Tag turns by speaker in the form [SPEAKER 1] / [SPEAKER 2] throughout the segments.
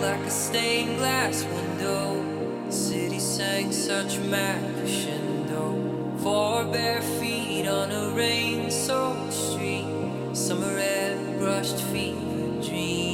[SPEAKER 1] like a stained glass window. The city sang such mad crescendo. Four bare feet on a rain soaked street. Summer air brushed feet and dreams.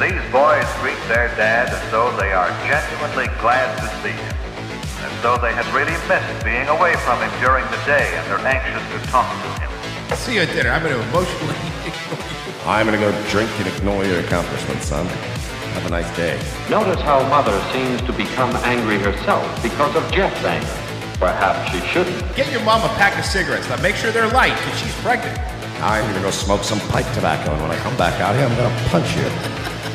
[SPEAKER 2] These boys greet their dad as though they are genuinely glad to see him, as though they had really missed being away from him during the day and are anxious to talk to him.
[SPEAKER 3] See you at dinner. I'm going to emotionally ignore you.
[SPEAKER 4] I'm gonna go drink and ignore your accomplishments, son. Have a nice day.
[SPEAKER 5] Notice how Mother seems to become angry herself because of Jeff's anger. Perhaps she shouldn't.
[SPEAKER 3] Get your mom a pack of cigarettes. Now make sure they're light because she's pregnant.
[SPEAKER 4] I'm gonna go smoke some pipe tobacco, and when I come back out here, I'm gonna punch you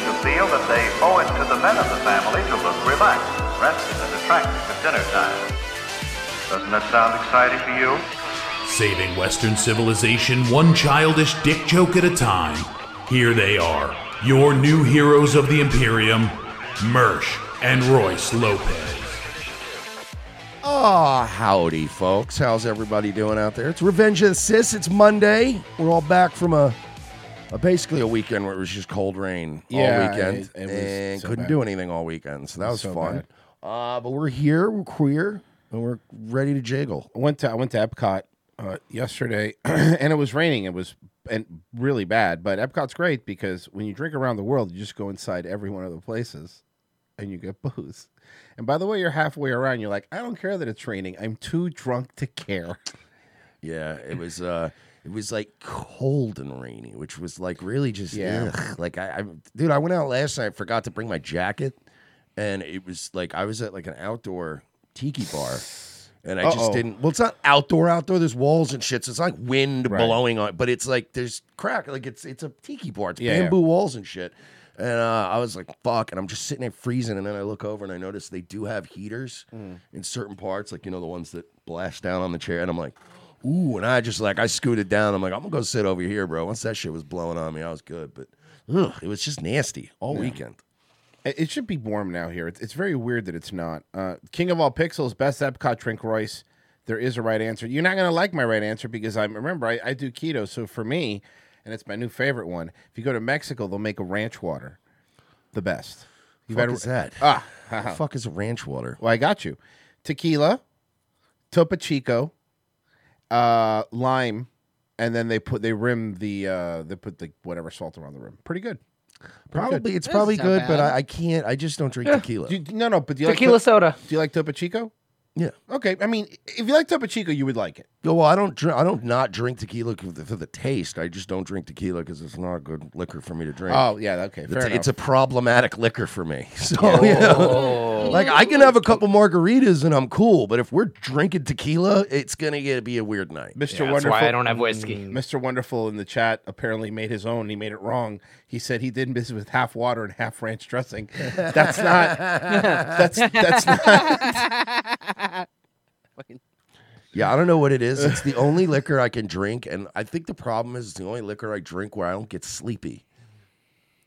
[SPEAKER 2] to feel that they owe it to the men of the family to look relaxed, rested, and attractive at dinner time. Doesn't that sound exciting to you?
[SPEAKER 6] Saving Western civilization one childish dick joke at a time. Here they are, your new heroes of the Imperium, Mersch and Royce Lopez.
[SPEAKER 4] Oh, howdy, folks. How's everybody doing out there? It's Revenge of the Sis. It's Monday. We're all back from a, a basically a weekend where it was just cold rain all
[SPEAKER 3] Yeah,
[SPEAKER 4] weekend
[SPEAKER 3] it- it was
[SPEAKER 4] and
[SPEAKER 3] so
[SPEAKER 4] couldn't
[SPEAKER 3] bad.
[SPEAKER 4] do anything all weekend. So that was
[SPEAKER 3] so
[SPEAKER 4] fun. Uh, but we're here, we're queer, and we're ready to jiggle.
[SPEAKER 3] I went to I went to Epcot uh, yesterday, and it was raining. It was and really bad. But Epcot's great because when you drink around the world, you just go inside every one of the places, and you get booze. And by the way, you're halfway around. You're like, I don't care that it's raining. I'm too drunk to care.
[SPEAKER 4] Yeah, it was. uh It was like cold and rainy, which was like really just
[SPEAKER 3] Yeah.
[SPEAKER 4] ugh. like I, I, dude, I went out last night, forgot to bring my jacket, and it was like I was at like an outdoor tiki bar. And I just
[SPEAKER 3] Uh-oh.
[SPEAKER 4] didn't. Well, it's not outdoor, outdoor. There's walls and shit, so it's like wind
[SPEAKER 3] Right.
[SPEAKER 4] blowing on. But it's like there's crack. Like it's it's a tiki bar. It's
[SPEAKER 3] Yeah, yeah.
[SPEAKER 4] bamboo walls and shit. And uh, I was like, fuck. And I'm just sitting there freezing. And then I look over and I notice they do have heaters
[SPEAKER 3] Mm.
[SPEAKER 4] in certain parts, like, you know, the ones that blast down on the chair. And I'm like, ooh. And I just like, I scooted down. I'm like, I'm going to go sit over here, bro. Once that shit was blowing on me, I was good. But ugh, it was just nasty all weekend.
[SPEAKER 3] It it should be warm now here. It's, it's very weird that it's not. Uh, King of all pixels, best Epcot drink, Royce. There is a right answer. You're not going to like my right answer because I remember I, I do keto. So for me, and it's my new favorite one. If you go to Mexico, they'll make a ranch water, the best. You've
[SPEAKER 4] What is that?
[SPEAKER 3] Ah,
[SPEAKER 4] the fuck is a ranch water?
[SPEAKER 3] well, I got you. Tequila, Topo Chico, uh, lime, and then they put they rim the uh, they put the whatever salt around the rim. Pretty good. Pretty good.
[SPEAKER 4] Probably, it's probably
[SPEAKER 7] not
[SPEAKER 4] good, but
[SPEAKER 7] bad.
[SPEAKER 4] I, I can't, I just don't drink tequila.
[SPEAKER 3] Do you- no, no. But do you
[SPEAKER 7] Tequila
[SPEAKER 3] like to-
[SPEAKER 7] soda.
[SPEAKER 3] do you like Topo Chico?
[SPEAKER 4] Yeah.
[SPEAKER 3] Okay, I mean, if you like Topo Chico, you would like it.
[SPEAKER 4] Yo, Well, I don't drink. I don't not drink tequila for the, for the taste. I just don't drink tequila because it's not a good liquor for me to drink.
[SPEAKER 3] Oh yeah, okay, fair
[SPEAKER 4] it's,
[SPEAKER 3] enough. Oh.
[SPEAKER 4] it's a problematic liquor for me. So, you know, like, I can have a couple margaritas and I'm cool, but if we're drinking tequila, it's gonna get, be a weird night.
[SPEAKER 3] Mr.
[SPEAKER 7] Yeah, that's
[SPEAKER 3] Wonderful.
[SPEAKER 7] why I don't have whiskey.
[SPEAKER 3] Mr. Wonderful in the chat apparently made his own. He made it wrong. He said he did this with half water and half ranch dressing. That's not. that's that's not.
[SPEAKER 4] Yeah, I don't know what it is. It's the only liquor I can drink, and I think the problem is it's the only liquor I drink where I don't get sleepy.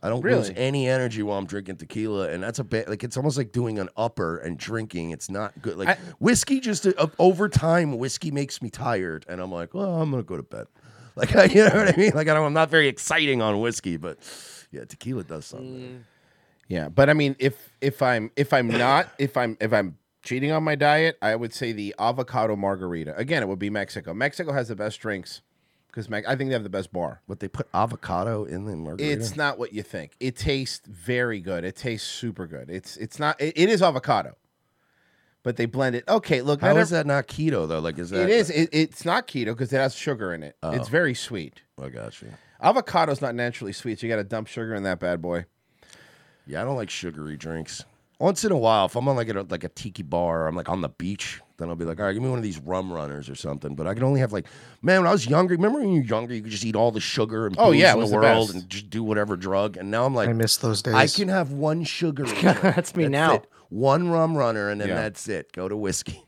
[SPEAKER 4] I don't lose
[SPEAKER 3] Really?
[SPEAKER 4] any energy while I'm drinking tequila, and that's a bit like it's almost like doing an upper and drinking. It's not good. Like
[SPEAKER 3] I-
[SPEAKER 4] whiskey, just uh, over time, whiskey makes me tired, and I'm like, well, I'm gonna go to bed. Like you know what I mean? Like I don't, I'm not very exciting on whiskey, but yeah, tequila does
[SPEAKER 3] Mm,
[SPEAKER 4] something.
[SPEAKER 3] Yeah, but I mean, if if I'm if I'm not if I'm if I'm cheating on my diet, I would say the avocado margarita. Again, it would be Mexico. Mexico has the best drinks because I think they have the best bar.
[SPEAKER 4] But they put avocado in the margarita.
[SPEAKER 3] It's not what you think. It tastes very good. It tastes super good. It's it's not. It, it is avocado, but they blend it. Okay, look,
[SPEAKER 4] How
[SPEAKER 3] not
[SPEAKER 4] is that not keto though? Like is that? Oh.
[SPEAKER 3] It is. It, it's not keto because it has sugar in it. It's very sweet.
[SPEAKER 4] I got you.
[SPEAKER 3] Avocado's not naturally sweet, so you got to dump sugar in that bad boy.
[SPEAKER 4] Yeah, I don't like sugary drinks. Once in a while, if I'm on like a like a tiki bar, or I'm like on the beach, then I'll be like, all right, give me one of these rum runners or something. But I can only have like, man, when I was younger, remember when you were younger, you could just eat all the sugar and
[SPEAKER 3] Oh,
[SPEAKER 4] booze
[SPEAKER 3] yeah, it
[SPEAKER 4] in the
[SPEAKER 3] was the
[SPEAKER 4] world
[SPEAKER 3] best.
[SPEAKER 4] and just do whatever drug. And now I'm like,
[SPEAKER 8] I miss those days.
[SPEAKER 4] I can have one sugary. drink.
[SPEAKER 7] That's me now.
[SPEAKER 4] it. One rum runner, and then
[SPEAKER 3] Yeah.
[SPEAKER 4] that's it. Go to whiskey.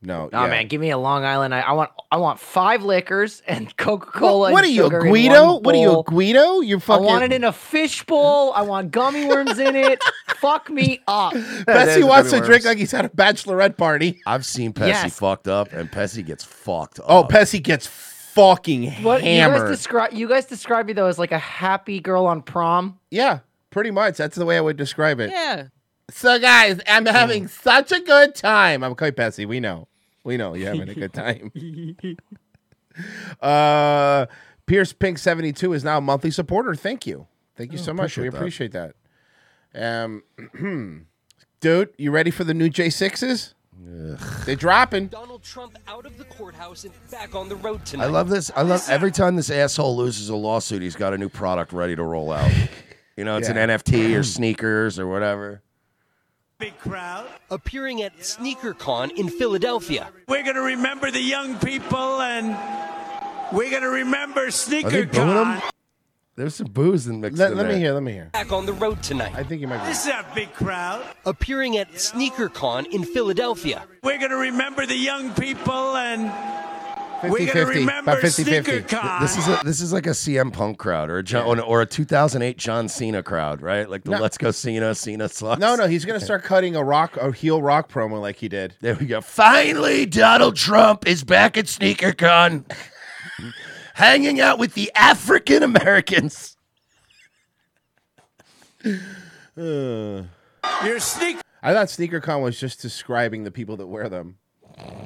[SPEAKER 3] No,
[SPEAKER 7] Oh
[SPEAKER 3] yeah.
[SPEAKER 7] man, give me a Long Island. I, I want I want five liquors and Coca
[SPEAKER 3] What,
[SPEAKER 7] Cola.
[SPEAKER 3] what are you, a Guido? What are you, a Guido? You're
[SPEAKER 7] I
[SPEAKER 3] fucking.
[SPEAKER 7] want it in a fishbowl. I want gummy worms in it. Fuck me up.
[SPEAKER 3] Bessie
[SPEAKER 8] is
[SPEAKER 3] wants to
[SPEAKER 8] gummy
[SPEAKER 3] drink
[SPEAKER 8] worms.
[SPEAKER 3] like he's at a bachelorette party.
[SPEAKER 4] I've seen Pessy
[SPEAKER 7] Yes.
[SPEAKER 4] fucked up, and Pessy gets fucked up.
[SPEAKER 3] Oh, Pessy gets fucking
[SPEAKER 7] What you guys
[SPEAKER 3] hammered.
[SPEAKER 7] describe? You guys describe me though as like a happy girl on prom.
[SPEAKER 3] yeah, pretty much. That's the way I would describe it.
[SPEAKER 9] Yeah.
[SPEAKER 3] So, guys, I'm having such a good time. I'm okay, Pessy. We know. We know you're having a good time. uh, Pierce Pink 72 is now a monthly supporter. Thank you. Thank you so much. We
[SPEAKER 4] Oh,
[SPEAKER 3] appreciate
[SPEAKER 4] appreciate
[SPEAKER 3] that. Um, dude, you ready for the new J6s? They're dropping.
[SPEAKER 10] Donald Trump out of the courthouse and back on the road
[SPEAKER 4] I
[SPEAKER 10] tonight.
[SPEAKER 4] love this. I love every time this asshole loses a lawsuit, he's got a new product ready to roll out. You know, it's
[SPEAKER 3] Yeah.
[SPEAKER 4] an NFT or sneakers or whatever.
[SPEAKER 1] Big crowd.
[SPEAKER 10] Appearing at SneakerCon in Philadelphia.
[SPEAKER 1] We're going to remember the young people and we're going to remember
[SPEAKER 4] Are they
[SPEAKER 1] sneaker
[SPEAKER 4] booing him?
[SPEAKER 1] con.
[SPEAKER 4] There's some booze in mixed
[SPEAKER 3] Let,
[SPEAKER 4] in
[SPEAKER 3] let me
[SPEAKER 4] there.
[SPEAKER 3] hear. Let me hear.
[SPEAKER 10] Back on the road tonight.
[SPEAKER 3] I think you might be.
[SPEAKER 1] This is a big crowd.
[SPEAKER 10] Appearing at SneakerCon in Philadelphia.
[SPEAKER 1] We're going to remember the young people and we're
[SPEAKER 3] 50
[SPEAKER 1] going to
[SPEAKER 3] 50.
[SPEAKER 1] remember
[SPEAKER 3] About 50
[SPEAKER 1] sneaker
[SPEAKER 3] 50.
[SPEAKER 1] con.
[SPEAKER 4] This is a, this is like a CM Punk crowd or a John, or a 2008 John Cena crowd, right? Like the
[SPEAKER 3] No.
[SPEAKER 4] Let's Go Cena, Cena sucks.
[SPEAKER 3] No, no, he's going to start cutting a rock, a heel rock promo like he did.
[SPEAKER 4] There we go. Finally, Donald Trump is back at SneakerCon, hanging out with the African Americans.
[SPEAKER 1] Your sneaker
[SPEAKER 3] I thought SneakerCon was just describing the people that wear them.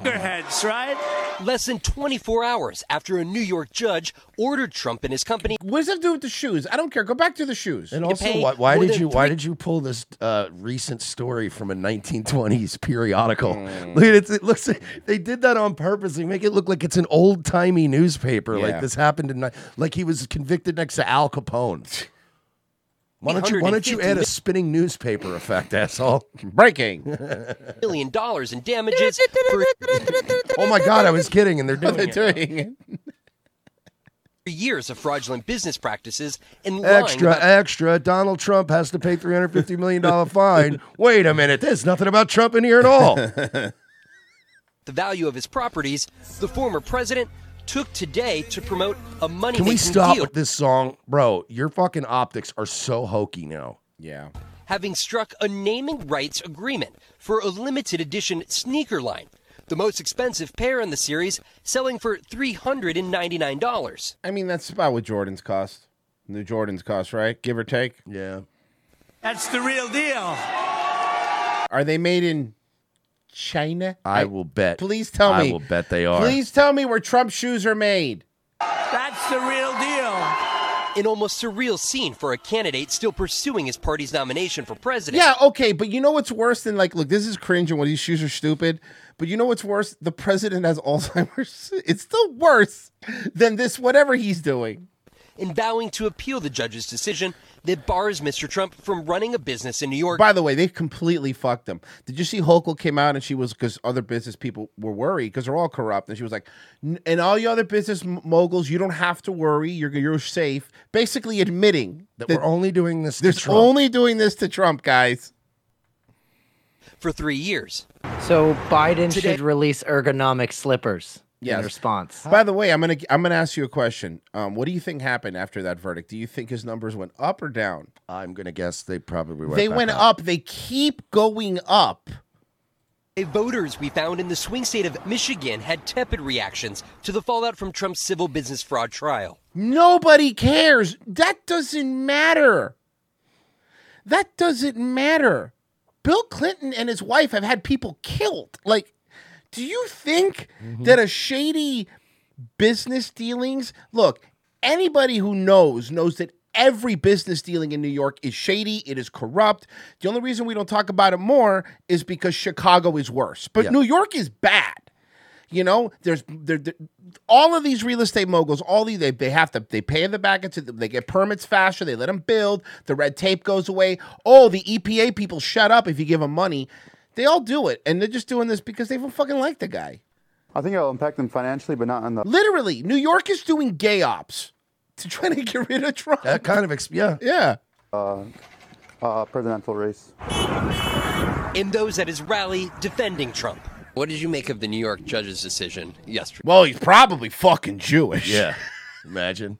[SPEAKER 1] heads, right?
[SPEAKER 10] Less than 24 hours after a New York judge ordered Trump and his company
[SPEAKER 3] What does that do with the shoes? I don't care. Go back to the shoes.
[SPEAKER 4] And also,
[SPEAKER 10] pay
[SPEAKER 4] why, why
[SPEAKER 10] more
[SPEAKER 4] did
[SPEAKER 10] than
[SPEAKER 4] you why did you pull this uh, recent story from a 1920s periodical? Look, it's, it looks they did that on purpose. They make it look like it's an old timey newspaper.
[SPEAKER 3] Yeah.
[SPEAKER 4] Like this happened in ni- like he was convicted next to Al Capone. Why don't you Why don't you add a spinning newspaper effect, asshole?
[SPEAKER 3] Breaking.
[SPEAKER 10] million dollars in damages for
[SPEAKER 4] Oh my God, I was kidding, and they're doing
[SPEAKER 3] They're
[SPEAKER 4] it.
[SPEAKER 3] doing it.
[SPEAKER 10] years of fraudulent business practices and lying
[SPEAKER 4] Extra,
[SPEAKER 10] about
[SPEAKER 4] extra. Donald Trump has to pay $350 million fine. Wait a minute. There's nothing about Trump in here at all.
[SPEAKER 10] the value of his properties. The former president took today to promote a money
[SPEAKER 4] Can we
[SPEAKER 10] making
[SPEAKER 4] stop
[SPEAKER 10] deal,
[SPEAKER 4] with this song? Bro, your fucking optics are so hokey now.
[SPEAKER 3] Yeah.
[SPEAKER 10] having struck a naming rights agreement for a limited edition sneaker line. The most expensive pair in the series, selling for three hundred and ninety nine dollars.
[SPEAKER 3] I mean, that's about what Jordan's cost. New Jordan's cost, right? Give or take.
[SPEAKER 4] Yeah.
[SPEAKER 1] That's the real deal.
[SPEAKER 3] Are they made in China?
[SPEAKER 4] I will bet.
[SPEAKER 3] Please tell me.
[SPEAKER 4] I will bet they are.
[SPEAKER 3] Please tell me where Trump shoes are made.
[SPEAKER 1] That's the real deal.
[SPEAKER 10] an almost surreal scene for a candidate still pursuing his party's nomination for president.
[SPEAKER 3] Yeah, oh, okay, but you know what's worse than like, look, this is cringe and what these shoes are stupid. But you know what's worse? The president has Alzheimer's. It's still worse than this, whatever he's doing.
[SPEAKER 10] In vowing to appeal the judge's decision that bars Mr. Trump from running a business in New York.
[SPEAKER 3] By the way, they completely fucked him. Did you see Hochul came out and she was because other business people were worried because they're all corrupt, and she was like, "N- "And all you other business m- moguls, you don't have to worry. You're you're safe." Basically, admitting that,
[SPEAKER 4] we're only doing this.
[SPEAKER 3] They're only doing this to Trump, guys.
[SPEAKER 10] for three years.
[SPEAKER 7] So Biden should release ergonomic slippers
[SPEAKER 3] Yes.
[SPEAKER 7] in response.
[SPEAKER 3] By the way, I'm gonna I'm gonna ask you a question. Um, what do you think happened after that verdict? Do you think his numbers went up or down?
[SPEAKER 4] I'm gonna guess they probably went.
[SPEAKER 3] they
[SPEAKER 4] back
[SPEAKER 3] went up. They keep going up.
[SPEAKER 10] Voters we found in the swing state of Michigan had tepid reactions to the fallout from Trump's civil business fraud trial.
[SPEAKER 3] Nobody cares. That doesn't matter. That doesn't matter. Bill Clinton and his wife have had people killed. Like, do you think that a shady business dealings look, anybody who knows knows that every business dealing in New York is shady, it is corrupt. The only reason we don't talk about it more is because Chicago is worse. But
[SPEAKER 4] Yeah.
[SPEAKER 3] New York is bad. You know, there's there, there- all of these real estate moguls. All these they, they have to they pay the back into the, they get permits faster. They let them build. The red tape goes away. Oh, the EPA people shut up if you give them money. They all do it, and they're just doing this because they don't fucking like the guy.
[SPEAKER 11] I think it'll impact them financially, but not on the.
[SPEAKER 3] Literally, New York is doing gay ops to try to get rid of Trump.
[SPEAKER 4] That kind of ex- yeah
[SPEAKER 3] yeah.
[SPEAKER 11] Uh, uh, presidential race.
[SPEAKER 10] And those at his rally defending Trump. What did you make of the New York judge's decision yesterday?
[SPEAKER 3] Well, he's probably fucking Jewish.
[SPEAKER 4] Yeah. Imagine.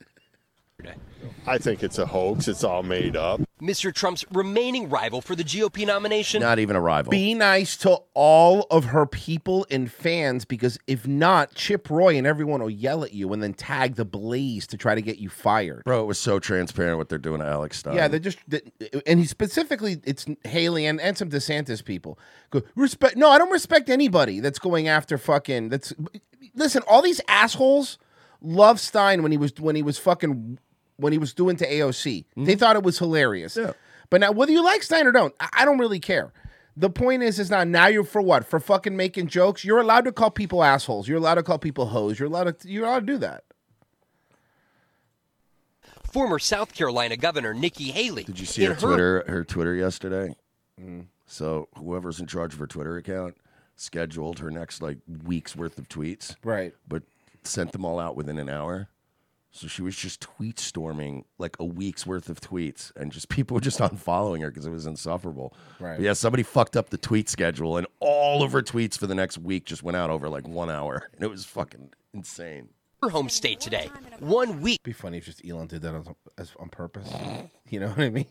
[SPEAKER 12] I think it's a hoax. It's all made up.
[SPEAKER 10] Mr. Trump's remaining rival for the GOP nomination.
[SPEAKER 4] Not even a rival.
[SPEAKER 3] Be nice to all of her people and fans because if not, Chip Roy and everyone will yell at you and then tag the blaze to try to get you fired.
[SPEAKER 4] Bro, it was so transparent what they're doing to Alex Stein.
[SPEAKER 3] Yeah, they're just, they- and he specifically, it's Haley and, and some DeSantis people. Go, respect. No, I don't respect anybody that's going after fucking. That's listen. All these assholes love Stein when he was when he was fucking when he was doing to AOC. They thought it was hilarious. Yeah. But now, whether you like Stein or don't, I, I don't really care. The point is, is not now you're for what? For fucking making jokes? You're allowed to call people assholes. You're allowed to call people hoes. You're allowed to. You're allowed to do that.
[SPEAKER 10] Former South Carolina Governor Nikki Haley. Did
[SPEAKER 4] you see her Twitter her Twitter yesterday.
[SPEAKER 3] Mm-hmm.
[SPEAKER 4] So whoever's in charge of her Twitter account scheduled her next like week's worth of tweets.
[SPEAKER 3] Right.
[SPEAKER 4] But sent them all out within an hour. So she was just tweet storming like a week's worth of tweets and just people were just unfollowing her because it was insufferable.
[SPEAKER 3] Right.
[SPEAKER 4] But yeah, somebody fucked up the tweet schedule and all of her tweets for the next week just went out over like one hour. And it was fucking insane.
[SPEAKER 10] Her home state today. One week
[SPEAKER 3] Be funny if just Elon did that on, as, on purpose. You know what I mean?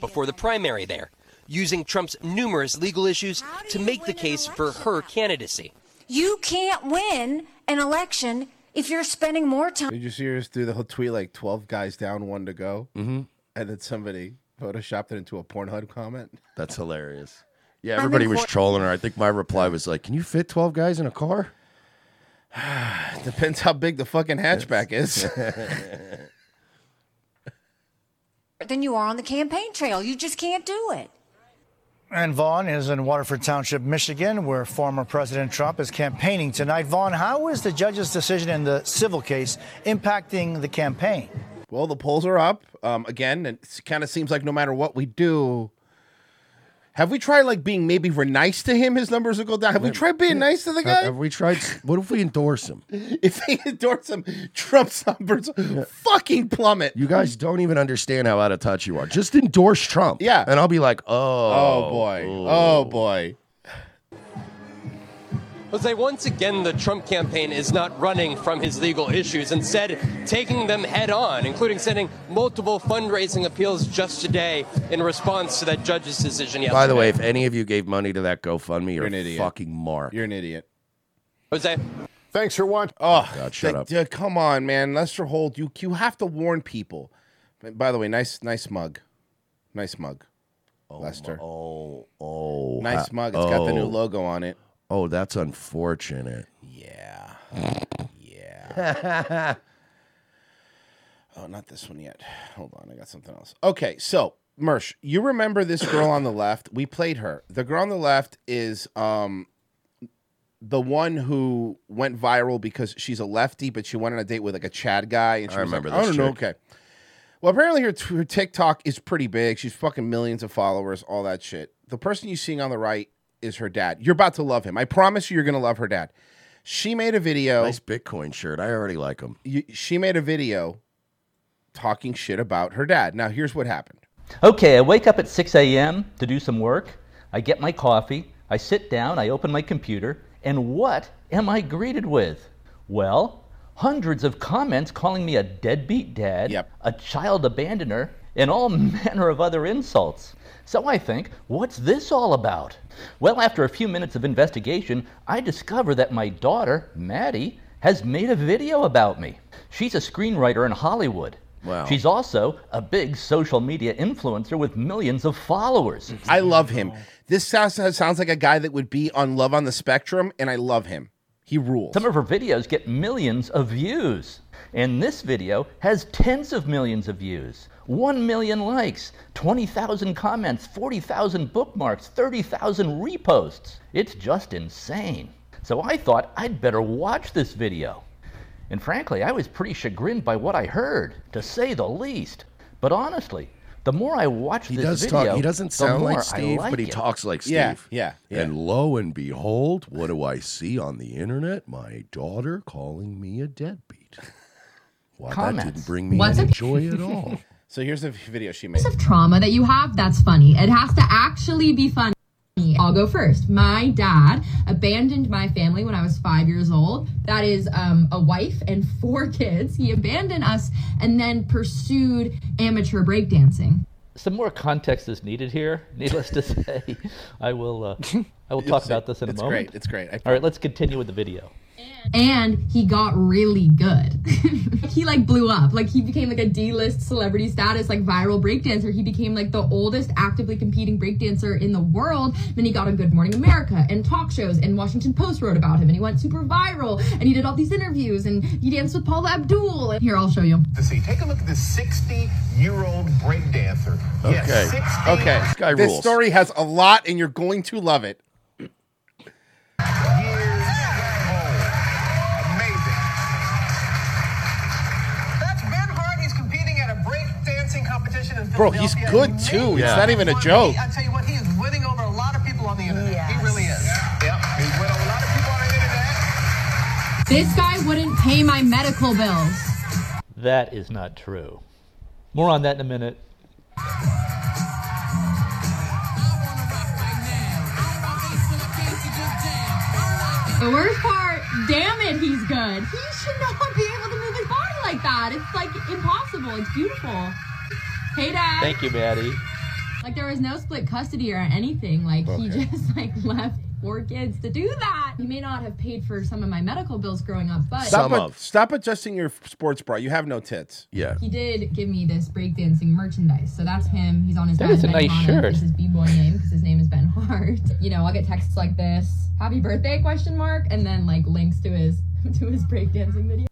[SPEAKER 10] before the primary there, using Trump's numerous legal issues to make the case for her candidacy.
[SPEAKER 13] You can't win an election if you're spending more time.
[SPEAKER 3] Did you see her just do the whole tweet like 12 guys down, one to go? Mm-hmm. And then somebody photoshopped it into a Pornhub comment.
[SPEAKER 4] That's hilarious. Yeah,
[SPEAKER 3] I'm
[SPEAKER 4] everybody
[SPEAKER 3] in
[SPEAKER 4] was
[SPEAKER 3] for-
[SPEAKER 4] trolling her. I think my reply was like, "Can you fit twelve guys in a car?"
[SPEAKER 3] Depends how big the fucking hatchback is.
[SPEAKER 13] Than you are on the campaign trail. You just can't do it.
[SPEAKER 14] Ann Vaughn is in Waterford Township, Michigan, where former President Trump is campaigning tonight. Vaughn, how is the judge's decision in the civil case impacting the campaign?
[SPEAKER 3] well, the polls are up um, again, and it kind of seems like no matter what we do, have we tried like being maybe we're nice to him, his numbers will go down? Have we tried being nice to the
[SPEAKER 4] Have,
[SPEAKER 3] guy?
[SPEAKER 4] have we tried? What if we endorse him?
[SPEAKER 3] If they endorse him, Trump's numbers fucking plummet.
[SPEAKER 4] You guys don't even understand how out of touch you are. Just endorse Trump. Yeah, and I'll be like, "Oh,
[SPEAKER 3] Oh, boy. Oh, boy."
[SPEAKER 10] Jose, once again, the Trump campaign is not running from his legal issues, instead, taking them head on, including sending multiple fundraising appeals just today in response to that judge's decision yesterday.
[SPEAKER 4] By the way, if any of you gave money to that GoFundMe, you're,
[SPEAKER 3] an idiot.
[SPEAKER 4] fucking mark.
[SPEAKER 3] You're an idiot.
[SPEAKER 10] Jose,
[SPEAKER 3] Thanks for watching. Oh,
[SPEAKER 4] God, shut
[SPEAKER 3] th-
[SPEAKER 4] up.
[SPEAKER 3] th- come on, man. Lester Holt, you you have to warn people. B- By the way, nice nice mug, nice mug, Lester.
[SPEAKER 4] Oh, oh, ha-
[SPEAKER 3] nice mug. It's got the new
[SPEAKER 4] oh.
[SPEAKER 3] logo on it.
[SPEAKER 4] Oh, that's unfortunate.
[SPEAKER 3] Yeah. Oh, not this one yet. Hold on, I got something else. Okay, so Mersh, you remember this girl on the left? We played her. The girl on the left is um the one who went viral because she's a lefty, but she went on a date with like a Chad guy, and she
[SPEAKER 4] I
[SPEAKER 3] was
[SPEAKER 4] remember
[SPEAKER 3] like,
[SPEAKER 4] this
[SPEAKER 3] "Oh no,
[SPEAKER 4] chick.
[SPEAKER 3] okay." Well, apparently her, t- her TikTok is pretty big. She's fucking millions of followers, all that shit. The person you're seeing on the right is her dad. You're about to love him. I promise you, you're gonna love her dad. She made a video.
[SPEAKER 4] Nice Bitcoin shirt. I already like him.
[SPEAKER 3] You, she made a video talking shit about her dad. Now, here's what happened.
[SPEAKER 5] Okay, I wake up at 6 a.m. to do some work. I get my coffee, I sit down, I open my computer, and what am I greeted with? Well, hundreds of comments calling me a deadbeat dad, a child abandoner, and all manner of other insults. So I think, what's this all about? Well, after a few minutes of investigation, I discover that my daughter, Maddie, has made a video about me. She's a screenwriter in Hollywood.
[SPEAKER 4] Wow.
[SPEAKER 5] She's also a big social media influencer with millions of followers.
[SPEAKER 3] I love him. This sounds sounds like a guy that would be on Love on the Spectrum, and I love him. He rules.
[SPEAKER 5] Some of her videos get millions of views. And this video has tens of millions of views 1 million likes, 20,000 comments, 40,000 bookmarks, 30,000 reposts. It's just insane. So I thought I'd better watch this video. And frankly, I was pretty chagrined by what I heard, to say the least. But honestly, the more I watch
[SPEAKER 4] He
[SPEAKER 5] this
[SPEAKER 4] does
[SPEAKER 5] video,
[SPEAKER 4] talk. He doesn't
[SPEAKER 5] the
[SPEAKER 4] sound
[SPEAKER 5] more
[SPEAKER 4] like
[SPEAKER 5] I
[SPEAKER 4] Steve, but he
[SPEAKER 5] it.
[SPEAKER 4] talks like Steve.
[SPEAKER 5] Yeah, yeah,
[SPEAKER 4] And lo and behold, what do I see on the internet? My daughter calling me a deadbeat. Wow, that didn't bring me
[SPEAKER 15] What's
[SPEAKER 4] any
[SPEAKER 15] it-
[SPEAKER 4] joy at all.
[SPEAKER 3] So here's the video she made.
[SPEAKER 15] trauma that you have, that's funny. It has to actually be funny. I'll go first. My dad abandoned my family when I was five years old. That is um, a wife and four kids. He abandoned us and then pursued amateur breakdancing.
[SPEAKER 5] some more context is needed here. Needless to say, I will uh, I
[SPEAKER 15] You'll
[SPEAKER 5] will talk
[SPEAKER 15] see.
[SPEAKER 5] about this in
[SPEAKER 15] It's
[SPEAKER 5] a
[SPEAKER 15] great.
[SPEAKER 5] moment.
[SPEAKER 3] It's great.
[SPEAKER 5] All right, let's continue with the video.
[SPEAKER 15] And he got really good. he like blew up. Like he became like a D-list celebrity status, like viral breakdancer. He became like the oldest actively competing breakdancer in the world. Then he got on Good Morning America and talk shows and Washington Post wrote about him and he went super viral and he did all these interviews and he danced with Paula Abdul. Here, I'll show you.
[SPEAKER 16] to see. Take a look at this 60 year old breakdancer. Yes, 60
[SPEAKER 3] Okay.
[SPEAKER 16] This guy
[SPEAKER 3] this
[SPEAKER 16] rules.
[SPEAKER 3] story has a lot, and you're going to love it.
[SPEAKER 16] Amazing. That's Ben Hart. He's competing at a breakdancing competition in
[SPEAKER 3] Bro, he's
[SPEAKER 16] Philadelphia.
[SPEAKER 3] good,
[SPEAKER 16] He
[SPEAKER 3] too.
[SPEAKER 16] really
[SPEAKER 3] It's
[SPEAKER 16] is
[SPEAKER 3] not even a
[SPEAKER 16] funny.
[SPEAKER 3] joke.
[SPEAKER 16] I tell you what, he is winning over a lot of people on the internet. He really is. Yep. He's winning over a lot of people on the internet.
[SPEAKER 15] This guy wouldn't pay my medical bills.
[SPEAKER 5] That is not true. More on that in a minute.
[SPEAKER 15] The worst part, damn it, he's good. He should not be able to move his body like that. It's like impossible. It's beautiful. Hey, Dad.
[SPEAKER 5] Thank you, Maddie.
[SPEAKER 15] Like there was no split custody or anything. Like
[SPEAKER 5] Okay.
[SPEAKER 15] he just like left four kids to do that. He may not have paid for some of my medical bills growing up, but
[SPEAKER 3] Stop, ad- stop adjusting your sports bra. You have no tits.
[SPEAKER 4] Yeah.
[SPEAKER 15] he did give me this breakdancing merchandise. So that's him. He's on his
[SPEAKER 3] That
[SPEAKER 15] Ben
[SPEAKER 3] is a nice
[SPEAKER 15] Bonham
[SPEAKER 3] shirt.
[SPEAKER 15] is his b-boy name because his name is Ben Hart. You know, I'll get texts like this, "Happy birthday?" question mark, and then like links to his to his breakdancing video.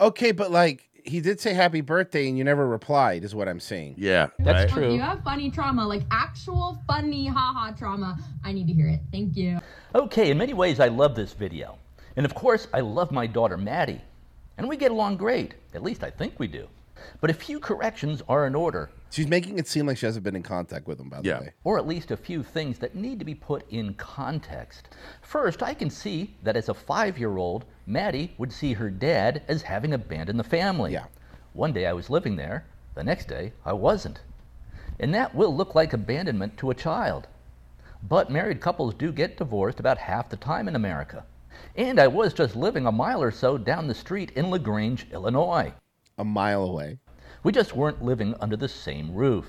[SPEAKER 3] Okay, but like he did say happy birthday, and you never replied. Is what I'm saying.
[SPEAKER 4] Yeah,
[SPEAKER 15] Like, You have funny trauma, like actual funny haha trauma. I need to hear it. Thank you.
[SPEAKER 5] Okay, in many ways, I love this video. And of course, I love my daughter, Maddie. And we get along great. At least I think we do. But a few corrections are in order.
[SPEAKER 3] She's making it seem like she hasn't been in contact with him, by the way.
[SPEAKER 5] Or at least a few things that need to be put in context. First, I can see that as a five year old, Maddie would see her dad as having abandoned the family. Yeah. One day I was living there, the next day I wasn't. And that will look like abandonment to a child. But married couples do get divorced about half the time in America. And I was just living a mile or so down the street in LaGrange, Illinois.
[SPEAKER 3] A mile away.
[SPEAKER 5] We just weren't living under the same roof.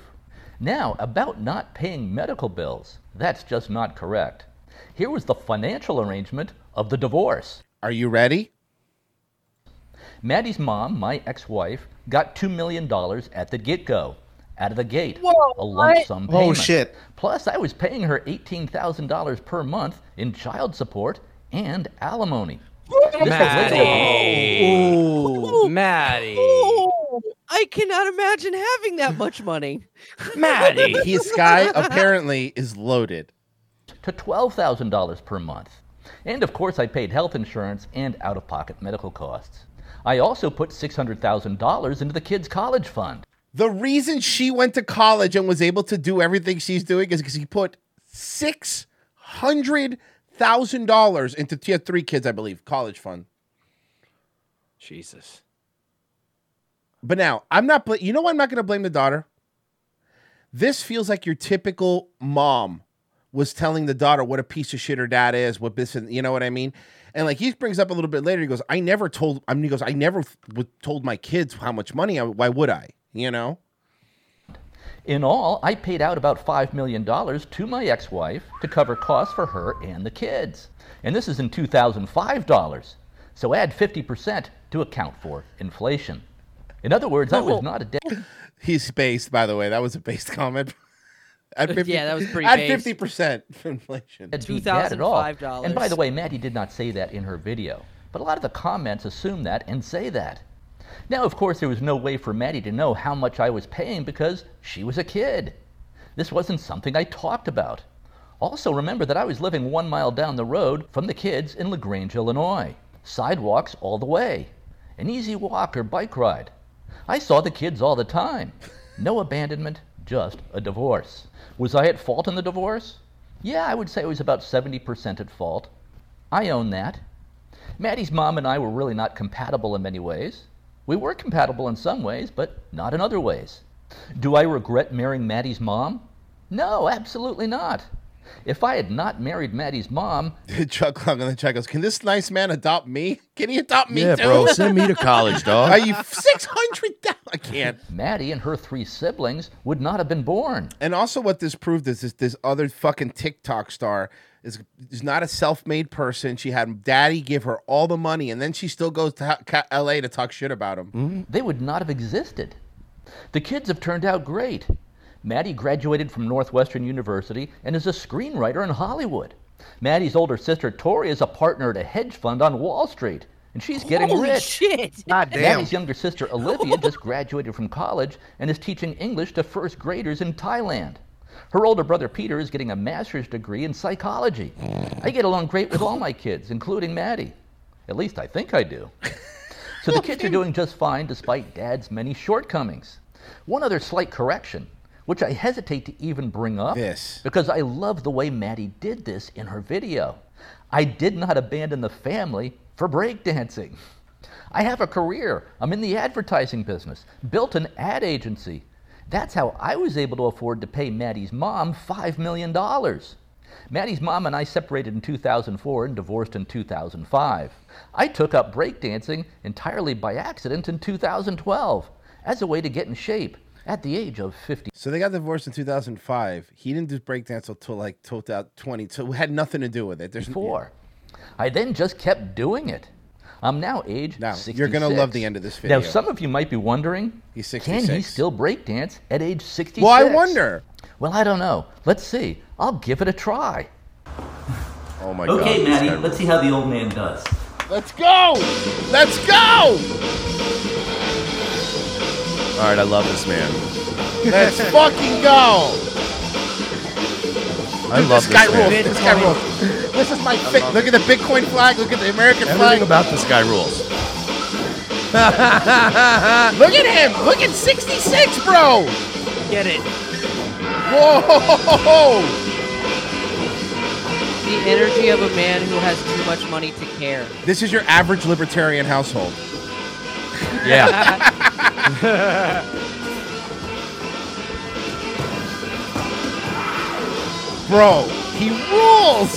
[SPEAKER 5] Now, about not paying medical bills, that's just not correct. Here was the financial arrangement of the divorce.
[SPEAKER 3] Are you ready?
[SPEAKER 5] Maddie's mom, my ex wife, got $2 million at the get go, out of the gate. a lump
[SPEAKER 17] what?
[SPEAKER 5] sum
[SPEAKER 17] Oh,
[SPEAKER 5] payment.
[SPEAKER 17] shit.
[SPEAKER 5] Plus, I was paying her $18,000 per month in child support and alimony. This was later-
[SPEAKER 18] Maddie. Maddie.
[SPEAKER 17] I cannot imagine having that much money.
[SPEAKER 3] Maddie, this guy apparently is loaded.
[SPEAKER 5] To $12,000 per month. And of course, I paid health insurance and out of pocket medical costs. I also put $600,000 into the kids' college fund.
[SPEAKER 3] The reason she went to college and was able to do everything she's doing is because he put six hundred thousand dollars into tier three kids, I believe, college fund.
[SPEAKER 17] Jesus.
[SPEAKER 3] But now I'm not. Bl- you know why I'm not going to blame the daughter. This feels like your typical mom was telling the daughter what a piece of shit her dad is, what this and you know what I mean. And like he brings up a little bit later, he goes, "I never told." I mean, he goes, "I never th- would- told my kids how much money. I, why would I?" You know.
[SPEAKER 5] In all, I paid out about $5 million to my ex wife to cover costs for her and the kids. And this is in $2,005. So add 50% to account for inflation. In other words, I was not a debt.
[SPEAKER 3] He's spaced, by the way. That was a based comment. At 50,
[SPEAKER 5] Yeah, that was pretty
[SPEAKER 3] At
[SPEAKER 5] based.
[SPEAKER 3] fifty percent inflation.
[SPEAKER 5] had beat that at all. And by the way, Maddie did not say that in her video, but a lot of the comments assume that and say that. Now, of course, there was no way for Maddie to know how much I was paying because she was a kid. This wasn't something I talked about. Also, remember that I was living one mile down the road from the kids in LaGrange, Illinois. Sidewalks all the way. An easy walk or bike ride. I saw the kids all the time. No abandonment, just a divorce. Was I at fault in the divorce? Yeah, I would say I was about 70% at fault. I own that. Maddie's mom and I were really not compatible in many ways. We were compatible in some ways, but not in other ways. Do I regret marrying Maddie's mom? No, absolutely not. If I had not married Maddie's mom,
[SPEAKER 3] Chuck Long on the chat goes, "Can this nice man adopt me? Can he adopt me
[SPEAKER 5] Yeah,
[SPEAKER 3] too?"
[SPEAKER 5] bro, send me to college, dog.
[SPEAKER 3] Are you six hundred thousand? I can't.
[SPEAKER 5] Maddie and her three siblings would not have been born.
[SPEAKER 3] And also, what this proved is this, this other fucking TikTok star is is not a self made person. She had daddy give her all the money, and then she still goes to ha- ca- L.A. to talk shit about him.
[SPEAKER 5] Mm-hmm. They would not have existed. The kids have turned out great. Maddie graduated from Northwestern University and is a screenwriter in Hollywood. Maddie's older sister Tori is a partner at a hedge fund on Wall Street, and she's getting
[SPEAKER 17] Holy
[SPEAKER 5] rich.
[SPEAKER 17] shit.
[SPEAKER 5] Maddie's younger sister Olivia just graduated from college and is teaching English to first graders in Thailand. Her older brother Peter is getting a master's degree in psychology. I get along great with all my kids, including Maddie. At least I think I do. So the kids are doing just fine despite dad's many shortcomings. One other slight correction, which I hesitate to even bring up because I love the way Maddie did this in her video. I did not abandon the family for breakdancing. I have a career. I'm in the advertising business, built an ad agency. That's how I was able to afford to pay Maddie's mom $5 million. Maddie's mom and I separated in 2004 and divorced in 2005. I took up breakdancing entirely by accident in 2012 as a way to get in shape at the age of 50.
[SPEAKER 3] So they got divorced in 2005. He didn't do breakdance until like 2020. So it had nothing to do with it. There's
[SPEAKER 5] four. I then just kept doing it. I'm now age now,
[SPEAKER 3] you're gonna love the end of this
[SPEAKER 5] Now,
[SPEAKER 3] video.
[SPEAKER 5] some of you might be wondering, can he
[SPEAKER 3] 66.
[SPEAKER 5] still breakdance at age 66?
[SPEAKER 3] Well, I wonder.
[SPEAKER 5] Well, I don't know. Let's see. I'll give it a try.
[SPEAKER 4] Oh my
[SPEAKER 5] Okay,
[SPEAKER 4] God, this
[SPEAKER 5] Maddie,
[SPEAKER 4] guy-
[SPEAKER 5] let's see how the old man does.
[SPEAKER 3] Let's go. Let's go.
[SPEAKER 4] All right, I love this man.
[SPEAKER 3] Let's fucking go.
[SPEAKER 4] I love
[SPEAKER 3] this guy
[SPEAKER 4] man.
[SPEAKER 3] rules. This guy rules. This is my fi- look at the Bitcoin flag. Look at the American
[SPEAKER 4] Everything
[SPEAKER 3] flag.
[SPEAKER 4] about this guy rules.
[SPEAKER 3] Look at him. Look at 66, bro.
[SPEAKER 17] Get it.
[SPEAKER 3] Whoa.
[SPEAKER 17] The energy of a man who has too much money to care.
[SPEAKER 3] This is your average libertarian household. Bro, he rules.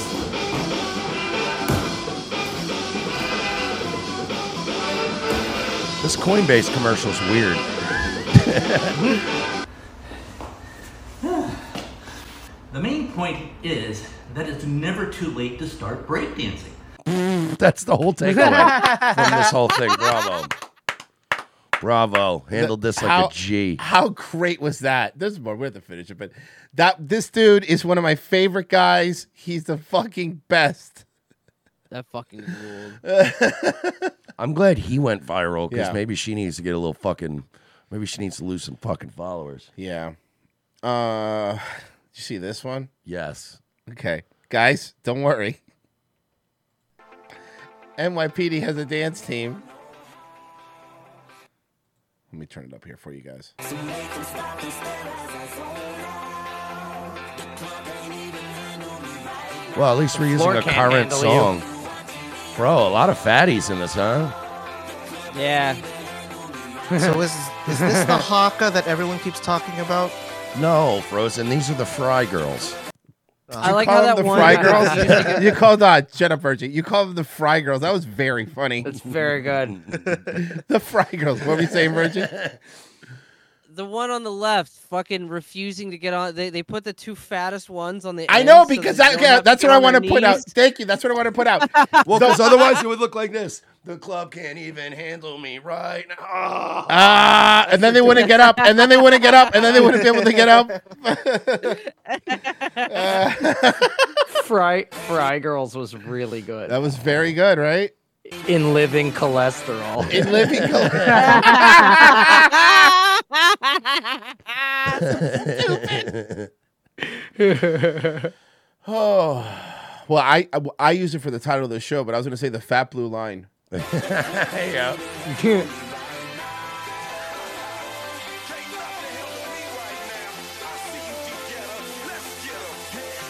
[SPEAKER 4] This Coinbase commercial's weird.
[SPEAKER 5] The main point is that it's never too late to start breakdancing.
[SPEAKER 4] That's the whole takeaway from this whole thing. Bravo. Bravo. Handled this like
[SPEAKER 3] How-
[SPEAKER 4] a G.
[SPEAKER 3] How great was that? There's more. We're at the finisher, but that this dude is one of my favorite guys. He's the fucking best.
[SPEAKER 17] That fucking ruled.
[SPEAKER 4] I'm glad he went viral because
[SPEAKER 3] Yeah.
[SPEAKER 4] maybe she needs to get a little fucking Maybe she needs to lose some fucking followers.
[SPEAKER 3] Yeah. Uh, did you see this one?
[SPEAKER 4] Yes.
[SPEAKER 3] Okay, guys, don't worry. NYPD has a dance team. Let me turn it up here for you guys.
[SPEAKER 4] Well, at least we're using
[SPEAKER 3] Floor
[SPEAKER 4] a
[SPEAKER 3] can't
[SPEAKER 4] current
[SPEAKER 3] handle you.
[SPEAKER 4] song. Bro, a lot of fatties in this, huh?
[SPEAKER 17] Yeah.
[SPEAKER 18] so is is this the haka that everyone keeps talking about?
[SPEAKER 4] No, Frozen. These are the Fry Girls.
[SPEAKER 17] I like how that
[SPEAKER 3] the
[SPEAKER 17] one.
[SPEAKER 3] Fry
[SPEAKER 17] guy was using
[SPEAKER 3] Girls.
[SPEAKER 17] a-
[SPEAKER 3] you called uh, shut up, Virgin. You called them the Fry Girls. That was very funny. That's
[SPEAKER 17] very good.
[SPEAKER 3] the Fry Girls. What were we saying, Virgin?
[SPEAKER 17] the one on the left, fucking refusing to get on. They, they put the two fattest ones on the.
[SPEAKER 3] I
[SPEAKER 17] end
[SPEAKER 3] know
[SPEAKER 17] so they
[SPEAKER 3] because
[SPEAKER 17] don't
[SPEAKER 3] I, yeah,
[SPEAKER 17] have
[SPEAKER 3] that's
[SPEAKER 17] get
[SPEAKER 3] what I
[SPEAKER 17] on their
[SPEAKER 3] want to put out.
[SPEAKER 17] knees.
[SPEAKER 3] Thank you. That's what I want to put out.
[SPEAKER 4] Well,
[SPEAKER 3] The-
[SPEAKER 4] because otherwise it would look like this. The club can't even handle me right now.
[SPEAKER 3] Ah, and then they wouldn't get up, and then they wouldn't get up, and then they wouldn't be able to get up.
[SPEAKER 19] Fry Fry Girls was really good.
[SPEAKER 3] That was very good, right?
[SPEAKER 19] In living cholesterol.
[SPEAKER 3] In living
[SPEAKER 19] cholesterol.
[SPEAKER 3] oh, well, I, I I use it for the title of the show, but I was going to say the fat blue line.
[SPEAKER 4] yeah.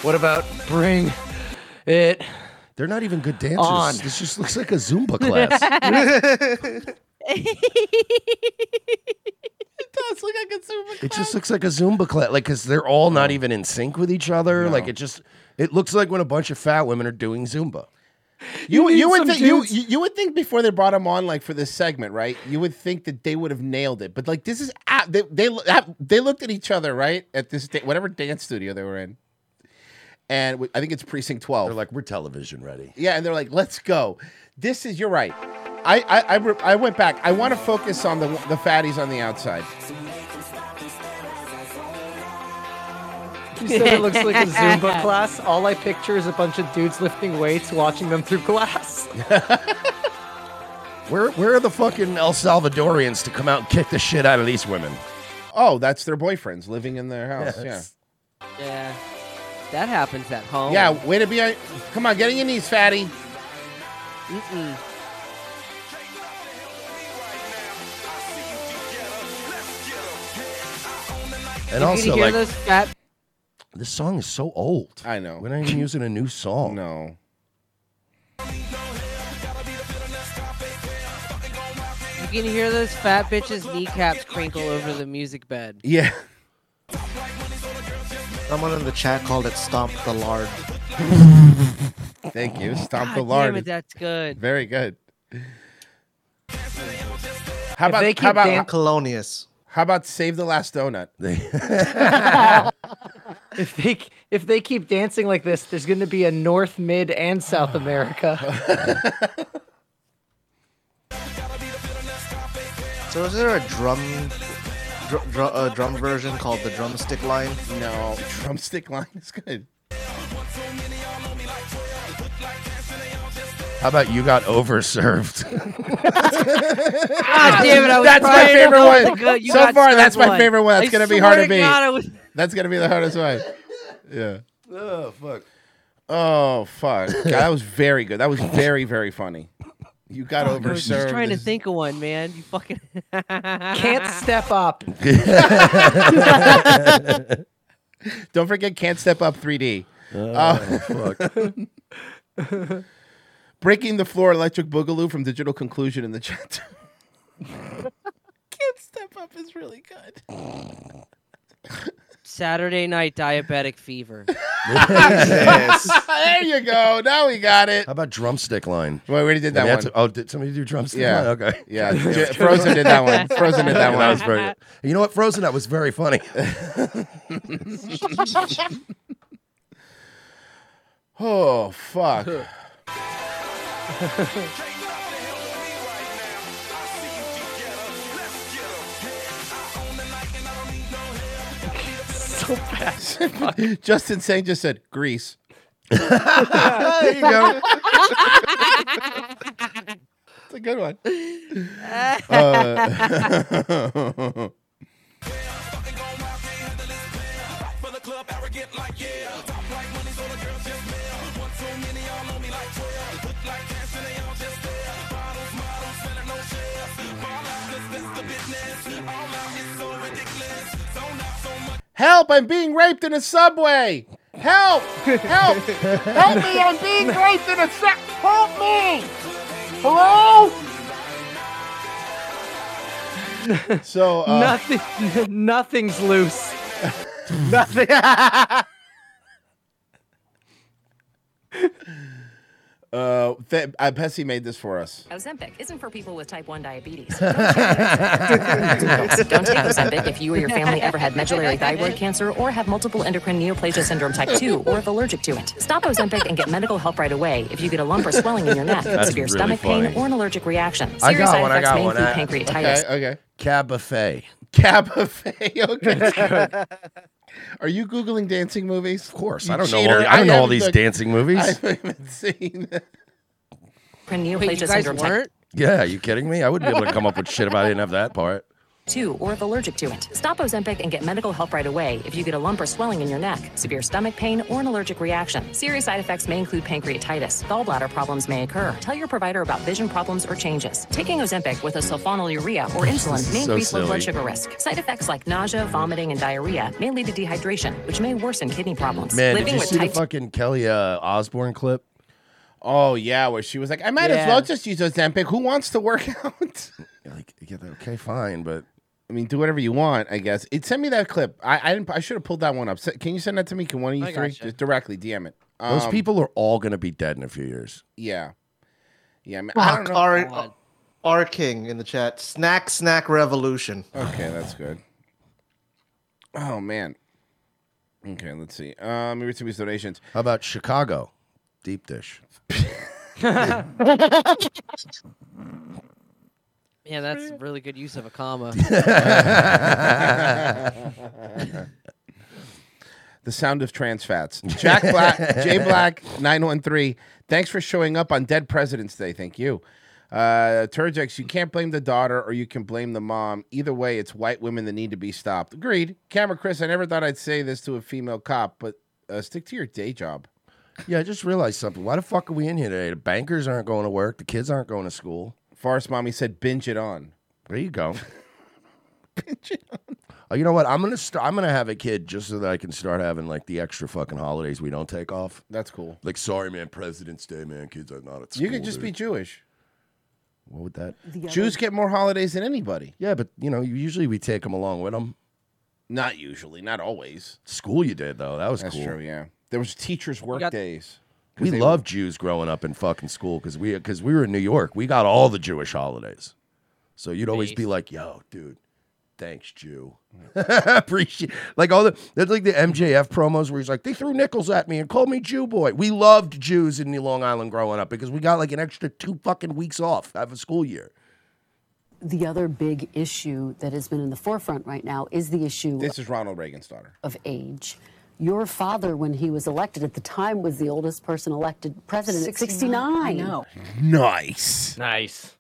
[SPEAKER 18] What about bring it?
[SPEAKER 4] They're not even good dancers.
[SPEAKER 18] On.
[SPEAKER 4] This just looks like a Zumba class.
[SPEAKER 18] it
[SPEAKER 3] does look like a super.
[SPEAKER 4] It just looks like a Zumba class, like because they're all not even in sync with each other. Like it just, it looks like when a bunch of fat women are doing Zumba.
[SPEAKER 3] You
[SPEAKER 4] need
[SPEAKER 3] you would
[SPEAKER 4] some
[SPEAKER 3] think you,
[SPEAKER 4] dudes-
[SPEAKER 3] you you would think before they brought him on like for this segment, right? You would think that they would have nailed it, but like this is ah, they they lo- ah, they looked at each other right at this da- whatever dance studio they were in, and w- I think it's precinct twelve. They're
[SPEAKER 4] like we're television ready.
[SPEAKER 3] Yeah, and they're like, let's go. This is you're right. I I I, re- I went back. I want to focus on the the fatties on the outside.
[SPEAKER 19] You said it looks like a Zumba class. All I picture is a bunch of dudes lifting weights, watching them through glass.
[SPEAKER 4] Where where are the fucking El Salvadorians to come out and kick the shit out of these women?
[SPEAKER 3] Oh, that's their boyfriends living in their house.
[SPEAKER 4] Yes.
[SPEAKER 17] Yeah. That happens at
[SPEAKER 3] Yeah.
[SPEAKER 17] home.
[SPEAKER 3] Yeah, way to be on. Come on, get on your knees, fatty.
[SPEAKER 17] Mm-mm.
[SPEAKER 4] And
[SPEAKER 17] Did
[SPEAKER 4] also
[SPEAKER 17] you hear
[SPEAKER 4] like
[SPEAKER 17] those fat
[SPEAKER 4] this song is so old.
[SPEAKER 3] I know.
[SPEAKER 4] We're not even using a new song.
[SPEAKER 3] No.
[SPEAKER 17] You can hear those fat bitches' kneecaps crinkle over the music bed.
[SPEAKER 3] Yeah.
[SPEAKER 18] Someone in the chat called it stomp the lard.
[SPEAKER 3] Thank you.
[SPEAKER 17] God
[SPEAKER 3] Stomp the
[SPEAKER 17] damn
[SPEAKER 3] lard.
[SPEAKER 17] it, that's good.
[SPEAKER 3] Very good. How
[SPEAKER 18] if
[SPEAKER 3] about
[SPEAKER 18] they
[SPEAKER 3] how
[SPEAKER 18] keep
[SPEAKER 3] about
[SPEAKER 18] Dan Colonius?
[SPEAKER 3] how about save the last donut?
[SPEAKER 19] if they if they keep dancing like this, there's going to be a North, Mid, and South America.
[SPEAKER 18] So is there a drum dr- dr- uh, drum version called the drumstick line?
[SPEAKER 3] No, drumstick line is good.
[SPEAKER 4] How about you got overserved?
[SPEAKER 17] God Ah, damn it! I was
[SPEAKER 3] that's my
[SPEAKER 17] trying to
[SPEAKER 3] favorite
[SPEAKER 17] help the
[SPEAKER 3] one.
[SPEAKER 17] good- you
[SPEAKER 3] so
[SPEAKER 17] got
[SPEAKER 3] far,
[SPEAKER 17] stuck
[SPEAKER 3] that's my
[SPEAKER 17] one.
[SPEAKER 3] favorite one. That's
[SPEAKER 17] I
[SPEAKER 3] gonna be
[SPEAKER 17] swear
[SPEAKER 3] hard to
[SPEAKER 17] to
[SPEAKER 3] beat.
[SPEAKER 17] God, I was-
[SPEAKER 3] That's gonna be the hardest one. Yeah.
[SPEAKER 4] oh fuck.
[SPEAKER 3] Oh fuck! God, that was very good. That was very very funny. You got
[SPEAKER 17] I was just
[SPEAKER 3] overserved.
[SPEAKER 17] trying to think of one, man. You fucking
[SPEAKER 19] Can't step up.
[SPEAKER 3] Don't forget, can't step up 3D. Uh, Breaking the floor, electric boogaloo from Digital Conclusion in the chat. Can't step up is really good.
[SPEAKER 17] Saturday night diabetic fever.
[SPEAKER 3] there you go. Now we got it.
[SPEAKER 4] How about drumstick line?
[SPEAKER 3] Wait, we already did that
[SPEAKER 4] Maybe that's
[SPEAKER 3] one.
[SPEAKER 4] a- oh, did somebody do drumstick
[SPEAKER 3] Yeah.
[SPEAKER 4] line? Okay.
[SPEAKER 3] Yeah, J- Frozen did that one. Frozen did that one.
[SPEAKER 4] That was very. You know what, Frozen? That was very funny.
[SPEAKER 3] Oh fuck.
[SPEAKER 19] so fast.
[SPEAKER 3] Justin Sang just said Greece.
[SPEAKER 4] there you go.
[SPEAKER 3] That's a good one. Uh, Help! I'm being raped in a subway. Help! Help! Help me! I'm being raped in a sub. Help me! Hello? So uh,
[SPEAKER 7] nothing, nothing's loose. nothing. I
[SPEAKER 3] Uh, th- uh, Pessy made this for us.
[SPEAKER 20] Ozempic isn't for people with type 1 diabetes. Don't take Ozempic. Don't take Ozempic if you or your family ever had medullary thyroid cancer or have multiple endocrine neoplasia syndrome type 2 or if allergic to it. Stop Ozempic and get medical help right away if you get a lump or swelling in your neck,
[SPEAKER 4] That's
[SPEAKER 20] severe
[SPEAKER 4] really
[SPEAKER 20] stomach
[SPEAKER 4] funny.
[SPEAKER 20] pain, or an allergic reaction. Serious
[SPEAKER 4] I got
[SPEAKER 20] side
[SPEAKER 4] one. I
[SPEAKER 20] effects
[SPEAKER 4] got
[SPEAKER 20] may
[SPEAKER 4] one.
[SPEAKER 20] include
[SPEAKER 4] I-
[SPEAKER 20] pancreatitis.
[SPEAKER 3] okay.
[SPEAKER 4] Cab buffet.
[SPEAKER 3] Cab buffet. Okay. that's good. Are you googling dancing movies? Of course,
[SPEAKER 4] I don't know all the- I don't know all these dancing movies.
[SPEAKER 3] I haven't seen.
[SPEAKER 20] Endocrine neoplasia
[SPEAKER 3] Wait, you guys
[SPEAKER 20] syndrome type
[SPEAKER 3] weren't?
[SPEAKER 4] Yeah, you kidding me? I wouldn't be able to come up with shit if I didn't have that part.
[SPEAKER 20] two, or if allergic to it. Stop Ozempic and get medical help right away if you get a lump or swelling in your neck, severe stomach pain, or an allergic reaction. Serious side effects may include pancreatitis. Gallbladder problems may occur. Tell your provider about vision problems or changes. Taking Ozempic with a sulfonylurea or insulin
[SPEAKER 4] This
[SPEAKER 20] may
[SPEAKER 4] is so
[SPEAKER 20] increase low blood
[SPEAKER 4] silly.
[SPEAKER 20] sugar risk. Side effects like nausea, vomiting, and diarrhea may lead to dehydration, which may worsen kidney problems.
[SPEAKER 4] Man,
[SPEAKER 20] Living
[SPEAKER 4] did you
[SPEAKER 20] with
[SPEAKER 4] see the
[SPEAKER 20] type
[SPEAKER 4] fucking Kelly uh, Osborne clip?
[SPEAKER 3] Oh yeah, where she was like, I might as well just use Ozempic. Who wants to work out?
[SPEAKER 4] Like, yeah, okay, fine, but
[SPEAKER 3] I mean, do whatever you want. I guess it. Send me that clip. I I, didn't, I should have pulled that one up. Se- Can you send that to me? Can one of you
[SPEAKER 4] I
[SPEAKER 3] three
[SPEAKER 4] gotcha.
[SPEAKER 3] just directly? DM it.
[SPEAKER 4] Those
[SPEAKER 3] Um,
[SPEAKER 4] people are all gonna be dead in a few years.
[SPEAKER 3] Yeah. Yeah. I, mean, I don't
[SPEAKER 21] Fuck,
[SPEAKER 3] know.
[SPEAKER 21] R, R King in the chat. Snack, snack revolution.
[SPEAKER 3] Okay, that's good. Oh man. Okay, let's see. Um, we received these donations.
[SPEAKER 4] How about Chicago? Deep dish.
[SPEAKER 17] Yeah, that's a really good use of a comma.
[SPEAKER 3] The sound of trans fats. Jack Black, J Black, 913. Thanks for showing up on Dead President's Day. Thank you. Uh, Turgex, you can't blame the daughter or you can blame the mom. Either way, it's white women that need to be stopped. Agreed. Camera Chris, I never thought I'd say this to a female cop, but uh, stick to your day job.
[SPEAKER 4] Yeah, I just realized something. Why the fuck are we in here today? The bankers aren't going to work. The kids aren't going to school.
[SPEAKER 3] Forrest Mommy said, binge it on.
[SPEAKER 4] There you go. binge it on. Oh, you know what? I'm gonna start. I'm gonna have a kid just so that I can start having like the extra fucking holidays we don't take off.
[SPEAKER 3] That's cool.
[SPEAKER 4] Like, sorry, man, President's Day, man. Kids are not at school.
[SPEAKER 3] You could just be
[SPEAKER 4] dude.
[SPEAKER 3] Jewish.
[SPEAKER 4] What would that?
[SPEAKER 3] The Jews other- get more holidays than anybody.
[SPEAKER 4] Yeah, but you know, you- usually we take them along with them.
[SPEAKER 3] Not usually, not always.
[SPEAKER 4] School, you did though. That was
[SPEAKER 3] That's
[SPEAKER 4] cool.
[SPEAKER 3] true, yeah. There was teachers' work days. 'Cause
[SPEAKER 4] We
[SPEAKER 3] they-
[SPEAKER 4] loved Jews growing up in fucking school because we because we were in New York. We got all the Jewish holidays, so you'd always be like, "Yo, dude, thanks, Jew." Appreciate like all the that's like the MJF promos where he's like, "They threw nickels at me and called me Jew boy." We loved Jews in New Long Island growing up because we got like an extra two fucking weeks off out of a school year.
[SPEAKER 22] The other big issue that has been in the forefront right now is the issue
[SPEAKER 3] This is Ronald Reagan's daughter.
[SPEAKER 22] of age. Your father, when he was elected at the time, was the oldest person elected president at 69.
[SPEAKER 1] I know.
[SPEAKER 3] Nice.
[SPEAKER 1] Nice.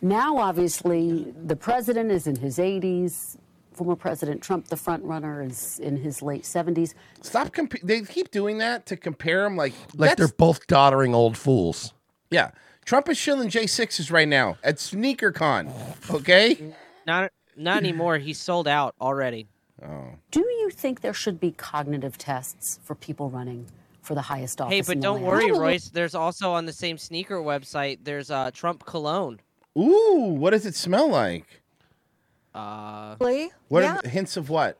[SPEAKER 22] Now, obviously, the president is in his 80s. Former President Trump, the front runner, is in his late 70s.
[SPEAKER 3] Stop. Comp- they keep doing that to compare him. Like,
[SPEAKER 4] Like
[SPEAKER 3] that's-
[SPEAKER 4] they're both doddering old fools.
[SPEAKER 3] yeah. Trump is shilling J6s right now at Sneaker Con. Okay.
[SPEAKER 17] not not anymore. He's sold out already.
[SPEAKER 3] Oh.
[SPEAKER 22] Do you think there should be cognitive tests for people running for the highest office?
[SPEAKER 17] Hey, but
[SPEAKER 22] in the
[SPEAKER 17] don't
[SPEAKER 22] land?
[SPEAKER 17] worry, Royce. There's also on the same sneaker website. There's uh Trump cologne.
[SPEAKER 3] Ooh, what does it smell like?
[SPEAKER 17] Uh,
[SPEAKER 3] What
[SPEAKER 13] yeah.
[SPEAKER 3] hints of what?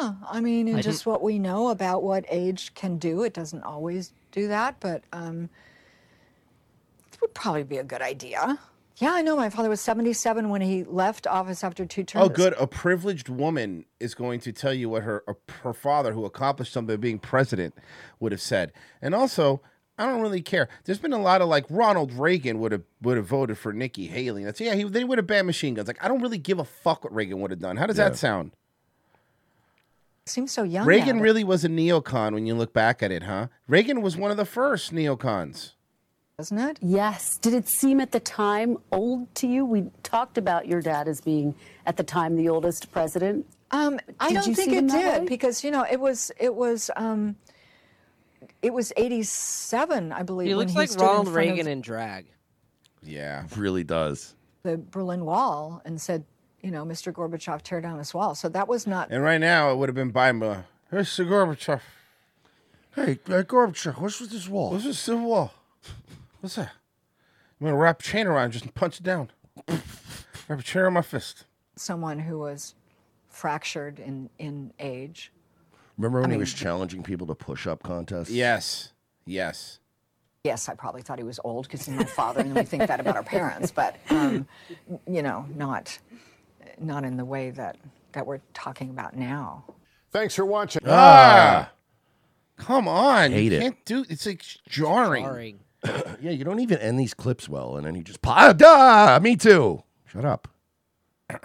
[SPEAKER 13] Yeah, I mean,
[SPEAKER 3] I
[SPEAKER 13] and
[SPEAKER 3] didn't-
[SPEAKER 13] just what we know about what age can do. It doesn't always do that, but um, it would probably be a good idea. Yeah, I know. My father was 77 when he left office after two terms.
[SPEAKER 3] Oh, good. A privileged woman is going to tell you what her her father, who accomplished something being president, would have said. And also, I don't really care. There's been a lot of like Ronald Reagan would have would have voted for Nikki Haley. That's yeah, he they would have banned machine guns. Like I don't really give a fuck what Reagan would have done. How does
[SPEAKER 4] Yeah.
[SPEAKER 3] that sound?
[SPEAKER 13] Seems so young.
[SPEAKER 3] Reagan
[SPEAKER 13] now,
[SPEAKER 3] really was a neocon when you look back at it, huh? Reagan was one of the first neocons.
[SPEAKER 13] but doesn't it?
[SPEAKER 22] Yes. Did it seem at the time old to you? We talked about your dad as being at the time the oldest president.
[SPEAKER 13] Um, I
[SPEAKER 22] Did
[SPEAKER 13] don't
[SPEAKER 22] you
[SPEAKER 13] think
[SPEAKER 22] see
[SPEAKER 13] it
[SPEAKER 22] them that
[SPEAKER 13] did
[SPEAKER 22] way?
[SPEAKER 13] because you know it was it was um, it was eighty seven, I believe.
[SPEAKER 17] He
[SPEAKER 13] when
[SPEAKER 17] looks like
[SPEAKER 13] stood in
[SPEAKER 17] Ronald
[SPEAKER 13] front of
[SPEAKER 17] Reagan in drag.
[SPEAKER 3] Yeah.
[SPEAKER 4] Really does.
[SPEAKER 13] the Berlin Wall and said, you know, Mr. Gorbachev, tear down this wall. So that was not.
[SPEAKER 3] And right now, it would have been uh, by Miller. Here's the Gorbachev.
[SPEAKER 4] Hey, uh, Gorbachev, what's with this wall?
[SPEAKER 3] What's this civil wall? What's that? I'm gonna wrap a chain around, it, just punch it down. wrap a chain around my fist.
[SPEAKER 13] someone who was fractured in in age.
[SPEAKER 4] Remember
[SPEAKER 13] I
[SPEAKER 4] when he
[SPEAKER 13] mean-
[SPEAKER 4] was challenging people to push up contests?
[SPEAKER 3] Yes. Yes.
[SPEAKER 13] Yes, I probably thought he was old because he's my father, and we think that about our parents. But um, you know, not not in the way that that we're talking about now.
[SPEAKER 23] Thanks for watching.
[SPEAKER 3] Ah. Come on.
[SPEAKER 4] Hate
[SPEAKER 3] you
[SPEAKER 4] it.
[SPEAKER 3] can't do it's like jarring.
[SPEAKER 4] yeah, you don't even end these clips well, and then he just ah, duh, me too. Shut up.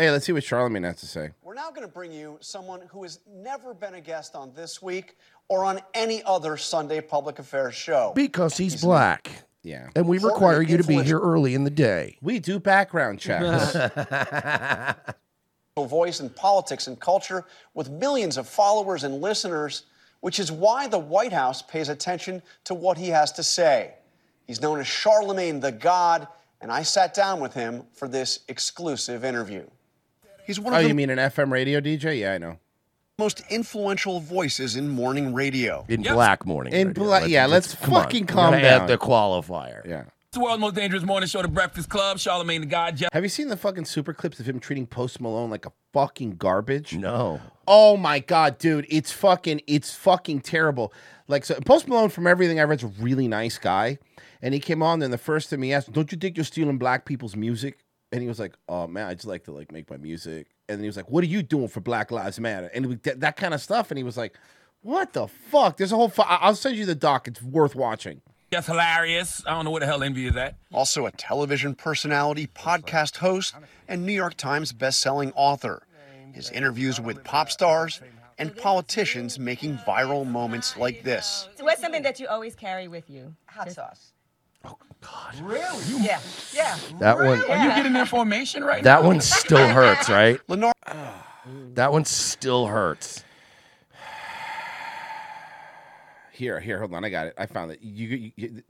[SPEAKER 3] Hey, let's see what Charlemagne has to say.
[SPEAKER 14] We're now going to bring you someone who has never been a guest on This Week or on any other Sunday public affairs show.
[SPEAKER 4] Because he's black.
[SPEAKER 3] Yeah.
[SPEAKER 4] And we require you to be here early in the day.
[SPEAKER 3] We do background checks.
[SPEAKER 14] A voice in politics and culture with millions of followers and listeners, which is why the White House pays attention to what he has to say. He's known as Charlemagne the God, and I sat down with him for this exclusive interview. He's
[SPEAKER 3] oh, you mean an FM radio DJ? Yeah, I know.
[SPEAKER 14] most influential voices in morning radio.
[SPEAKER 4] In black morning.
[SPEAKER 3] In
[SPEAKER 4] radio.
[SPEAKER 3] black-
[SPEAKER 4] Let's-
[SPEAKER 3] yeah,
[SPEAKER 4] let's-
[SPEAKER 3] let's
[SPEAKER 4] come on.
[SPEAKER 3] fucking
[SPEAKER 4] You
[SPEAKER 3] calm
[SPEAKER 4] gotta add
[SPEAKER 3] down.
[SPEAKER 4] the qualifier.
[SPEAKER 3] Yeah.
[SPEAKER 24] It's the world's most dangerous morning show, The Breakfast Club. Charlemagne the God, Jeff
[SPEAKER 3] Have you seen the fucking super clips of him treating Post Malone like a fucking garbage?
[SPEAKER 4] No.
[SPEAKER 3] Oh my god, dude, it's fucking it's fucking terrible. Like so Post Malone from everything I read's a really nice guy. And he came on and the first thing he asked, Don't you think you're stealing black people's music? And he was like, Oh man, I just like to like make my music. And then he was like, What are you doing for Black Lives Matter? And we, that, that kind of stuff. And he was like, What the fuck? There's a whole fu- I- I'll send you the doc. It's worth watching.
[SPEAKER 14] That's hilarious. I don't know where the hell envy is at. Also a television personality, podcast host, and New York Times best-selling author. His interviews with pop stars and politicians making viral moments like this.
[SPEAKER 25] So what's something that you always carry with you? Hot sauce.
[SPEAKER 4] Oh,
[SPEAKER 24] Really?
[SPEAKER 25] Yeah. Yeah.
[SPEAKER 4] That one-
[SPEAKER 24] Are you getting information right now?
[SPEAKER 4] That one still hurts, right?
[SPEAKER 14] Lenore.
[SPEAKER 4] That one still hurts.
[SPEAKER 3] Here, here, hold on. I got it. I found it. You, you, you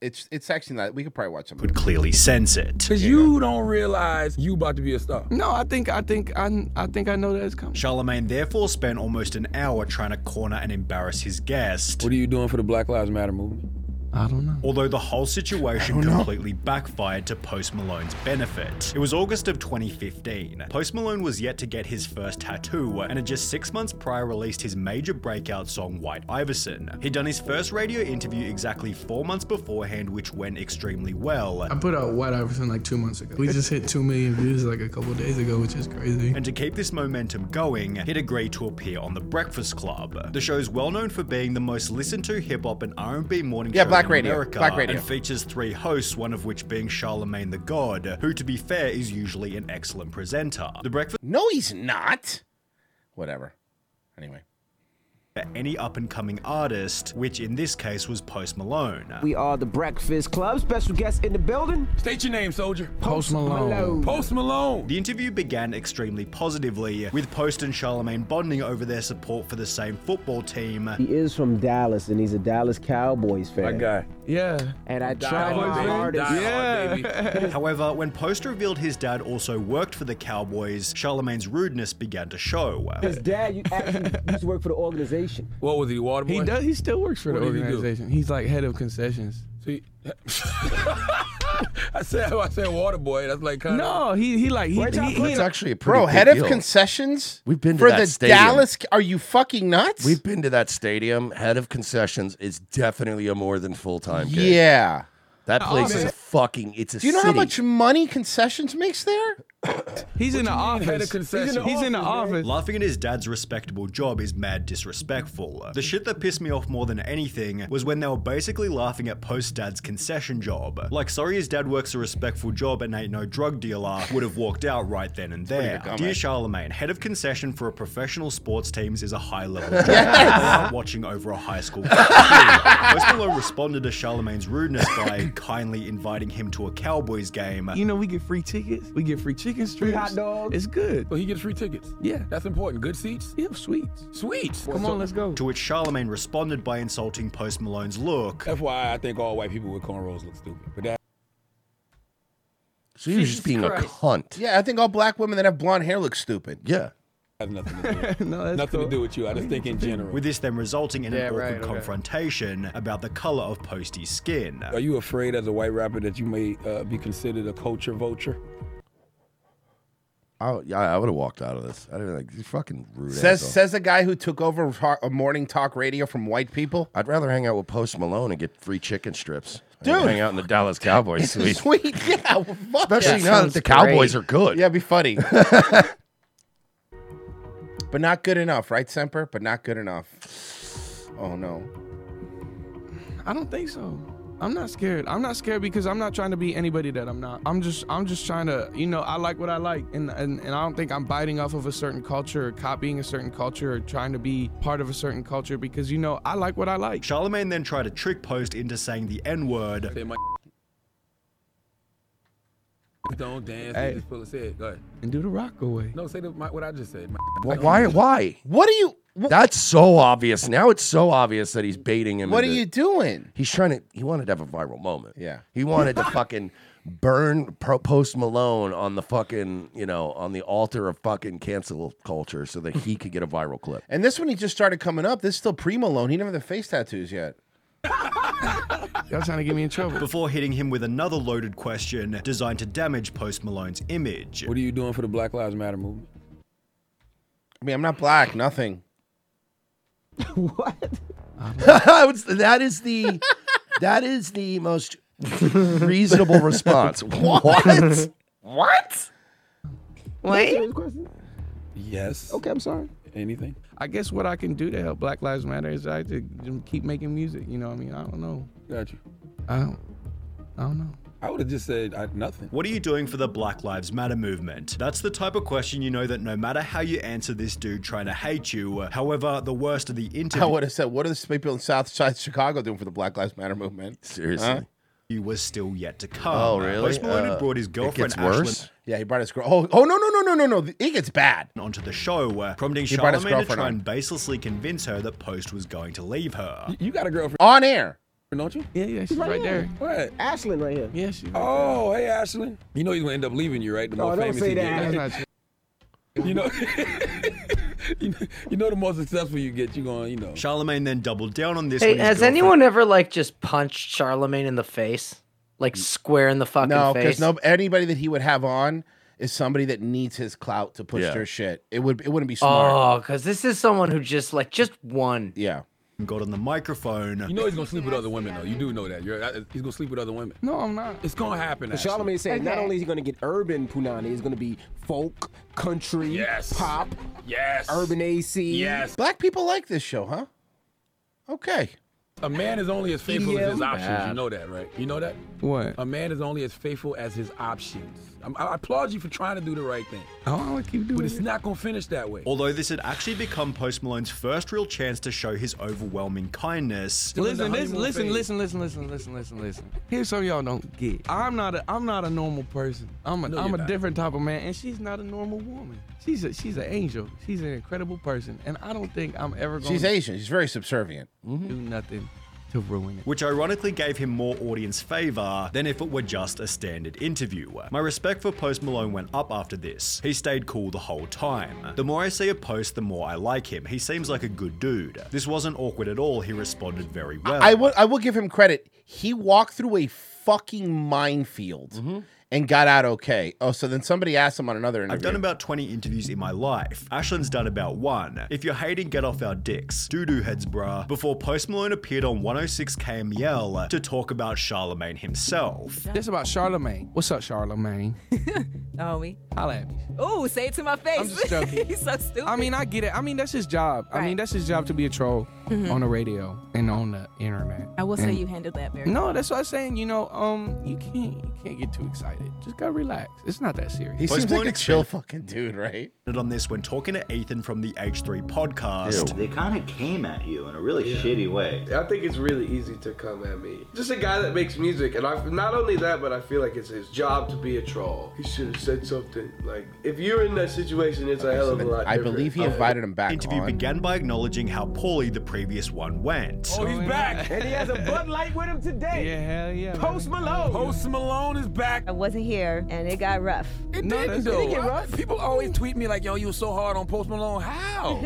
[SPEAKER 3] it's it's actually not we could probably watch something.
[SPEAKER 26] Could clearly sense it.
[SPEAKER 24] Cause you don't realize you about to be a star. No, I think I think I I think I know that it's coming.
[SPEAKER 2] Charlemagne therefore spent almost an hour trying to corner and embarrass his guest.
[SPEAKER 24] What are you doing for the Black Lives Matter movement? I don't know.
[SPEAKER 2] Although the whole situation completely backfired to Post Malone's benefit. It was August of 2015. Post Malone was yet to get his first tattoo and had just six months prior released his major breakout song White Iverson. He'd done his first radio interview exactly four months beforehand, which went extremely well.
[SPEAKER 27] I put out White Iverson like two months ago. We just hit two million views like a couple days ago, which is crazy.
[SPEAKER 2] And to keep this momentum going, he'd agreed to appear on The Breakfast Club. The show's well known for being the most listened to hip hop and R&B morning
[SPEAKER 3] Yeah,
[SPEAKER 2] show
[SPEAKER 3] Black
[SPEAKER 2] in
[SPEAKER 3] Radio,
[SPEAKER 2] America,
[SPEAKER 3] Black Radio.
[SPEAKER 2] and features three hosts, one of which being Charlemagne the God, who, to be fair, is usually an excellent presenter. The Breakfast
[SPEAKER 3] No, he's not. Whatever. Anyway.
[SPEAKER 2] Any up and coming artist, which in this case was Post Malone.
[SPEAKER 28] We are the Breakfast Club. Special guest in the building.
[SPEAKER 24] State your name, soldier.
[SPEAKER 2] Post Malone.
[SPEAKER 24] Post Malone.
[SPEAKER 2] The interview began extremely positively, with Post and Charlemagne bonding over their support for the same football team
[SPEAKER 28] He is from Dallas, and he's a Dallas Cowboys fan.
[SPEAKER 2] My guy.
[SPEAKER 28] Yeah. And I tried my hardest.
[SPEAKER 2] However, when Post revealed his dad also worked for the Cowboys, Charlemagne's rudeness began to show.
[SPEAKER 28] His dad you actually used to work for the organization.
[SPEAKER 24] What was he, water boy?
[SPEAKER 27] He does. He still works for
[SPEAKER 24] What
[SPEAKER 27] the
[SPEAKER 24] did he do?
[SPEAKER 27] organization. He's like head of concessions.
[SPEAKER 24] See, I said I said water boy. That's like kind of
[SPEAKER 27] No, he he like he, he, he-
[SPEAKER 3] bro. Head of concessions.
[SPEAKER 4] We've been to
[SPEAKER 3] for
[SPEAKER 4] that
[SPEAKER 3] the
[SPEAKER 4] stadium.
[SPEAKER 3] Dallas. Are you fucking nuts?
[SPEAKER 4] We've been to that stadium. Head of concessions is definitely a more than full time.
[SPEAKER 3] Yeah.
[SPEAKER 4] That
[SPEAKER 3] Oh,
[SPEAKER 4] place is
[SPEAKER 3] man.
[SPEAKER 4] fucking. It's a
[SPEAKER 3] Do you know how
[SPEAKER 4] city.
[SPEAKER 3] much money concessions makes there?
[SPEAKER 28] He's
[SPEAKER 24] in the office.
[SPEAKER 28] He's in the
[SPEAKER 24] He's in the office.
[SPEAKER 2] Laughing at his dad's respectable job is mad disrespectful. The shit that pissed me off more than anything was when they were basically laughing at post dad's concession job. Like, sorry, his dad works a respectful job and ain't no drug dealer, would have walked out right then and
[SPEAKER 27] pretty
[SPEAKER 2] there.
[SPEAKER 27] good comment.
[SPEAKER 2] Dear Charlemagne, head of concession for a professional sports teams is a high level job. They are watching over a high school. Post Malone responded to Charlemagne's rudeness by kindly inviting him to a Cowboys game.
[SPEAKER 24] You know, we get free tickets. We get free chicken strips.
[SPEAKER 2] hot
[SPEAKER 24] dogs. It's good. Well, he gets free tickets. Yeah, that's important. Good seats. Yeah, sweets. Sweets. Come on, let's go.
[SPEAKER 2] To which Charlemagne responded by insulting Post Malone's look.
[SPEAKER 24] FYI, I think all white people with cornrows look stupid. But that
[SPEAKER 4] So he was just being a cunt.
[SPEAKER 3] Yeah, I think all black women that have blonde hair look stupid.
[SPEAKER 4] Yeah.
[SPEAKER 24] has nothing to do. With nothing to do with you. I just think in general.
[SPEAKER 2] With this then resulting in
[SPEAKER 24] Yeah,
[SPEAKER 2] an awkward
[SPEAKER 24] right, okay.
[SPEAKER 2] confrontation about the color of Posty's skin.
[SPEAKER 24] Are you afraid as a white rapper that you may uh, be considered a culture vulture?
[SPEAKER 4] I, yeah, I would have walked out of this. I'd have been like, you fucking rude.
[SPEAKER 3] Says
[SPEAKER 4] asshole."
[SPEAKER 3] says the guy who took over ho- uh, morning talk radio from white people.
[SPEAKER 4] I'd rather hang out with Post Malone and get free chicken strips. than
[SPEAKER 3] Dude.
[SPEAKER 4] hang out in the Dallas Cowboys suite.
[SPEAKER 3] Sweet, yeah. well, fuck
[SPEAKER 4] Especially now that the Cowboys are good.
[SPEAKER 3] Yeah, it'd be funny. but not good enough, right, Semper? But not good enough. Oh no.
[SPEAKER 24] I don't think so. I'm not scared. I'm not scared because I'm not trying to be anybody that I'm not. I'm just I'm just trying to, you know, I like what I like and and, and I don't think I'm biting off of a certain culture or copying a certain culture or trying to be part of a certain culture because you know, I like what I like.
[SPEAKER 2] Charlemagne then tried to trick Post into saying the N word.
[SPEAKER 24] Don't dance.
[SPEAKER 2] Hey.
[SPEAKER 24] Just pull a head. Go ahead. And do the rock away. No, say the, my, what I just said. My
[SPEAKER 4] Wh- Why? Why?
[SPEAKER 3] What are you?
[SPEAKER 4] That's so obvious. Now it's so obvious that he's baiting him.
[SPEAKER 3] What are
[SPEAKER 4] into-
[SPEAKER 3] you doing?
[SPEAKER 4] He's trying to. He wanted to have a viral moment.
[SPEAKER 3] Yeah.
[SPEAKER 4] He wanted to fucking burn Pro- Post Malone on the fucking you know on the altar of fucking cancel culture so that he could get a viral clip.
[SPEAKER 3] And this one he just started coming up. This is still pre Malone. He didn't have the face tattoos yet.
[SPEAKER 24] Y'all trying to get me in trouble.
[SPEAKER 2] Before hitting him with another loaded question designed to damage Post Malone's image.
[SPEAKER 24] What are you doing for the Black Lives Matter movement?
[SPEAKER 3] I mean, I'm not black. Nothing.
[SPEAKER 4] I would s- that is the that is the most reasonable response. What? What?
[SPEAKER 24] Wait. Yes.
[SPEAKER 2] Okay,
[SPEAKER 24] I'm sorry. Anything? I guess what I can do to help Black Lives Matter is I to keep making music. You know what I mean? I don't know. Got you. I don't. I don't know. I would have just said I, nothing.
[SPEAKER 2] What are you doing for the Black Lives Matter movement? That's the type of question you know that no matter how you answer this dude trying to hate you, uh, however, the worst of the
[SPEAKER 3] I
[SPEAKER 2] interview.
[SPEAKER 3] would have said, what are the people in South Side Chicago doing for the Black Lives Matter movement?
[SPEAKER 4] Seriously.
[SPEAKER 2] He was still yet to come.
[SPEAKER 3] Oh, really?
[SPEAKER 2] Post Malone
[SPEAKER 3] Uh,
[SPEAKER 2] had brought his
[SPEAKER 3] it
[SPEAKER 2] girlfriend
[SPEAKER 3] gets worse?
[SPEAKER 2] Ashlyn.
[SPEAKER 3] Yeah, he brought his girl. Oh, oh no, no, no, no, no, no. It gets bad.
[SPEAKER 2] Onto the show, uh, prompting
[SPEAKER 3] He brought his
[SPEAKER 2] Charlemagne to
[SPEAKER 3] girlfriend
[SPEAKER 2] try
[SPEAKER 3] on.
[SPEAKER 2] and baselessly convince her that Post was going to leave her.
[SPEAKER 24] You got a girlfriend
[SPEAKER 3] on air,
[SPEAKER 24] don't you? Yeah, yeah, she's right, there. What?
[SPEAKER 28] Ashlyn right here.
[SPEAKER 24] Yeah, she's. Oh, hey, Ashlyn. You know he's gonna end up leaving you, right? The
[SPEAKER 28] No,
[SPEAKER 24] more
[SPEAKER 28] don't
[SPEAKER 24] famous
[SPEAKER 28] say
[SPEAKER 24] you
[SPEAKER 28] that.
[SPEAKER 24] get. You know, you know, you know, the more successful you get, you're going, to you know.
[SPEAKER 2] Charlemagne then doubled down on this.
[SPEAKER 7] Hey, has anyone ever like just punched Charlemagne in the face, like square in the fucking
[SPEAKER 3] No,
[SPEAKER 7] face?
[SPEAKER 3] because no, anybody that he would have on is somebody that needs his clout to push
[SPEAKER 7] Yeah.
[SPEAKER 3] their shit. It would, it wouldn't be smart.
[SPEAKER 7] Oh, because this is someone who just like just won.
[SPEAKER 3] Yeah.
[SPEAKER 2] Got on the microphone.
[SPEAKER 24] You know he's gonna sleep with other women, though. You do know that. You're, uh, he's gonna sleep with other women. No, I'm not. It's gonna happen.
[SPEAKER 28] But Charlamagne said not only is he going to get urban punani, he's going to
[SPEAKER 7] Oh.
[SPEAKER 28] be folk, country,
[SPEAKER 24] Yes.
[SPEAKER 28] pop,
[SPEAKER 24] yes,
[SPEAKER 28] urban AC. Yes.
[SPEAKER 3] Black people like this show, huh? Okay.
[SPEAKER 24] A man is only as faithful as
[SPEAKER 29] E
[SPEAKER 24] his
[SPEAKER 3] EDM?
[SPEAKER 24] options. You
[SPEAKER 3] Bad.
[SPEAKER 24] know that, right? You know that?
[SPEAKER 3] What?
[SPEAKER 24] A man is only as faithful as his options. I'm, I applaud you for trying to do the right thing. Oh, I keep doing But it's not gonna finish that way.
[SPEAKER 2] Although this had actually become Post Malone's first real chance to show his overwhelming kindness.
[SPEAKER 24] Listen, listen, listen, listen, listen, listen, listen, listen, listen. Here's something y'all don't get. I'm not a I'm not a normal person. I'm a
[SPEAKER 7] No,
[SPEAKER 24] am
[SPEAKER 7] you're
[SPEAKER 24] a
[SPEAKER 7] not.
[SPEAKER 24] different type of man, and she's not a normal woman. She's a she's an angel. She's an incredible person, and I don't think I'm ever going.
[SPEAKER 3] She's Asian. She's very subservient.
[SPEAKER 24] Do nothing to ruin it.
[SPEAKER 2] Which ironically gave him more audience favor than if it were just a standard interview. My respect for Post Malone went up after this. He stayed cool the whole time. The more I see of Post, the more I like him. He seems like a good dude. This wasn't awkward at all. He responded very well.
[SPEAKER 3] I will I will give him credit. He walked through a fucking minefield and got out okay. Oh, so then somebody asked him on another interview.
[SPEAKER 2] I've done about 20 interviews in my life. Ashlin's done about one. If you're hating, get off our dicks. Doo doo heads, bruh. Before Post Malone appeared on 106 KML to talk about Charlemagne himself.
[SPEAKER 24] This about Charlemagne. What's up, Charlemagne?
[SPEAKER 25] Oh, we.
[SPEAKER 24] Holla at me.
[SPEAKER 25] Ooh, say it to my face.
[SPEAKER 24] I'm just joking.
[SPEAKER 25] He's so stupid.
[SPEAKER 24] I mean, I get it. I mean, that's his job. I mean, that's his job to be a troll
[SPEAKER 25] Mhm.
[SPEAKER 24] on the radio and on the internet.
[SPEAKER 30] I will say
[SPEAKER 24] And-
[SPEAKER 30] you handled that very
[SPEAKER 24] Mm. No,
[SPEAKER 30] well.
[SPEAKER 24] that's what I'm saying. You know, um, you can't you can't get too excited. Just gotta relax. It's not that serious.
[SPEAKER 3] fucking dude, right?
[SPEAKER 2] On this, when talking to Ethan from the H3 podcast,
[SPEAKER 31] They kind of came at you in a really shitty way.
[SPEAKER 1] I think it's really easy to come at me. Just a guy that makes music, and I not only that, but I feel like it's his job to be a troll. He should have said something like, "If you're in that situation, it's a hell of a lot." different.
[SPEAKER 2] Interview began by acknowledging how poorly the previous one went.
[SPEAKER 1] Oh, he's
[SPEAKER 29] back, and he has a Bud Light with him today. Yeah, hell yeah. Post Malone. Post Malone is back.
[SPEAKER 30] I wasn't here, and it got rough.
[SPEAKER 29] It didn't, though. People always tweet me like, "Yo, you were so hard on Post Malone. How?"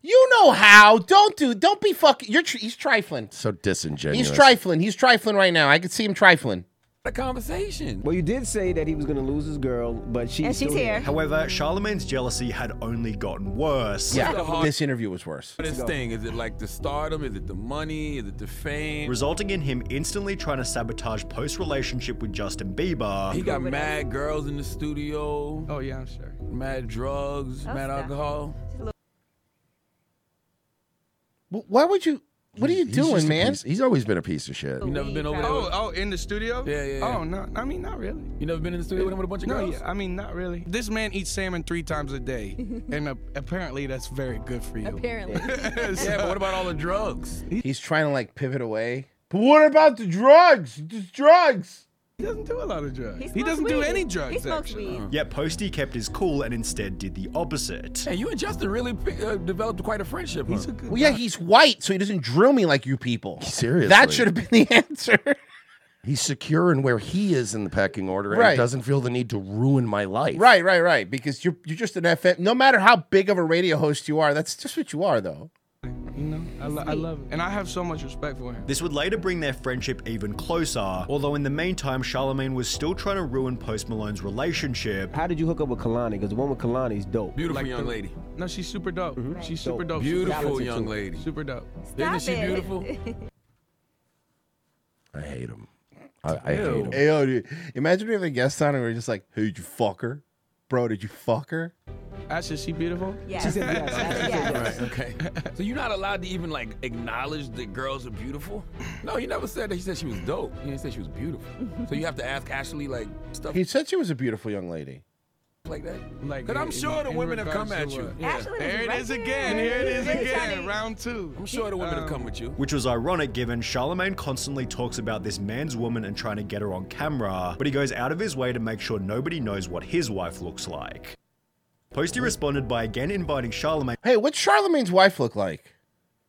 [SPEAKER 3] You know how? Don't do. Don't be fucking. You're. Tr- he's trifling.
[SPEAKER 4] So disingenuous.
[SPEAKER 3] He's trifling. He's trifling right now. I can see him trifling.
[SPEAKER 29] A conversation.
[SPEAKER 28] Well, you did say that he was gonna lose his girl, but she's still
[SPEAKER 2] However, Charlemagne's jealousy had only gotten worse.
[SPEAKER 29] Yeah, this
[SPEAKER 3] interview was worse.
[SPEAKER 29] This thing is it like the stardom? Is it the money? Is it the fame?
[SPEAKER 2] resulting in him instantly trying to sabotage Post's relationship with Justin Bieber.
[SPEAKER 29] He got mad girls in the studio.
[SPEAKER 24] Oh yeah, I'm sure.
[SPEAKER 29] Mad drugs,
[SPEAKER 24] Oh,
[SPEAKER 29] mad
[SPEAKER 24] stop.
[SPEAKER 29] alcohol.
[SPEAKER 3] Wh- Why would you? What are you
[SPEAKER 4] He's just
[SPEAKER 3] doing,
[SPEAKER 4] a
[SPEAKER 3] man?
[SPEAKER 4] piece- he's always been a piece of shit.
[SPEAKER 24] Oh, oh, in the studio?
[SPEAKER 29] Yeah, yeah, yeah.
[SPEAKER 24] Oh no, I mean not really.
[SPEAKER 29] You never been in the studio with him with a bunch of
[SPEAKER 24] no,
[SPEAKER 29] girls?
[SPEAKER 24] yeah, I mean not really. This man eats salmon three times a day, and uh, apparently that's very good for you.
[SPEAKER 30] Apparently.
[SPEAKER 29] yeah, but what about all the drugs?
[SPEAKER 3] He's trying to like pivot away. But what about the drugs? Just drugs.
[SPEAKER 24] He doesn't do a lot of drugs.
[SPEAKER 2] He doesn't do any drugs,
[SPEAKER 30] He smokes
[SPEAKER 2] actually.
[SPEAKER 30] weed.
[SPEAKER 2] Yet Posty kept his cool and instead did the opposite.
[SPEAKER 29] Hey, you and Justin really uh, developed quite a friendship. He's a
[SPEAKER 3] Well, yeah, he's white, so he doesn't drill me like you people.
[SPEAKER 4] Seriously.
[SPEAKER 3] That should have been the answer.
[SPEAKER 4] He's secure in where he is in the pecking order
[SPEAKER 3] Right.
[SPEAKER 4] and doesn't feel the need to ruin my life.
[SPEAKER 3] Right, right, right. Because you're you're just an FM. No matter how big of a radio host you are, that's just what you are, though.
[SPEAKER 24] You know, I, lo- I love it, and I have so much respect for him.
[SPEAKER 2] This would later bring their friendship even closer, although in the meantime, Charlemagne was still trying to ruin Post Malone's relationship.
[SPEAKER 28] How did you hook up with Kalani? Because the one with Kalani is dope.
[SPEAKER 29] Beautiful
[SPEAKER 28] Like
[SPEAKER 29] young
[SPEAKER 28] the-
[SPEAKER 29] lady.
[SPEAKER 24] No, she's super dope. She's super dope.
[SPEAKER 29] Beautiful
[SPEAKER 24] super
[SPEAKER 29] young
[SPEAKER 24] dope.
[SPEAKER 29] lady.
[SPEAKER 24] Super dope.
[SPEAKER 29] Isn't she beautiful?
[SPEAKER 4] I hate him. I, I
[SPEAKER 3] Ew.
[SPEAKER 4] hate him.
[SPEAKER 3] Hey, yo, dude, imagine we have a guest on and we're just like, "Who did you fuck her, bro? Did you fuck her?"
[SPEAKER 24] Ashley, is she beautiful?
[SPEAKER 29] Yes.
[SPEAKER 24] She said
[SPEAKER 29] yes.
[SPEAKER 24] Ashley said yes.
[SPEAKER 29] Right, okay. So you're not allowed to even like acknowledge that girls are beautiful? No, you never said that. He said she was dope. You didn't say she was beautiful. So you have to ask Ashley like stuff
[SPEAKER 3] He said she was a beautiful young lady.
[SPEAKER 29] like that.
[SPEAKER 24] Like,
[SPEAKER 29] Cause I'm
[SPEAKER 24] in-
[SPEAKER 29] sure the
[SPEAKER 24] in
[SPEAKER 29] women have come
[SPEAKER 24] regards to
[SPEAKER 29] at you.
[SPEAKER 24] what? There it is again. Here it is again. Round two. Um,
[SPEAKER 29] I'm sure the women have come with you.
[SPEAKER 2] Which was ironic given Charlemagne constantly talks about this man's woman and trying to get her on camera, but he goes out of his way to make sure nobody knows what his wife looks like. Posty responded by again inviting Charlemagne.
[SPEAKER 3] Hey, what's Charlemagne's wife look like?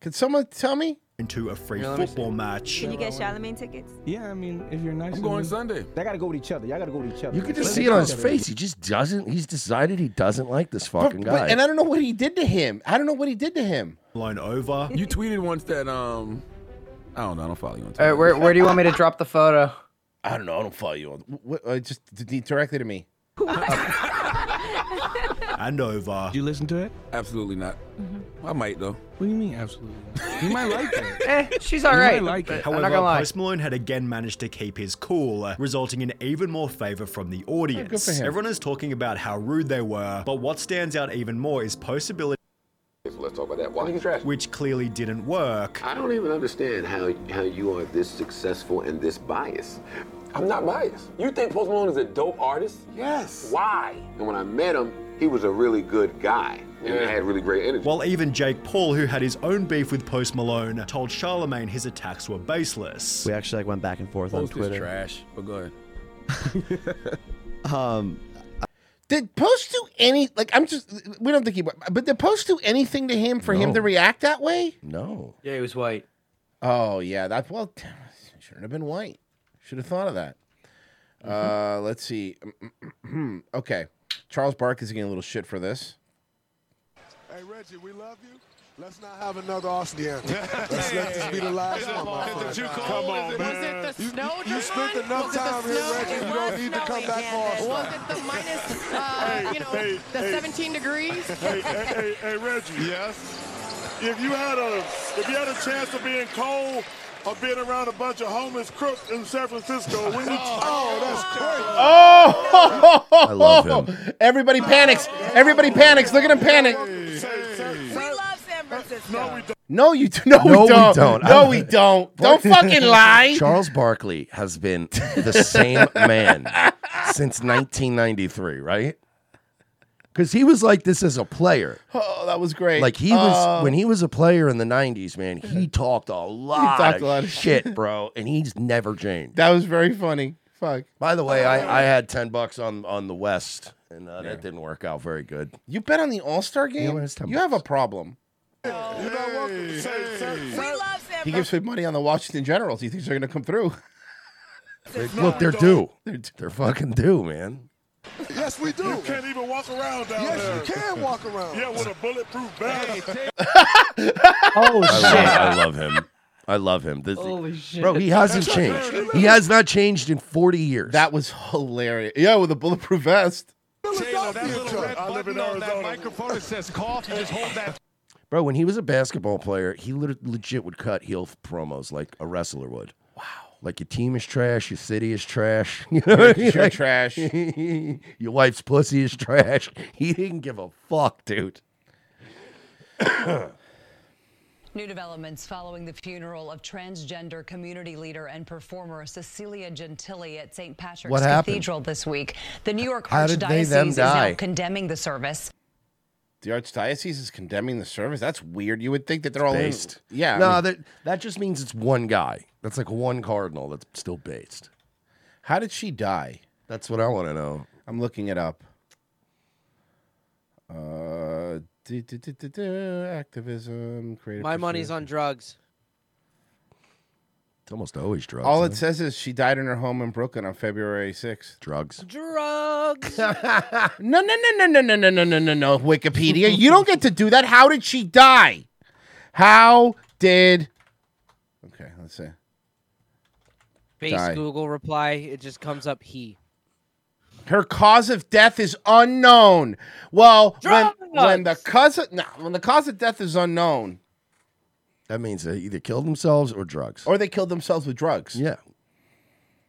[SPEAKER 3] Could someone tell me?
[SPEAKER 2] Into a free
[SPEAKER 28] Yeah, let me
[SPEAKER 2] football match.
[SPEAKER 30] Can you get Charlemagne tickets?
[SPEAKER 24] Yeah, I mean, if you're nice.
[SPEAKER 28] I'm
[SPEAKER 29] going Sunday.
[SPEAKER 28] They gotta go with each other. Y'all gotta go with each other.
[SPEAKER 4] You can just see it on his face. He just doesn't. He's decided he doesn't like this fucking
[SPEAKER 3] But-
[SPEAKER 4] guy.
[SPEAKER 3] and I don't know what he did to him. I don't know what he did to him.
[SPEAKER 2] Line over.
[SPEAKER 29] You tweeted once that um, I don't know. I don't follow you on
[SPEAKER 7] All
[SPEAKER 29] Twitter.
[SPEAKER 7] right, Uh, where where do you want me to drop the photo?
[SPEAKER 3] I don't know. I don't follow you on. What, uh, just d- d- directly to me.
[SPEAKER 2] and over. Did
[SPEAKER 24] you listen to it? Mm-hmm.
[SPEAKER 29] Absolutely not. I might though.
[SPEAKER 24] What do you mean absolutely? You might like it.
[SPEAKER 7] Eh, she's all right. but I'm
[SPEAKER 2] However,
[SPEAKER 7] not gonna lie.
[SPEAKER 2] Post Malone had again managed to keep his cool, uh, resulting in even more favor from the
[SPEAKER 24] Oh,
[SPEAKER 7] good
[SPEAKER 2] audience.
[SPEAKER 7] for him.
[SPEAKER 2] Everyone is talking about how rude they were, but what stands out even more is Post's ability,
[SPEAKER 6] Let's talk about that. Why niggas trash?
[SPEAKER 2] which clearly didn't work.
[SPEAKER 6] I don't even understand how how you are this successful and this biased. I'm not biased. You think Post Malone is a dope artist? Yes. Why? And when I met him, he was a really good guy and had really great energy.
[SPEAKER 2] While even Jake Paul, who had his own beef with Post Malone, told Charlemagne his attacks were baseless.
[SPEAKER 32] We actually like went back and forth
[SPEAKER 29] Post
[SPEAKER 32] on
[SPEAKER 29] is
[SPEAKER 32] Twitter.
[SPEAKER 29] trash. But go ahead.
[SPEAKER 32] Um,
[SPEAKER 3] Did Post do any? Like, I'm just. We don't think he. But did Post do anything to him for him
[SPEAKER 7] No.
[SPEAKER 3] to react that way?
[SPEAKER 4] No.
[SPEAKER 7] Yeah, he was white.
[SPEAKER 3] Oh yeah, that well shouldn't have been white. Should have thought of that. Uh, let's see. okay, Charles Bark is getting a little shit for this.
[SPEAKER 33] Hey Reggie, we love you.
[SPEAKER 34] Let's not have another Austin. Let's let this be the last one. my friend. Come on, man.
[SPEAKER 28] Was it the
[SPEAKER 34] You-
[SPEAKER 28] snow,
[SPEAKER 34] You, you spent
[SPEAKER 28] John?
[SPEAKER 34] enough
[SPEAKER 28] Was it the
[SPEAKER 34] time here,
[SPEAKER 28] snow?
[SPEAKER 34] Reggie.
[SPEAKER 28] It
[SPEAKER 34] You
[SPEAKER 28] was
[SPEAKER 34] don't need to
[SPEAKER 28] snowing,
[SPEAKER 34] come back for
[SPEAKER 28] Candace.
[SPEAKER 34] Austin.
[SPEAKER 28] Was it the minus, uh, you know, the 17 degrees?
[SPEAKER 34] Hey, hey, hey, hey, Reggie. Yes. If you had a if you had a chance of being cold or being around a bunch of homeless crooks in San Francisco, when you oh, that's crazy.
[SPEAKER 3] Oh,
[SPEAKER 4] I love
[SPEAKER 3] him. Everybody panics. Everybody panics. Look at him panic. No, you do. No, we don't. No, we don't. Don't fucking lie.
[SPEAKER 4] Charles Barkley has been the same man since 1993, right? Because he was like this as a player.
[SPEAKER 3] Oh, that was great.
[SPEAKER 4] Like he was
[SPEAKER 3] Oh.
[SPEAKER 4] when he was a player in the '90s, man. He talked a lot,
[SPEAKER 3] talked
[SPEAKER 4] of,
[SPEAKER 3] a lot of
[SPEAKER 4] shit, bro, and he's never changed.
[SPEAKER 3] That Uh, was very funny. Fuck.
[SPEAKER 4] By the way, I, I had ten bucks on on the West, and uh, that didn't work out very good.
[SPEAKER 3] You bet on the All Star game.
[SPEAKER 4] it's
[SPEAKER 3] you have a problem. He gives me money on the Washington Generals. He thinks they're going to come through.
[SPEAKER 4] Look, they're due. They're fucking due, man.
[SPEAKER 34] Yes, we do. You can't even walk around down there. Yes, you can walk around. Yeah, with a bulletproof bag.
[SPEAKER 4] Oh I
[SPEAKER 34] shit.
[SPEAKER 4] Love, I love him. I love him. This-
[SPEAKER 34] Holy shit.
[SPEAKER 4] Bro, he hasn't
[SPEAKER 34] That's
[SPEAKER 4] changed.
[SPEAKER 34] hilarious.
[SPEAKER 4] He has not changed in 40 years.
[SPEAKER 3] That was hilarious. Yeah, with a bulletproof vest.
[SPEAKER 34] Taylor, that little red
[SPEAKER 35] button on that microphone that says cough, you just hold that.
[SPEAKER 4] Bro, when he was a basketball player, he lit- legit would cut heel promos like a wrestler would. Wow. Like your team is trash, your city is trash. You know what I mean?
[SPEAKER 3] You're
[SPEAKER 4] Like,
[SPEAKER 3] trash.
[SPEAKER 4] your wife's pussy is trash. He didn't give a fuck, dude.
[SPEAKER 36] New developments following the funeral of transgender community leader and performer Cecilia Gentili at St. Patrick's
[SPEAKER 4] What happened?
[SPEAKER 36] Cathedral this week. The New York
[SPEAKER 4] How did they,
[SPEAKER 36] Archdiocese
[SPEAKER 4] them
[SPEAKER 36] is now
[SPEAKER 4] die?
[SPEAKER 36] condemning the service.
[SPEAKER 3] The Archdiocese is condemning the service. That's weird. You would think that they're all in-
[SPEAKER 4] Based.
[SPEAKER 3] Yeah. I
[SPEAKER 4] No,
[SPEAKER 3] mean,
[SPEAKER 4] that that just means it's one guy. That's like one cardinal that's still based.
[SPEAKER 3] How did she die?
[SPEAKER 4] That's what I want to know.
[SPEAKER 3] I'm looking it up. Uh, du- du- du- du- du, activism, creative.
[SPEAKER 17] My money's
[SPEAKER 3] pursuit.
[SPEAKER 17] on drugs.
[SPEAKER 4] It's almost always drugs.
[SPEAKER 3] All
[SPEAKER 4] huh?
[SPEAKER 3] it says is she died in her home in Brooklyn on February 6th.
[SPEAKER 4] Drugs.
[SPEAKER 17] Drugs.
[SPEAKER 3] No, no, no, no, no, no, no, no, no, no, no. Wikipedia, you don't get to do that. How did she die? How did? Okay, let's see.
[SPEAKER 17] Base
[SPEAKER 3] Die.
[SPEAKER 17] Google reply, it just comes up he.
[SPEAKER 3] Her cause of death is unknown. Well, when, when the cause of, no, when the cause of death is unknown,
[SPEAKER 4] That means they either killed themselves or drugs.
[SPEAKER 3] or they killed themselves with drugs.
[SPEAKER 4] Yeah.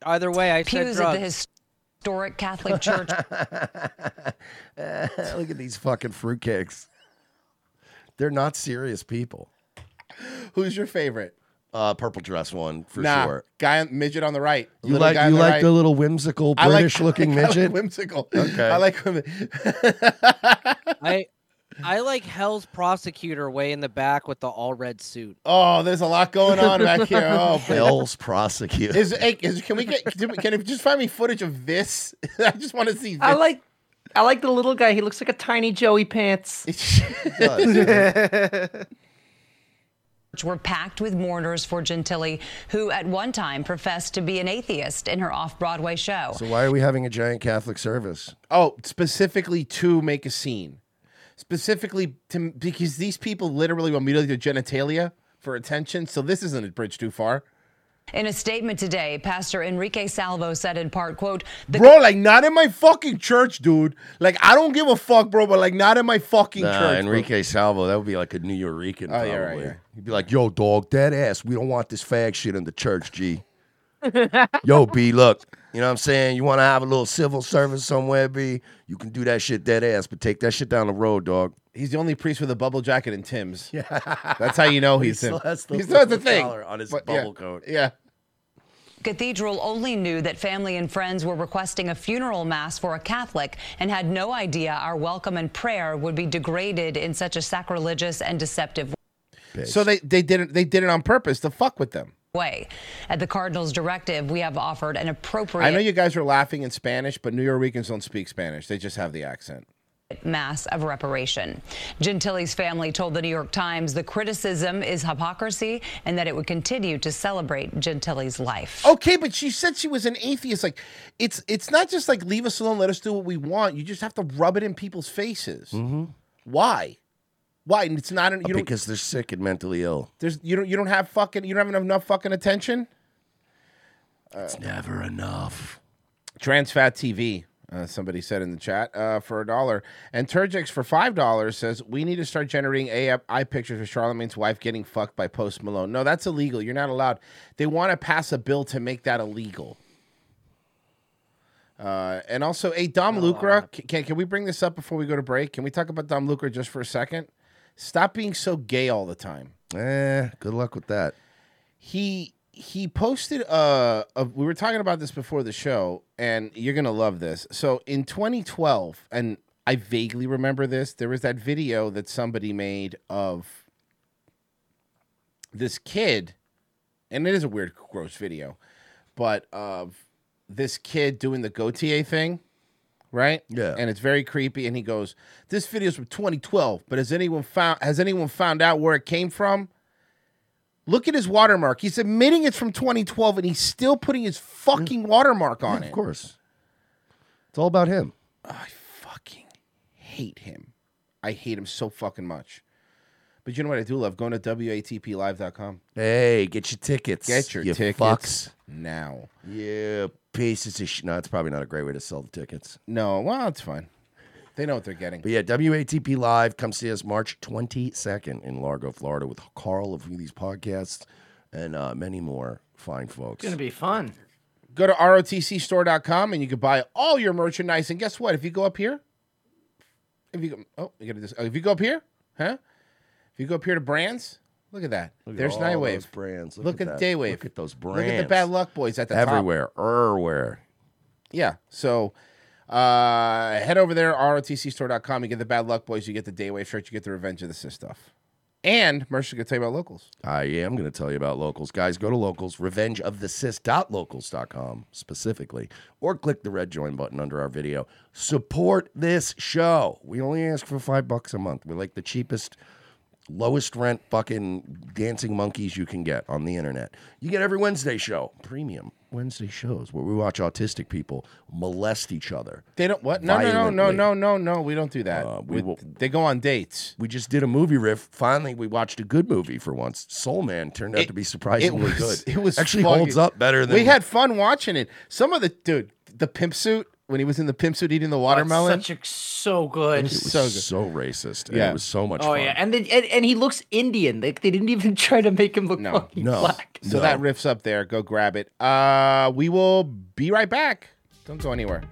[SPEAKER 17] Either way, I said
[SPEAKER 36] Pews at the
[SPEAKER 17] drugs.
[SPEAKER 36] historic Catholic Church.
[SPEAKER 4] Look at these fucking fruitcakes. They're not serious people.
[SPEAKER 3] Who's your favorite?
[SPEAKER 4] Uh, purple dress one for
[SPEAKER 3] nah,
[SPEAKER 4] sure.
[SPEAKER 3] guy midget on the right.
[SPEAKER 4] You
[SPEAKER 3] Little
[SPEAKER 4] like
[SPEAKER 3] guy on
[SPEAKER 4] you
[SPEAKER 3] the
[SPEAKER 4] like
[SPEAKER 3] right.
[SPEAKER 4] the little whimsical
[SPEAKER 3] I like-
[SPEAKER 4] British looking
[SPEAKER 3] I like
[SPEAKER 4] midget.
[SPEAKER 3] whimsical.
[SPEAKER 4] Okay.
[SPEAKER 3] I like women.
[SPEAKER 17] I I like Hell's prosecutor way in the back with the all red suit.
[SPEAKER 3] Oh, there's a lot going on back here. Oh, please.
[SPEAKER 4] Hell's prosecutor.
[SPEAKER 3] Is, hey, is- can we get? Can, we- can you just find me footage of this? I just want to see. This.
[SPEAKER 7] I like I like the little guy. He looks like a tiny Joey pants.
[SPEAKER 36] which were packed with mourners for Gentili, who at one time professed to be an atheist in her off Broadway show.
[SPEAKER 4] so why are we having a giant Catholic service?
[SPEAKER 3] Oh, specifically to make a scene, specifically to because these people literally will mutilate their genitalia for attention. So this isn't a bridge too far,
[SPEAKER 36] In a statement today, Pastor Enrique Salvo said in part, quote, the
[SPEAKER 3] bro. Like not in my fucking church, dude. Like I don't give a fuck, bro. But like not in my fucking
[SPEAKER 4] Nah,
[SPEAKER 3] church. bro.
[SPEAKER 4] Enrique Salvo, that would be like a New Yorican.
[SPEAKER 3] Oh,
[SPEAKER 4] Probably.
[SPEAKER 3] yeah, right, yeah.
[SPEAKER 4] He'd be like, "Yo, dog, dead ass. We don't want this fag shit in the church, G." Yo, B, look, you know what I'm saying? You want to have a little civil service somewhere, B? You can do that shit dead ass, but take that shit down the road, dog.
[SPEAKER 3] He's the only priest with a bubble jacket and Tim's. Yeah, that's how you know
[SPEAKER 4] He
[SPEAKER 3] he's
[SPEAKER 4] still
[SPEAKER 3] him.
[SPEAKER 4] has the
[SPEAKER 3] he still has the
[SPEAKER 4] little
[SPEAKER 3] thing
[SPEAKER 4] collar on his
[SPEAKER 3] But yeah,
[SPEAKER 4] bubble coat.
[SPEAKER 3] Yeah,
[SPEAKER 36] cathedral only knew that family and friends were requesting a funeral mass for a Catholic and had no idea our welcome and prayer would be degraded in such a sacrilegious and deceptive
[SPEAKER 3] So they they did it. They did it on purpose to fuck with them.
[SPEAKER 36] way. At the Cardinals' directive, we have offered an appropriate.
[SPEAKER 3] I know you guys are laughing in Spanish, but New Yorkers don't speak Spanish. They just have the accent.
[SPEAKER 36] mass of reparation. Gentili's family told the New York Times the criticism is hypocrisy and that it would continue to celebrate Gentili's life.
[SPEAKER 3] Okay, but she said she was an atheist. Like, it's it's not just like leave
[SPEAKER 4] Mm-hmm.
[SPEAKER 3] us alone, let us do what we want. You just have to rub it in people's faces. Why? Why? And It's not an, you don't
[SPEAKER 4] because they're sick and mentally ill.
[SPEAKER 3] there's you don't you don't have fucking you don't have enough, enough fucking attention.
[SPEAKER 4] It's never enough.
[SPEAKER 3] Trans Fat TV, uh, somebody said in the chat, uh, for a dollar. And Turgix for $5 says, We need to start generating AI pictures of Charlemagne's wife getting fucked by Post Malone. No, that's illegal. You're not allowed. They want to pass a bill to make that illegal. Uh, and also, hey, Dom Lucra, c- can, can we bring this up before we go to break? Can we talk about Dom Lucra just for a second? Stop being so gay all the time.
[SPEAKER 4] Eh, good luck with that.
[SPEAKER 3] He he posted uh a, we were talking about this before the show and you're going to love this. So in 2012 and I vaguely remember this, there was that video that somebody made of this kid and it is a weird gross video, but of this kid doing the Gautier thing right? Yeah. And it's very creepy. And he goes, "This video is from 2012, but has anyone found has anyone found out where it came from?" Look at his watermark. He's admitting it's from 2012, and he's still putting his fucking watermark on
[SPEAKER 4] Yeah,
[SPEAKER 3] it.
[SPEAKER 4] Of course. It's all about him.
[SPEAKER 3] hate him. I hate him so fucking much. But you know what I do love? Going to watplive.com.
[SPEAKER 4] Hey, get your tickets.
[SPEAKER 3] Get your
[SPEAKER 4] you
[SPEAKER 3] tickets
[SPEAKER 4] Fucks.
[SPEAKER 3] now.
[SPEAKER 4] Yeah, pieces of shit. No, it's probably not a great way to sell the tickets.
[SPEAKER 3] No, well, it's fine. They know what they're getting.
[SPEAKER 4] But yeah, WATP Live, come see us March 22nd in Largo, Florida, with Carl of these podcasts and uh, many more fine folks.
[SPEAKER 7] gonna be fun.
[SPEAKER 3] Go to rotcstore.com and you can buy all your merchandise. And guess what? If you go up here, if you go, oh, you gotta just, oh, if you go up here, huh? If you go up here to brands, look at that.
[SPEAKER 4] Look at
[SPEAKER 3] There's
[SPEAKER 4] all
[SPEAKER 3] Nightwave.
[SPEAKER 4] those brands. Look
[SPEAKER 3] Look,
[SPEAKER 4] at
[SPEAKER 3] at,
[SPEAKER 4] that.
[SPEAKER 3] Daywave.
[SPEAKER 4] Look at those
[SPEAKER 3] Look at
[SPEAKER 4] brands.
[SPEAKER 3] the Bad Luck Boys at the top.
[SPEAKER 4] Everywhere, everywhere.
[SPEAKER 3] Yeah. So uh, head over there, rotcstore.com. You get the Bad Luck Boys, you get the Daywave shirt, you get the Revenge of the Sis stuff. And Mercer's going to tell you about locals.
[SPEAKER 4] I am going to tell you about locals. Guys, go to locals, revengeofthesist.locals.com specifically, or click the red join button under our video. Support this show. We only ask for five bucks a month. We're like the cheapest, lowest rent fucking dancing monkeys you can get on the internet. You get every Wednesday show, premium Wednesday shows, where we watch autistic people molest each other.
[SPEAKER 3] They don't, what? No, no, no, no,
[SPEAKER 4] Violently. Uh,
[SPEAKER 3] no, no, no. We don't do that.
[SPEAKER 4] We,
[SPEAKER 3] they go on dates.
[SPEAKER 4] We just did a movie riff. Finally, we watched a good movie for once. Soul Man turned out to be surprisingly
[SPEAKER 3] it was,
[SPEAKER 4] good.
[SPEAKER 3] It was
[SPEAKER 4] actually
[SPEAKER 3] fucking-
[SPEAKER 4] holds up better than
[SPEAKER 3] we had fun watching it. Some of the dude, the pimp suit when he was in the pimp suit eating the watermelon.
[SPEAKER 7] Such a, so good.
[SPEAKER 4] It was so, racist. And
[SPEAKER 3] Yeah.
[SPEAKER 4] it was so much
[SPEAKER 7] oh
[SPEAKER 4] fun.
[SPEAKER 7] yeah, and, then and and he looks Indian. Like they didn't even try to make him look fucking
[SPEAKER 4] No.
[SPEAKER 7] black.
[SPEAKER 3] so that riffs up there. Go grab it. Uh, we will be right back. Don't go anywhere.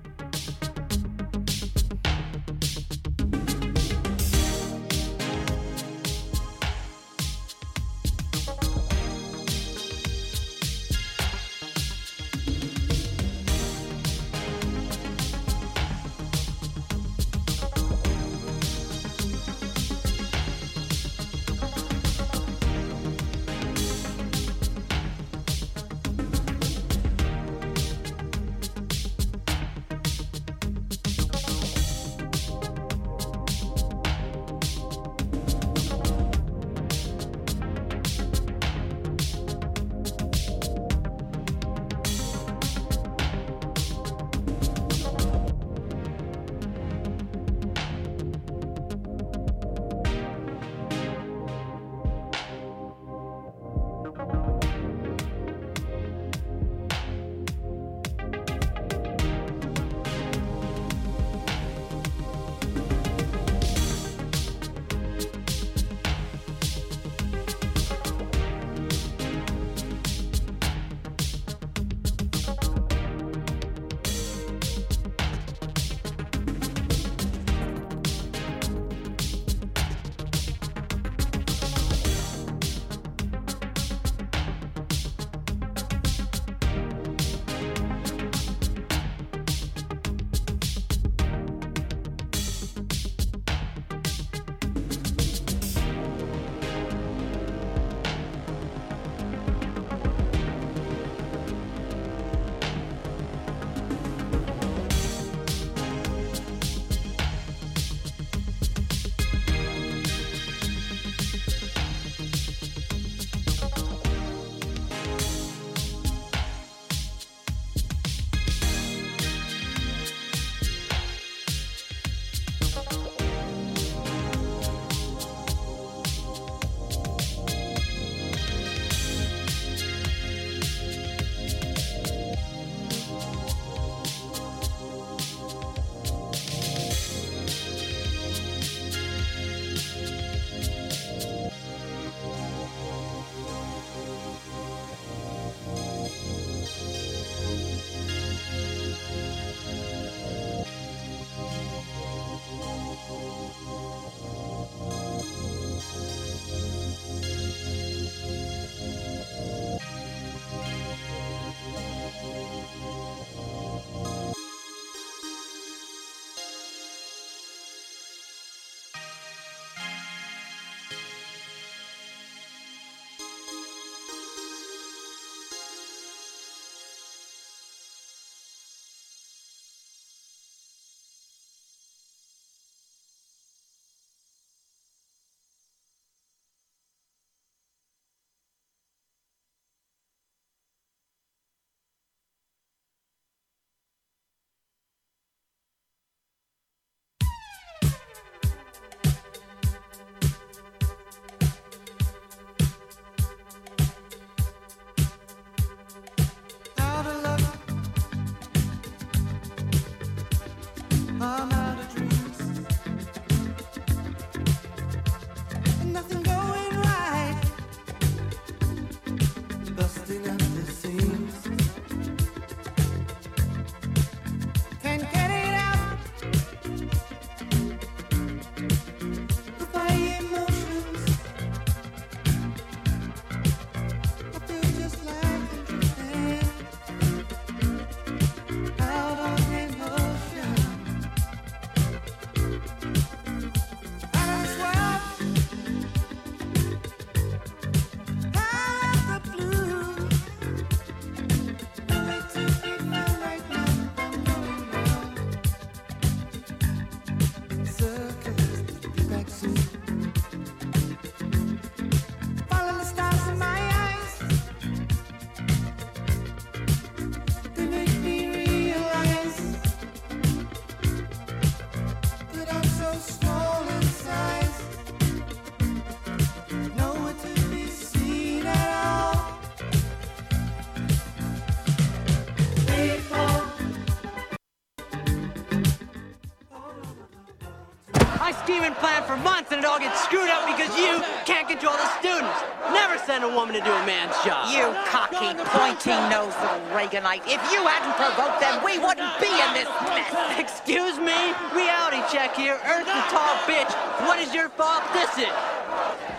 [SPEAKER 23] been planned for months and it all gets screwed up because you can't control the students. Never send a woman to do a man's job.
[SPEAKER 16] You cocky, pointy-nosed little Reaganite. If you hadn't provoked them, we wouldn't be in this mess.
[SPEAKER 23] Excuse me? Reality check here. Earth the tall bitch. What is your fault? This is.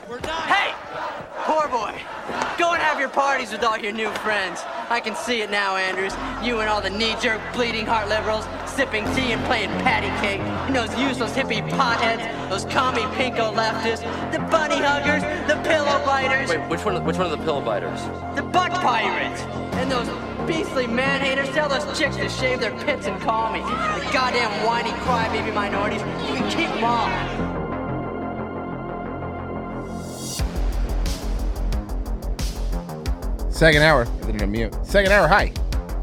[SPEAKER 23] We're not. Hey! Poor boy. Go and have your parties with all your new friends. I can see it now, Andrews. You and all the knee-jerk, bleeding heart liberals, sipping tea and playing patty cake, and those useless hippie potheads, those commie pinko leftists, the bunny huggers, the pillow biters,
[SPEAKER 18] Wait, which one? Which one of the pill biters?
[SPEAKER 23] the butt pirates, and those beastly man-haters. Tell those chicks to shave their pits and call me. The goddamn whiny crybaby minorities. You can keep them all.
[SPEAKER 3] Second hour. I didn't unmute. Second hour. Hi.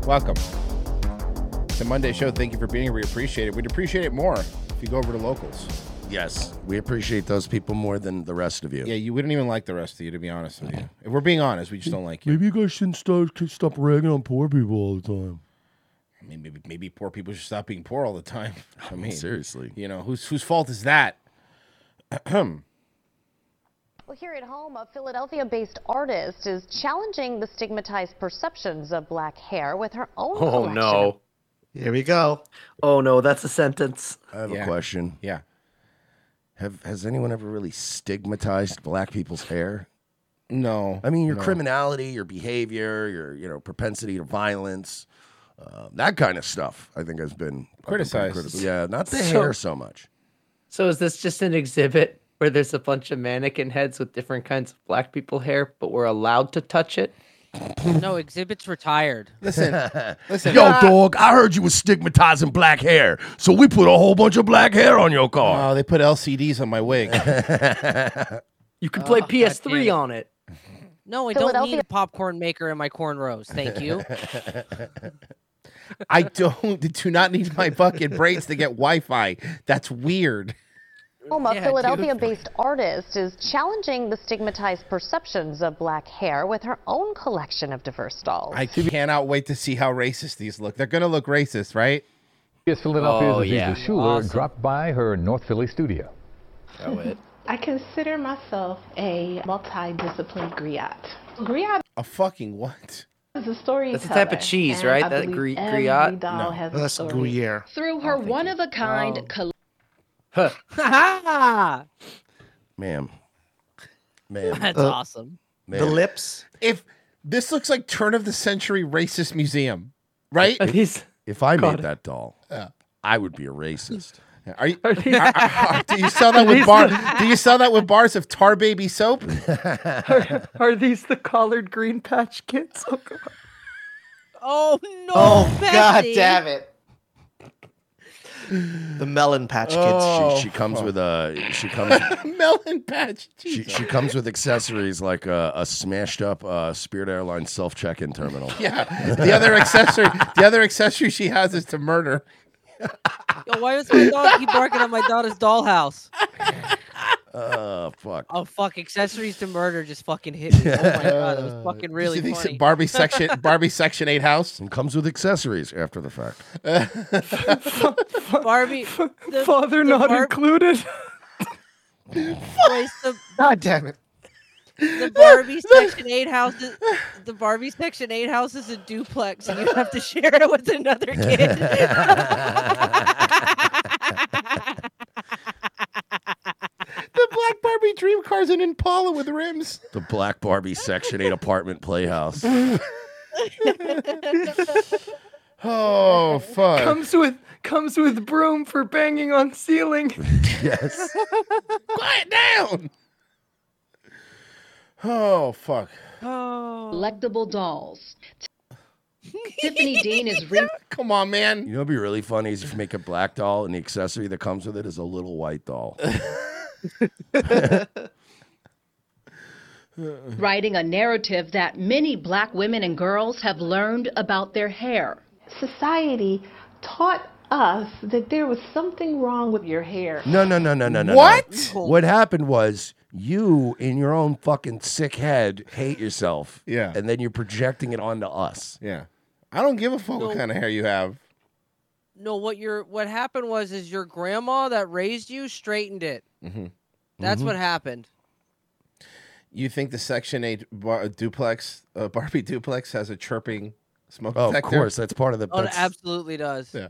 [SPEAKER 3] Welcome. It's a Monday show. Thank you for being here. We appreciate it. We'd appreciate it more if you go over to locals.
[SPEAKER 4] Yes, we appreciate those people more than the rest of you.
[SPEAKER 3] Yeah, you wouldn't even like the rest of you, to be honest with you. If we're being honest, we just don't like you.
[SPEAKER 37] Maybe you guys shouldn't start stop ragging on poor people all the time.
[SPEAKER 3] Maybe, maybe, maybe poor people should stop being poor all the time. I mean,
[SPEAKER 4] seriously.
[SPEAKER 3] You know, whose whose fault is that?
[SPEAKER 22] Well, here at home, a Philadelphia based artist is challenging the stigmatized perceptions of black hair with her own.
[SPEAKER 7] Oh
[SPEAKER 22] collection of
[SPEAKER 7] no. Here we go. Oh no, that's a sentence.
[SPEAKER 4] I have a question.
[SPEAKER 3] Yeah.
[SPEAKER 4] Have has anyone ever really stigmatized black people's hair?
[SPEAKER 3] No.
[SPEAKER 4] I mean, your
[SPEAKER 3] no.
[SPEAKER 4] criminality, your behavior, your you know propensity to violence, uh, that kind of stuff. I think has been I've been pretty
[SPEAKER 7] Criticized.
[SPEAKER 4] critical. Yeah, not the
[SPEAKER 7] So-
[SPEAKER 4] hair so much.
[SPEAKER 7] So is this just an exhibit where there's a bunch of mannequin heads with different kinds of black people hair, but we're allowed to touch it?
[SPEAKER 17] no, exhibits retired.
[SPEAKER 4] yo,
[SPEAKER 7] Uh,
[SPEAKER 4] dog. I heard you was stigmatizing black hair, so we put a whole bunch of black hair on your car.
[SPEAKER 3] Oh, they put LCDs on my wig.
[SPEAKER 7] you can
[SPEAKER 17] Oh,
[SPEAKER 7] play PS3 on Oh, it.
[SPEAKER 17] No, I don't need
[SPEAKER 7] Philadelphia-
[SPEAKER 17] a popcorn maker in my cornrows. Thank you.
[SPEAKER 3] I don't do not need my fucking braids to get Wi-Fi. That's weird.
[SPEAKER 22] Home, a
[SPEAKER 3] Yeah, dude.
[SPEAKER 22] Philadelphia based artist is challenging the stigmatized perceptions of black hair with her own collection of diverse dolls.
[SPEAKER 3] I cannot wait to see how racist these look. They're gonna look racist, right?
[SPEAKER 13] Yes, Philadelphia's
[SPEAKER 7] Oh,
[SPEAKER 13] Aziza Schuler
[SPEAKER 3] Oh, Awesome.
[SPEAKER 13] dropped by her North Philly studio.
[SPEAKER 33] I consider myself a multidisciplined griot. Griot
[SPEAKER 3] A fucking what?
[SPEAKER 33] is a storyteller.
[SPEAKER 7] That's the type of cheese,
[SPEAKER 33] and
[SPEAKER 7] right?
[SPEAKER 33] I
[SPEAKER 7] That
[SPEAKER 33] believe
[SPEAKER 7] gri-
[SPEAKER 33] every
[SPEAKER 7] griot?
[SPEAKER 33] doll
[SPEAKER 7] No.
[SPEAKER 33] has
[SPEAKER 7] That's
[SPEAKER 33] a story.
[SPEAKER 7] gruyere.
[SPEAKER 33] Through her one of a kind.
[SPEAKER 17] That's
[SPEAKER 4] ma'am, ma'am.
[SPEAKER 17] awesome.
[SPEAKER 4] Uh, The Man.
[SPEAKER 3] lips. If this looks like turn of the century racist museum, right?
[SPEAKER 4] If, if I
[SPEAKER 3] God.
[SPEAKER 4] made that doll,
[SPEAKER 3] Yeah.
[SPEAKER 4] I would be a racist.
[SPEAKER 3] Are you? are- are- do you sell that with bar? Do you sell that with bars of Tar Baby soap?
[SPEAKER 7] Are, are these the collared green patch kids? Oh, God.
[SPEAKER 17] Oh no.
[SPEAKER 7] Oh,
[SPEAKER 17] God
[SPEAKER 7] damn
[SPEAKER 17] it.
[SPEAKER 4] The melon patch
[SPEAKER 7] Kids. Oh,
[SPEAKER 4] she, she comes with a she comes
[SPEAKER 3] Melon patch.
[SPEAKER 4] she, she comes with accessories like a, a smashed up uh, Spirit Airlines self check in terminal.
[SPEAKER 3] Yeah. The other accessory. The other accessory she has is to murder.
[SPEAKER 17] Yo, why does my dog keep barking at my daughter's dollhouse?
[SPEAKER 4] Oh fuck.
[SPEAKER 17] Oh fuck! Accessories to murder just fucking hit me. Oh my god, that
[SPEAKER 4] Uh,
[SPEAKER 17] was fucking really
[SPEAKER 3] She thinks
[SPEAKER 17] funny.
[SPEAKER 3] Barbie section. Barbie section eight house.
[SPEAKER 4] And comes with accessories after the fact.
[SPEAKER 17] Barbie, the, the
[SPEAKER 7] Father not
[SPEAKER 17] Barb-
[SPEAKER 7] included.
[SPEAKER 17] boys, the,
[SPEAKER 7] God damn it.
[SPEAKER 17] the Barbie Section Eight house, is, the Barbie Section Eight house is a duplex, and you have to share it with another kid.
[SPEAKER 3] The black Barbie dream car's an Impala with rims.
[SPEAKER 4] The Black Barbie Section 8 apartment playhouse.
[SPEAKER 3] Oh fuck.
[SPEAKER 7] Comes with comes with broom for banging on ceiling.
[SPEAKER 4] yes.
[SPEAKER 3] Quiet down. Oh fuck.
[SPEAKER 33] Collectible dolls. Tiffany Dean is re-
[SPEAKER 3] Come on, man.
[SPEAKER 4] You know what'd be really funny is if you make a black doll and the accessory that comes with it is a little white doll.
[SPEAKER 33] writing a narrative that many black women and girls have learned about their hair. Society taught us that there was something wrong with your hair.
[SPEAKER 4] No, no, no, no, no, no.
[SPEAKER 33] What?
[SPEAKER 4] No. What happened was you, in your own fucking sick head, hate yourself.
[SPEAKER 3] Yeah.
[SPEAKER 4] And then you're projecting it onto us.
[SPEAKER 3] Yeah. I don't give a fuck what kind of hair you have.
[SPEAKER 17] no, what your what happened was is your grandma that raised you straightened it.
[SPEAKER 3] Mm-hmm.
[SPEAKER 17] That's what happened.
[SPEAKER 3] You think the Section Eight bar- duplex, uh, Barbie duplex, has a chirping smoke
[SPEAKER 4] Oh, of
[SPEAKER 3] detector?
[SPEAKER 4] course, that's part of the.
[SPEAKER 17] Oh, it absolutely does.
[SPEAKER 3] Yeah.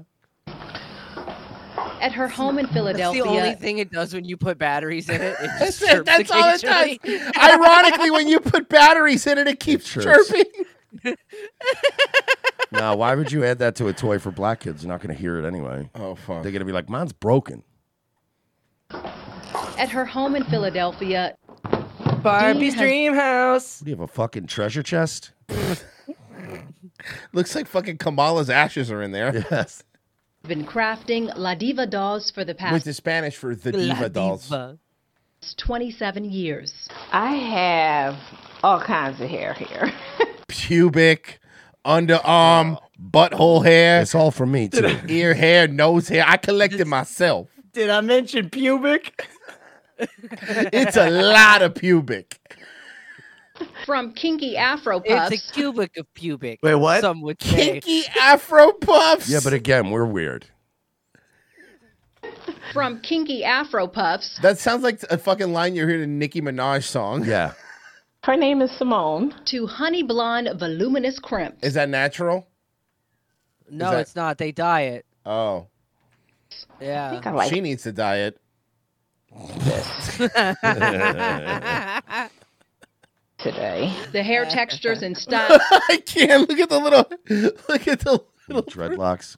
[SPEAKER 33] At her home in Philadelphia.
[SPEAKER 17] That's the only thing it does when you put batteries in it. it just
[SPEAKER 3] That's it,
[SPEAKER 17] chirps
[SPEAKER 3] that's all it
[SPEAKER 17] occasionally.
[SPEAKER 3] does. Ironically, when you put batteries in it, it keeps
[SPEAKER 4] chirps.
[SPEAKER 3] chirping.
[SPEAKER 4] now, why would you add that to a toy for black kids? They're not going to hear it anyway.
[SPEAKER 3] Oh fuck!
[SPEAKER 4] They're going to be like, "Mine's broken."
[SPEAKER 33] At her home in Philadelphia. Dean
[SPEAKER 17] Barbie's
[SPEAKER 33] has-
[SPEAKER 17] dream house.
[SPEAKER 4] What, do you have a fucking treasure chest?
[SPEAKER 3] Looks like fucking Kamala's ashes are in there.
[SPEAKER 4] Yes.
[SPEAKER 33] been crafting La Diva dolls for the
[SPEAKER 3] Which
[SPEAKER 33] past
[SPEAKER 3] is Spanish for the
[SPEAKER 33] La
[SPEAKER 3] diva dolls.
[SPEAKER 33] 27 years.
[SPEAKER 30] I have all kinds of hair here.
[SPEAKER 3] Pubic, underarm, butthole hair.
[SPEAKER 4] It's all from me too.
[SPEAKER 3] Ear hair, nose hair. I collected myself.
[SPEAKER 7] Did I mention pubic?
[SPEAKER 3] It's a lot of pubic.
[SPEAKER 33] From kinky afro puffs.
[SPEAKER 17] It's a cubic of pubic.
[SPEAKER 4] Wait, what?
[SPEAKER 17] Some would say.
[SPEAKER 3] Kinky afro puffs.
[SPEAKER 4] Yeah, but again, we're weird.
[SPEAKER 33] From kinky afro puffs.
[SPEAKER 3] That sounds like a fucking line you hear in a Nicki Minaj song.
[SPEAKER 4] Yeah.
[SPEAKER 33] Her name is Simone. To honey blonde voluminous crimp.
[SPEAKER 3] Is that natural?
[SPEAKER 17] No,
[SPEAKER 3] Is that-
[SPEAKER 17] it's not. They diet.
[SPEAKER 3] Oh.
[SPEAKER 17] Yeah.
[SPEAKER 3] she needs to diet.
[SPEAKER 30] Today.
[SPEAKER 33] The hair textures and styles.
[SPEAKER 3] I can't look at the little look at the little
[SPEAKER 4] dreadlocks.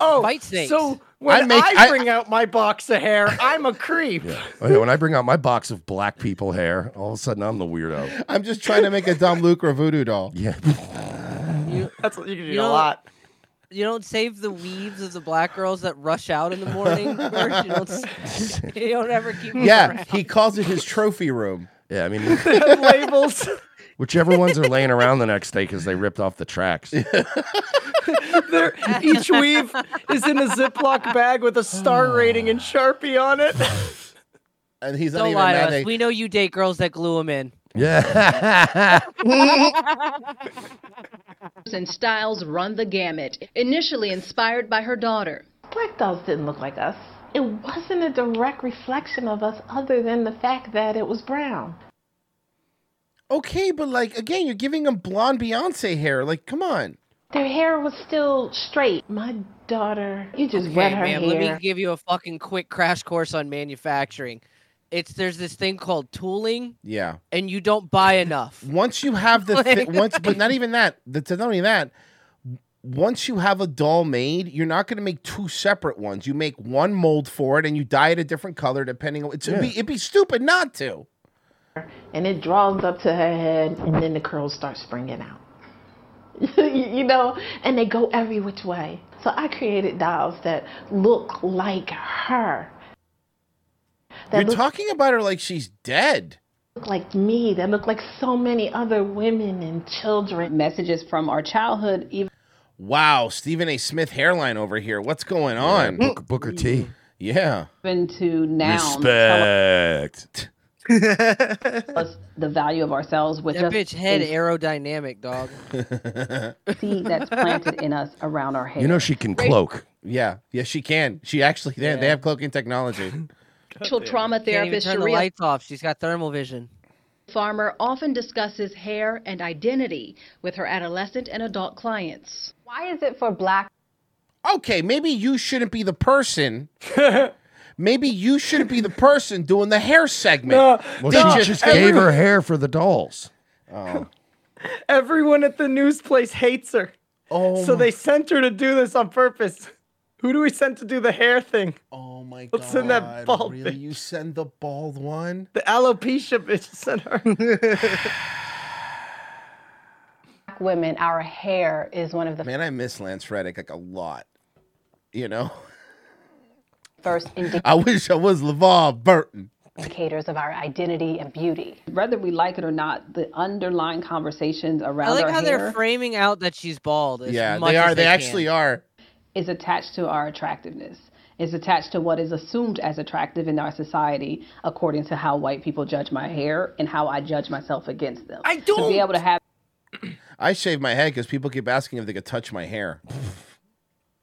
[SPEAKER 7] Oh,
[SPEAKER 17] Bite snakes.
[SPEAKER 7] so when I,
[SPEAKER 3] I make- I-
[SPEAKER 7] bring out my box of hair, I'm a creep.
[SPEAKER 4] Okay, Oh, when I bring out my box of black people hair, all of a sudden I'm the weirdo.
[SPEAKER 3] I'm just trying to make a Dom Lucra voodoo doll.
[SPEAKER 4] Yeah.
[SPEAKER 7] That's what you can do
[SPEAKER 17] You
[SPEAKER 7] a
[SPEAKER 17] know-
[SPEAKER 7] lot.
[SPEAKER 17] You don't save the weaves of the black girls that rush out in the morning. Bert. you, don't, s- you don't ever keep. them
[SPEAKER 3] Yeah,
[SPEAKER 17] around.
[SPEAKER 3] he calls it his trophy room.
[SPEAKER 4] Yeah, I mean,
[SPEAKER 7] They have labels.
[SPEAKER 4] whichever ones are laying around the next day because they ripped off the tracks.
[SPEAKER 7] They're- each weave is in a Ziploc bag with a star rating and Sharpie on it.
[SPEAKER 3] And he's
[SPEAKER 17] Don't
[SPEAKER 3] not
[SPEAKER 17] lie to
[SPEAKER 3] even
[SPEAKER 17] us.
[SPEAKER 3] mad at
[SPEAKER 17] We know you date girls that glue them in.
[SPEAKER 4] Yeah.
[SPEAKER 33] and styles run the gamut. Initially inspired by her daughter.
[SPEAKER 30] Black dolls didn't look like us. It wasn't a direct reflection of us other than the fact that it was brown.
[SPEAKER 3] Okay, but like again, you're giving him blonde Beyonce hair. Like, come on.
[SPEAKER 30] Their hair was still straight. My daughter, you just
[SPEAKER 17] Okay,
[SPEAKER 30] wet her
[SPEAKER 17] ma'am,
[SPEAKER 30] hair.
[SPEAKER 17] Let me give you a fucking quick crash course on manufacturing. It's there's this thing called tooling,
[SPEAKER 3] Yeah.
[SPEAKER 17] and you don't buy enough.
[SPEAKER 3] Once you have the thi-
[SPEAKER 17] Like-
[SPEAKER 3] once, but not even that. That's not only that. Once you have a doll made, you're not going to make two separate ones. You make one mold for it, and you dye it a different color depending on. It's, it'd, be, it'd be stupid not to.
[SPEAKER 30] and it draws up to her head, and then the curls start springing out. you you know, and they go every which way. So I created dolls that look like her,
[SPEAKER 3] You're talking about her like she's dead.
[SPEAKER 30] look like me, that look like so many other women and children. Messages from our childhood, even
[SPEAKER 3] Wow, Stephen A. Smith hairline over here. What's going on?
[SPEAKER 4] Booker, Booker T.
[SPEAKER 3] Yeah.
[SPEAKER 14] to now
[SPEAKER 4] Respect.
[SPEAKER 14] us the value of ourselves with
[SPEAKER 17] That
[SPEAKER 14] just
[SPEAKER 17] bitch head
[SPEAKER 14] a
[SPEAKER 17] aerodynamic, dog.
[SPEAKER 14] seed that's planted in us around our hair.
[SPEAKER 4] You know she can cloak.
[SPEAKER 3] Yeah, yeah, she can. She actually they, they have cloaking technology.
[SPEAKER 33] Racial trauma
[SPEAKER 17] Can't even
[SPEAKER 33] therapist
[SPEAKER 17] turn the
[SPEAKER 33] Sharia
[SPEAKER 17] lights off. She's got thermal vision.
[SPEAKER 33] Farmer often discusses hair and identity with her adolescent and adult clients.
[SPEAKER 14] Why is it for black
[SPEAKER 3] okay, maybe you shouldn't be the person. maybe you shouldn't be the person doing the hair segment.
[SPEAKER 4] Well,
[SPEAKER 3] They
[SPEAKER 4] she just gave her hair for the dolls.
[SPEAKER 3] Oh.
[SPEAKER 7] Everyone at the news place hates her.
[SPEAKER 3] Oh.
[SPEAKER 7] So they sent her to do this on purpose. Who do we send to do the hair thing?
[SPEAKER 3] Oh my god.
[SPEAKER 7] Let's send that bald
[SPEAKER 3] really?
[SPEAKER 7] bitch.
[SPEAKER 3] You send the bald one?
[SPEAKER 7] The alopecia bitch sent her.
[SPEAKER 14] women, our hair is one of the
[SPEAKER 3] Man, I miss Lance Reddick like a lot. You know?
[SPEAKER 14] first
[SPEAKER 3] I wish I was LeVar Burton.
[SPEAKER 14] indicators of our identity and beauty. Whether we like it or not, the underlying conversations around
[SPEAKER 17] I like
[SPEAKER 14] our
[SPEAKER 17] how
[SPEAKER 14] hair
[SPEAKER 17] they're framing out that she's bald. As
[SPEAKER 3] Yeah,
[SPEAKER 17] much
[SPEAKER 3] they are.
[SPEAKER 17] As
[SPEAKER 3] They,
[SPEAKER 17] they,
[SPEAKER 3] actually are.
[SPEAKER 14] is attached to our attractiveness. Is attached to what is assumed as attractive in our society, according to how white people judge my hair and how I judge myself against them. I do to be able to have
[SPEAKER 3] I shave my head because people keep asking if they could touch my hair.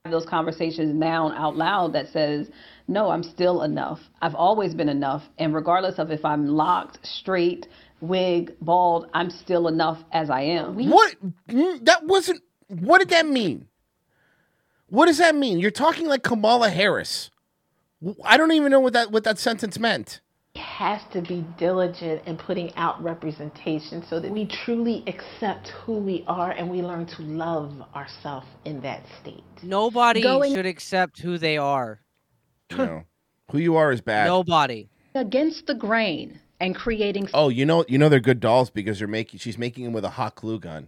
[SPEAKER 14] those conversations now out loud that says, no, I'm still enough. I've always been enough. And regardless of if I'm locked, straight, wig, bald, I'm still enough as I am.
[SPEAKER 3] What? Mm, That wasn't. What did that mean? What does that mean? You're talking like Kamala Harris. W- I don't even know what that what that sentence meant.
[SPEAKER 30] has to be diligent in putting out representation so that we truly accept who we are and we learn to love ourselves in that state.
[SPEAKER 17] Nobody
[SPEAKER 30] Going-
[SPEAKER 17] should accept who they are.
[SPEAKER 3] You know, who you are is bad.
[SPEAKER 17] Nobody.
[SPEAKER 33] Against the grain and creating
[SPEAKER 3] Oh, you know, you know they're good dolls because they're making. She's making them with a hot glue gun.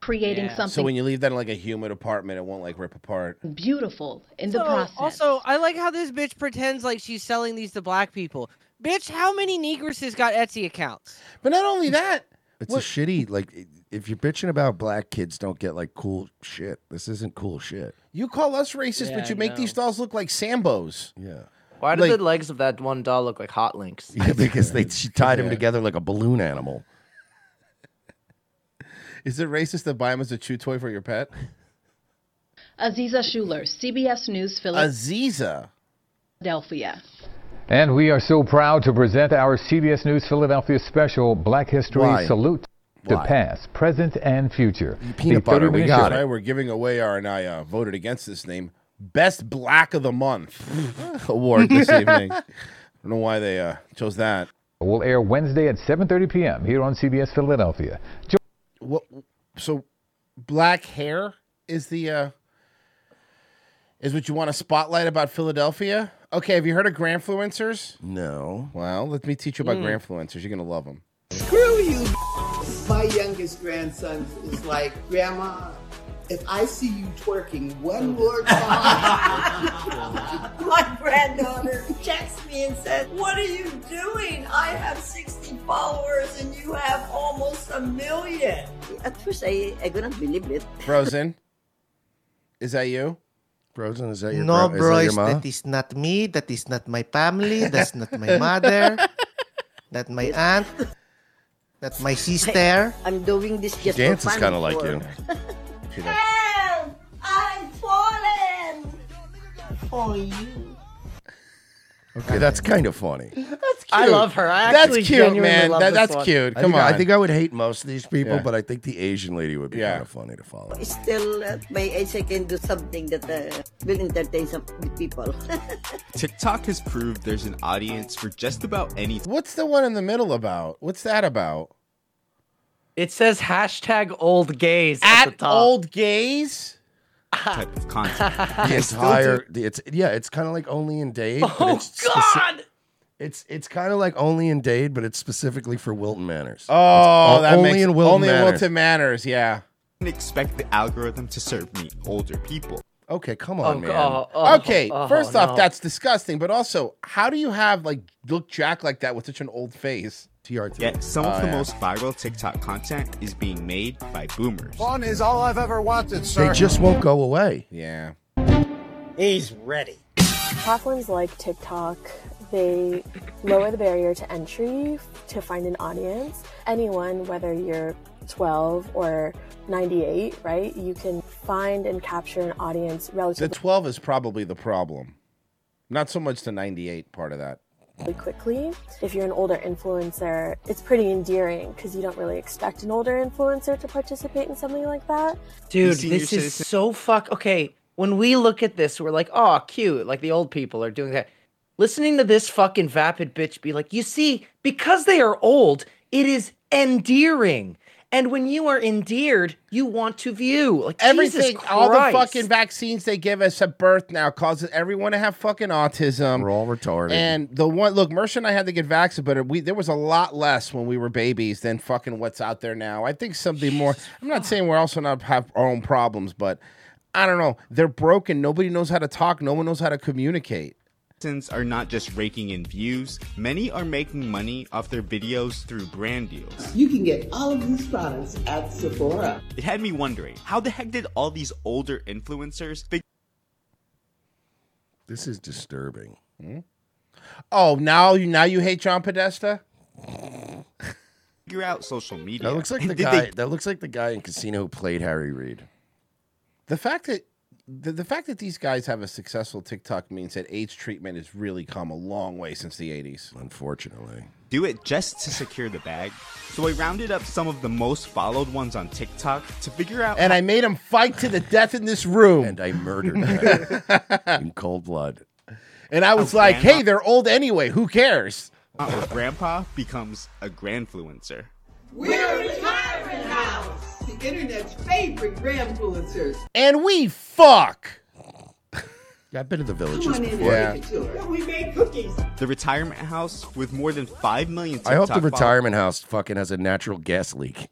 [SPEAKER 33] creating
[SPEAKER 3] So
[SPEAKER 33] something
[SPEAKER 3] when you leave that in like a humid apartment, it won't like rip apart.
[SPEAKER 33] beautiful in the
[SPEAKER 17] So,
[SPEAKER 33] process.
[SPEAKER 17] Also, I like how this bitch pretends like she's selling these to black people. Bitch, how many negresses got Etsy accounts?
[SPEAKER 3] But not only that,
[SPEAKER 4] It's a shitty like i- if you're bitching about black kids don't get like cool shit. This isn't cool shit.
[SPEAKER 3] You call us racist,
[SPEAKER 7] Yeah,
[SPEAKER 3] but you
[SPEAKER 7] I
[SPEAKER 3] make these dolls look like Sambos.
[SPEAKER 4] Yeah.
[SPEAKER 7] Why do
[SPEAKER 3] Like-
[SPEAKER 7] the legs of that one doll look like hot links?
[SPEAKER 4] Yeah, because they she tied them
[SPEAKER 7] Yeah.
[SPEAKER 4] together like a balloon animal.
[SPEAKER 3] Is it racist to buy them as a chew toy for your pet?
[SPEAKER 33] Aziza Schuler, CBS News,
[SPEAKER 3] Aziza.
[SPEAKER 33] Philadelphia.
[SPEAKER 13] And we are so proud to present our CBS News Philadelphia special, Black History
[SPEAKER 3] Why?
[SPEAKER 13] Salute to
[SPEAKER 3] Why?
[SPEAKER 13] Past, Present, and Future.
[SPEAKER 3] Peanut
[SPEAKER 13] The
[SPEAKER 3] butter,
[SPEAKER 13] 30
[SPEAKER 3] we
[SPEAKER 13] minute
[SPEAKER 3] got
[SPEAKER 13] show-
[SPEAKER 3] it. We're giving away our, and I uh, voted against this name, Best Black of the Month award this evening. I don't know why they uh, chose that.
[SPEAKER 13] Will air Wednesday at 7:30 p.m. here on CBS Philadelphia. Jo-
[SPEAKER 3] What? So, black hair is the uh, is what you want to spotlight about Philadelphia. Okay, have you heard of Grandfluencers?
[SPEAKER 4] No.
[SPEAKER 3] Well, let me teach you about
[SPEAKER 24] Mm.
[SPEAKER 3] Grandfluencers. You're gonna love them.
[SPEAKER 24] Screw you. My youngest grandson is like, Grandma, if I see you twerking
[SPEAKER 3] Oh,
[SPEAKER 24] one more time, my granddaughter checks me and says, What are you doing? I have 60 followers and you have almost a million. At first, I, I couldn't believe it.
[SPEAKER 3] Frozen. Is that you?
[SPEAKER 4] Frozen, is that your
[SPEAKER 26] No,
[SPEAKER 4] bro-
[SPEAKER 26] bro,
[SPEAKER 4] is that your ma?
[SPEAKER 26] that is not me. That is not my family. That's not my mother. that my aunt. That my sister.
[SPEAKER 24] I'm doing this just
[SPEAKER 26] dances
[SPEAKER 24] for fun.
[SPEAKER 26] kinda like
[SPEAKER 24] for-
[SPEAKER 26] you.
[SPEAKER 24] Help! I've fallen for you.
[SPEAKER 4] Okay, that's kind of funny.
[SPEAKER 24] That's
[SPEAKER 7] I love her. I
[SPEAKER 3] That's
[SPEAKER 7] actually
[SPEAKER 3] cute,
[SPEAKER 7] genuinely
[SPEAKER 3] man.
[SPEAKER 7] love
[SPEAKER 3] That-
[SPEAKER 7] this
[SPEAKER 3] that's
[SPEAKER 7] one.
[SPEAKER 3] cute.
[SPEAKER 4] I
[SPEAKER 3] Come
[SPEAKER 4] think I-
[SPEAKER 3] on.
[SPEAKER 4] I think I would hate most of these people,
[SPEAKER 3] Yeah.
[SPEAKER 4] but I think the Asian lady would be kind of funny to follow.
[SPEAKER 24] Still, at my age, I can do something that uh, will entertain some people.
[SPEAKER 31] TikTok has proved there's an audience for just about any.
[SPEAKER 3] What's the one in the middle about? What's that about?
[SPEAKER 7] It says hashtag old gays
[SPEAKER 3] at,
[SPEAKER 7] the top.
[SPEAKER 3] old gays.
[SPEAKER 4] Ah,
[SPEAKER 31] type of content.
[SPEAKER 4] The entire, the, it's yeah, it's kind of like only in Dade. Oh it's speci- it's it's kind of like only in Dade, but it's specifically for Wilton Manors.
[SPEAKER 31] Oh,
[SPEAKER 4] It's o-
[SPEAKER 31] that
[SPEAKER 4] only
[SPEAKER 31] makes-
[SPEAKER 4] in Wilton
[SPEAKER 31] only in
[SPEAKER 4] Manors.
[SPEAKER 31] Wilton
[SPEAKER 3] Manners, yeah.
[SPEAKER 31] I didn't expect the algorithm to serve me older people.
[SPEAKER 4] Okay, come
[SPEAKER 31] on, Oh, man. oh, oh,
[SPEAKER 3] okay,
[SPEAKER 31] oh,
[SPEAKER 3] first
[SPEAKER 31] no.
[SPEAKER 3] off, that's disgusting. But also, how do you have like look Jack like that with such an old face?
[SPEAKER 4] TRT.
[SPEAKER 31] Yet some of
[SPEAKER 3] Oh,
[SPEAKER 31] the
[SPEAKER 3] yeah.
[SPEAKER 31] most viral TikTok content is being made by boomers.
[SPEAKER 1] Fun is all I've ever wanted,
[SPEAKER 4] They just won't go away.
[SPEAKER 3] Yeah.
[SPEAKER 1] He's ready.
[SPEAKER 25] Platforms like TikTok, they lower the barrier to entry to find an audience. Anyone, whether you're 12 or 98, right, you can find and capture an audience
[SPEAKER 3] The
[SPEAKER 25] relatively
[SPEAKER 3] twelve is probably the problem, not so much the ninety-eight part of that.
[SPEAKER 25] quickly. If you're an older influencer, it's pretty endearing because you don't really expect an older influencer to participate in something like that.
[SPEAKER 7] Dude,
[SPEAKER 25] senior
[SPEAKER 7] this is
[SPEAKER 25] citizen-
[SPEAKER 7] so fuck. Okay, when we look at this, we're like, oh, cute. Like the old people are doing that. Listening to this fucking vapid bitch be like, you see, because they are old, it is endearing. And when you are endeared, you want to view. Like, Jesus
[SPEAKER 3] Everything, all the
[SPEAKER 7] Christ.
[SPEAKER 3] fucking vaccines they give us at birth now causes everyone to have fucking autism. We're
[SPEAKER 4] all retarded.
[SPEAKER 3] And the one, look, Mercer and I had to get vaccinated, but we there was a lot less when we were babies than fucking what's out there now. I think something more. I'm not saying we're also not have our own problems, but I don't know. They're broken. Nobody knows how to talk. No one knows how to communicate.
[SPEAKER 31] Citizens are not just raking in views, many are making money off their videos through brand deals.
[SPEAKER 24] You can get all of these products at Sephora.
[SPEAKER 31] It had me wondering how the heck did all these older influencers figure
[SPEAKER 4] This is disturbing.
[SPEAKER 3] Hmm? Oh, now you now you hate John Podesta?
[SPEAKER 31] out social media?
[SPEAKER 4] That looks like
[SPEAKER 31] And
[SPEAKER 4] the
[SPEAKER 31] did
[SPEAKER 4] guy.
[SPEAKER 31] they-
[SPEAKER 4] That looks like the guy in Casino who played Harry Reid.
[SPEAKER 3] The fact that the, the fact that these guys have a successful TikTok means that AIDS treatment has really come a long way since the 80s.
[SPEAKER 4] Unfortunately.
[SPEAKER 31] Do it just to secure the bag. So I rounded up some of the most followed ones on TikTok to figure out.
[SPEAKER 3] And I made them fight to the death in this room. And
[SPEAKER 4] I murdered them in cold blood.
[SPEAKER 3] And I was like,
[SPEAKER 31] grandma.
[SPEAKER 3] hey, they're old anyway. Who cares?
[SPEAKER 31] Our grandpa becomes a grandfluencer.
[SPEAKER 1] We're Retirement House, the internet's favorite grandfluencers.
[SPEAKER 3] And we fuck.
[SPEAKER 4] Yeah, I've been to the
[SPEAKER 1] Come
[SPEAKER 4] villages
[SPEAKER 1] on in and
[SPEAKER 4] before.
[SPEAKER 1] take a tour. We make cookies.
[SPEAKER 31] The retirement house with more than 5 million TikTok
[SPEAKER 4] I hope the
[SPEAKER 31] follow-
[SPEAKER 4] retirement house fucking has a natural gas leak.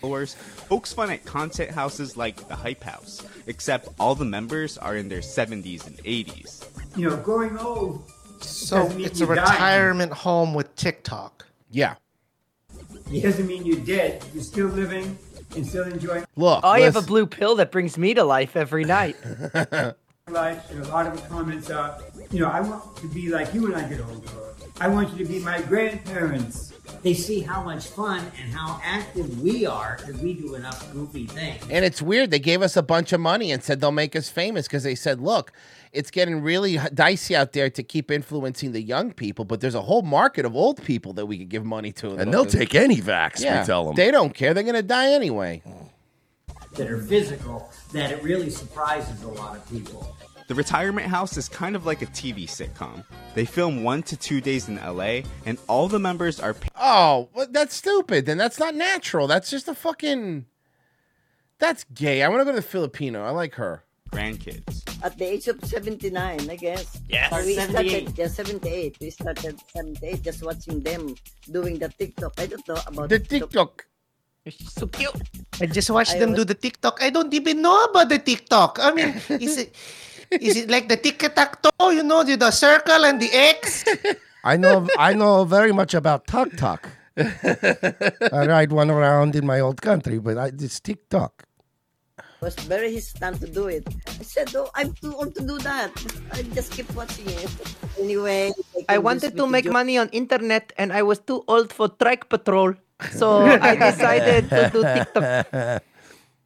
[SPEAKER 31] followers. Folks fun at content houses like the Hype House, except all the members are in their 70s and 80s.
[SPEAKER 1] You know, growing old.
[SPEAKER 26] So
[SPEAKER 1] doesn't mean
[SPEAKER 26] it's a
[SPEAKER 1] you're dying.
[SPEAKER 26] retirement home with TikTok.
[SPEAKER 3] Yeah.
[SPEAKER 1] It doesn't mean you're dead. You're still living and still enjoying
[SPEAKER 3] Look,
[SPEAKER 7] I have a
[SPEAKER 1] listen.
[SPEAKER 7] blue pill that brings me to life every night.
[SPEAKER 1] life. And a lot of the comments are, you know, I want to be like you when I get older. I want you to be my grandparents. They see how much fun and how active we are because we do enough goofy things.
[SPEAKER 3] And it's weird. They gave us a bunch of money and said they'll make us famous because they said, look, it's getting really h- dicey out there to keep influencing the young people, but there's a whole market of old people that we could give money to.
[SPEAKER 4] And they'll take any vax, we tell 'em.
[SPEAKER 3] They don't care. They're going to die anyway.
[SPEAKER 1] that are physical that it really surprises a lot of people.
[SPEAKER 31] The retirement house is kind of like a TV sitcom. They film one to two days in LA, and all the members are paid
[SPEAKER 3] Oh, well, that's stupid. Then that's not natural. That's just a fucking. That's gay. I want to go to the Filipino. I like her.
[SPEAKER 31] grandkids.
[SPEAKER 29] At the age of 79, I guess.
[SPEAKER 31] Yes.
[SPEAKER 29] we
[SPEAKER 31] Or 78.
[SPEAKER 29] started, yeah, 78. We started 78 just watching them doing the TikTok. I don't know about
[SPEAKER 3] The TikTok.
[SPEAKER 29] so cute.
[SPEAKER 26] I just watch
[SPEAKER 29] I
[SPEAKER 26] them do
[SPEAKER 29] was-
[SPEAKER 26] the TikTok. I don't even know about the TikTok. I mean, is it is it like the tic-tac-toe? You know, the, the circle and the X.
[SPEAKER 4] I know I know very much about Tuk Tuk. I ride one around in my old country, but I, it's TikTok.
[SPEAKER 29] It was very hesitant to do it. I said, oh, I'm too old to do that. I just keep watching it. Anyway.
[SPEAKER 7] I
[SPEAKER 29] convinced
[SPEAKER 7] wanted
[SPEAKER 29] me
[SPEAKER 7] to make
[SPEAKER 29] join.
[SPEAKER 7] money on internet and I was too old for track patrol. So I decided to do TikTok.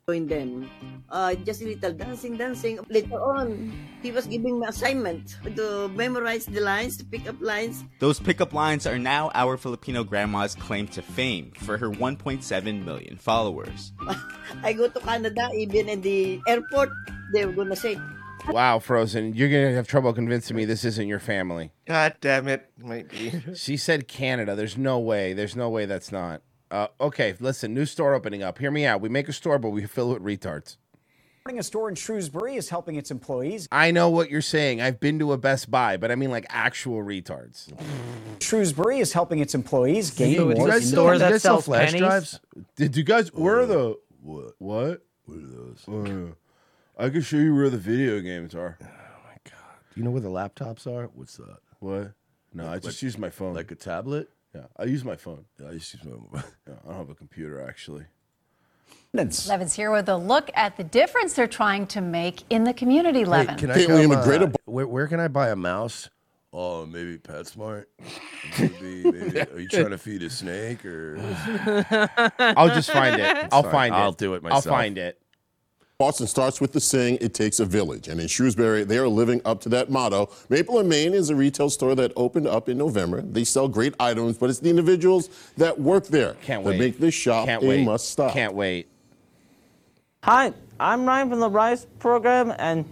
[SPEAKER 29] Join them. Uh, just a little dancing, dancing. Later on, he was giving me assignment to memorize the lines, to pick up lines.
[SPEAKER 31] Those pickup lines are now our Filipino grandma's claim to fame for her 1.7 million followers.
[SPEAKER 29] I go to Canada, even in the airport, they were gonna say,
[SPEAKER 3] Wow, Frozen, you're going to have trouble convincing me this isn't your family.
[SPEAKER 26] God damn it, might be.
[SPEAKER 3] She said Canada. There's no way. There's no way that's not. Uh, okay, listen, new store opening up. Hear me out. We make a store, but we fill it with retards.
[SPEAKER 14] Opening a store in Shrewsbury is helping its employees.
[SPEAKER 3] I know what you're saying. I've been to a Best Buy, but I mean like actual retards.
[SPEAKER 14] Shrewsbury is helping its employees gain
[SPEAKER 3] So
[SPEAKER 14] more.
[SPEAKER 3] it's a store You guys that sell sells flash pennies? drives? Did you guys? Where are the what? What, what are those? I can show you where the video games are.
[SPEAKER 4] Do Oh, you know where the laptops are? What's that?
[SPEAKER 3] What? No, I just use my phone.
[SPEAKER 4] Like a tablet?
[SPEAKER 3] Yeah, I use my phone.
[SPEAKER 4] I just use my.
[SPEAKER 3] Yeah, I don't have a computer actually.
[SPEAKER 18] Levin's here with a look at the difference they're trying to make in the community, Levin.
[SPEAKER 4] Hey, can I come, uh, where, where can I buy a mouse? Oh, maybe PetSmart. Maybe, maybe. Are you trying to feed a snake or?
[SPEAKER 3] I'll just find it. I'll
[SPEAKER 4] Sorry,
[SPEAKER 3] find it.
[SPEAKER 4] I'll do it myself.
[SPEAKER 3] I'll find it.
[SPEAKER 27] Boston starts with the saying, it takes a village. And in Shrewsbury, they are living up to that motto. Maple and Main is a retail store that opened up in November. They sell great items, but it's the individuals that work there
[SPEAKER 3] Can't
[SPEAKER 27] that
[SPEAKER 3] wait.
[SPEAKER 27] make this shop
[SPEAKER 3] Can't
[SPEAKER 27] a
[SPEAKER 3] wait.
[SPEAKER 27] must stop.
[SPEAKER 3] Can't wait.
[SPEAKER 38] Hi, I'm Ryan from the Rise program, and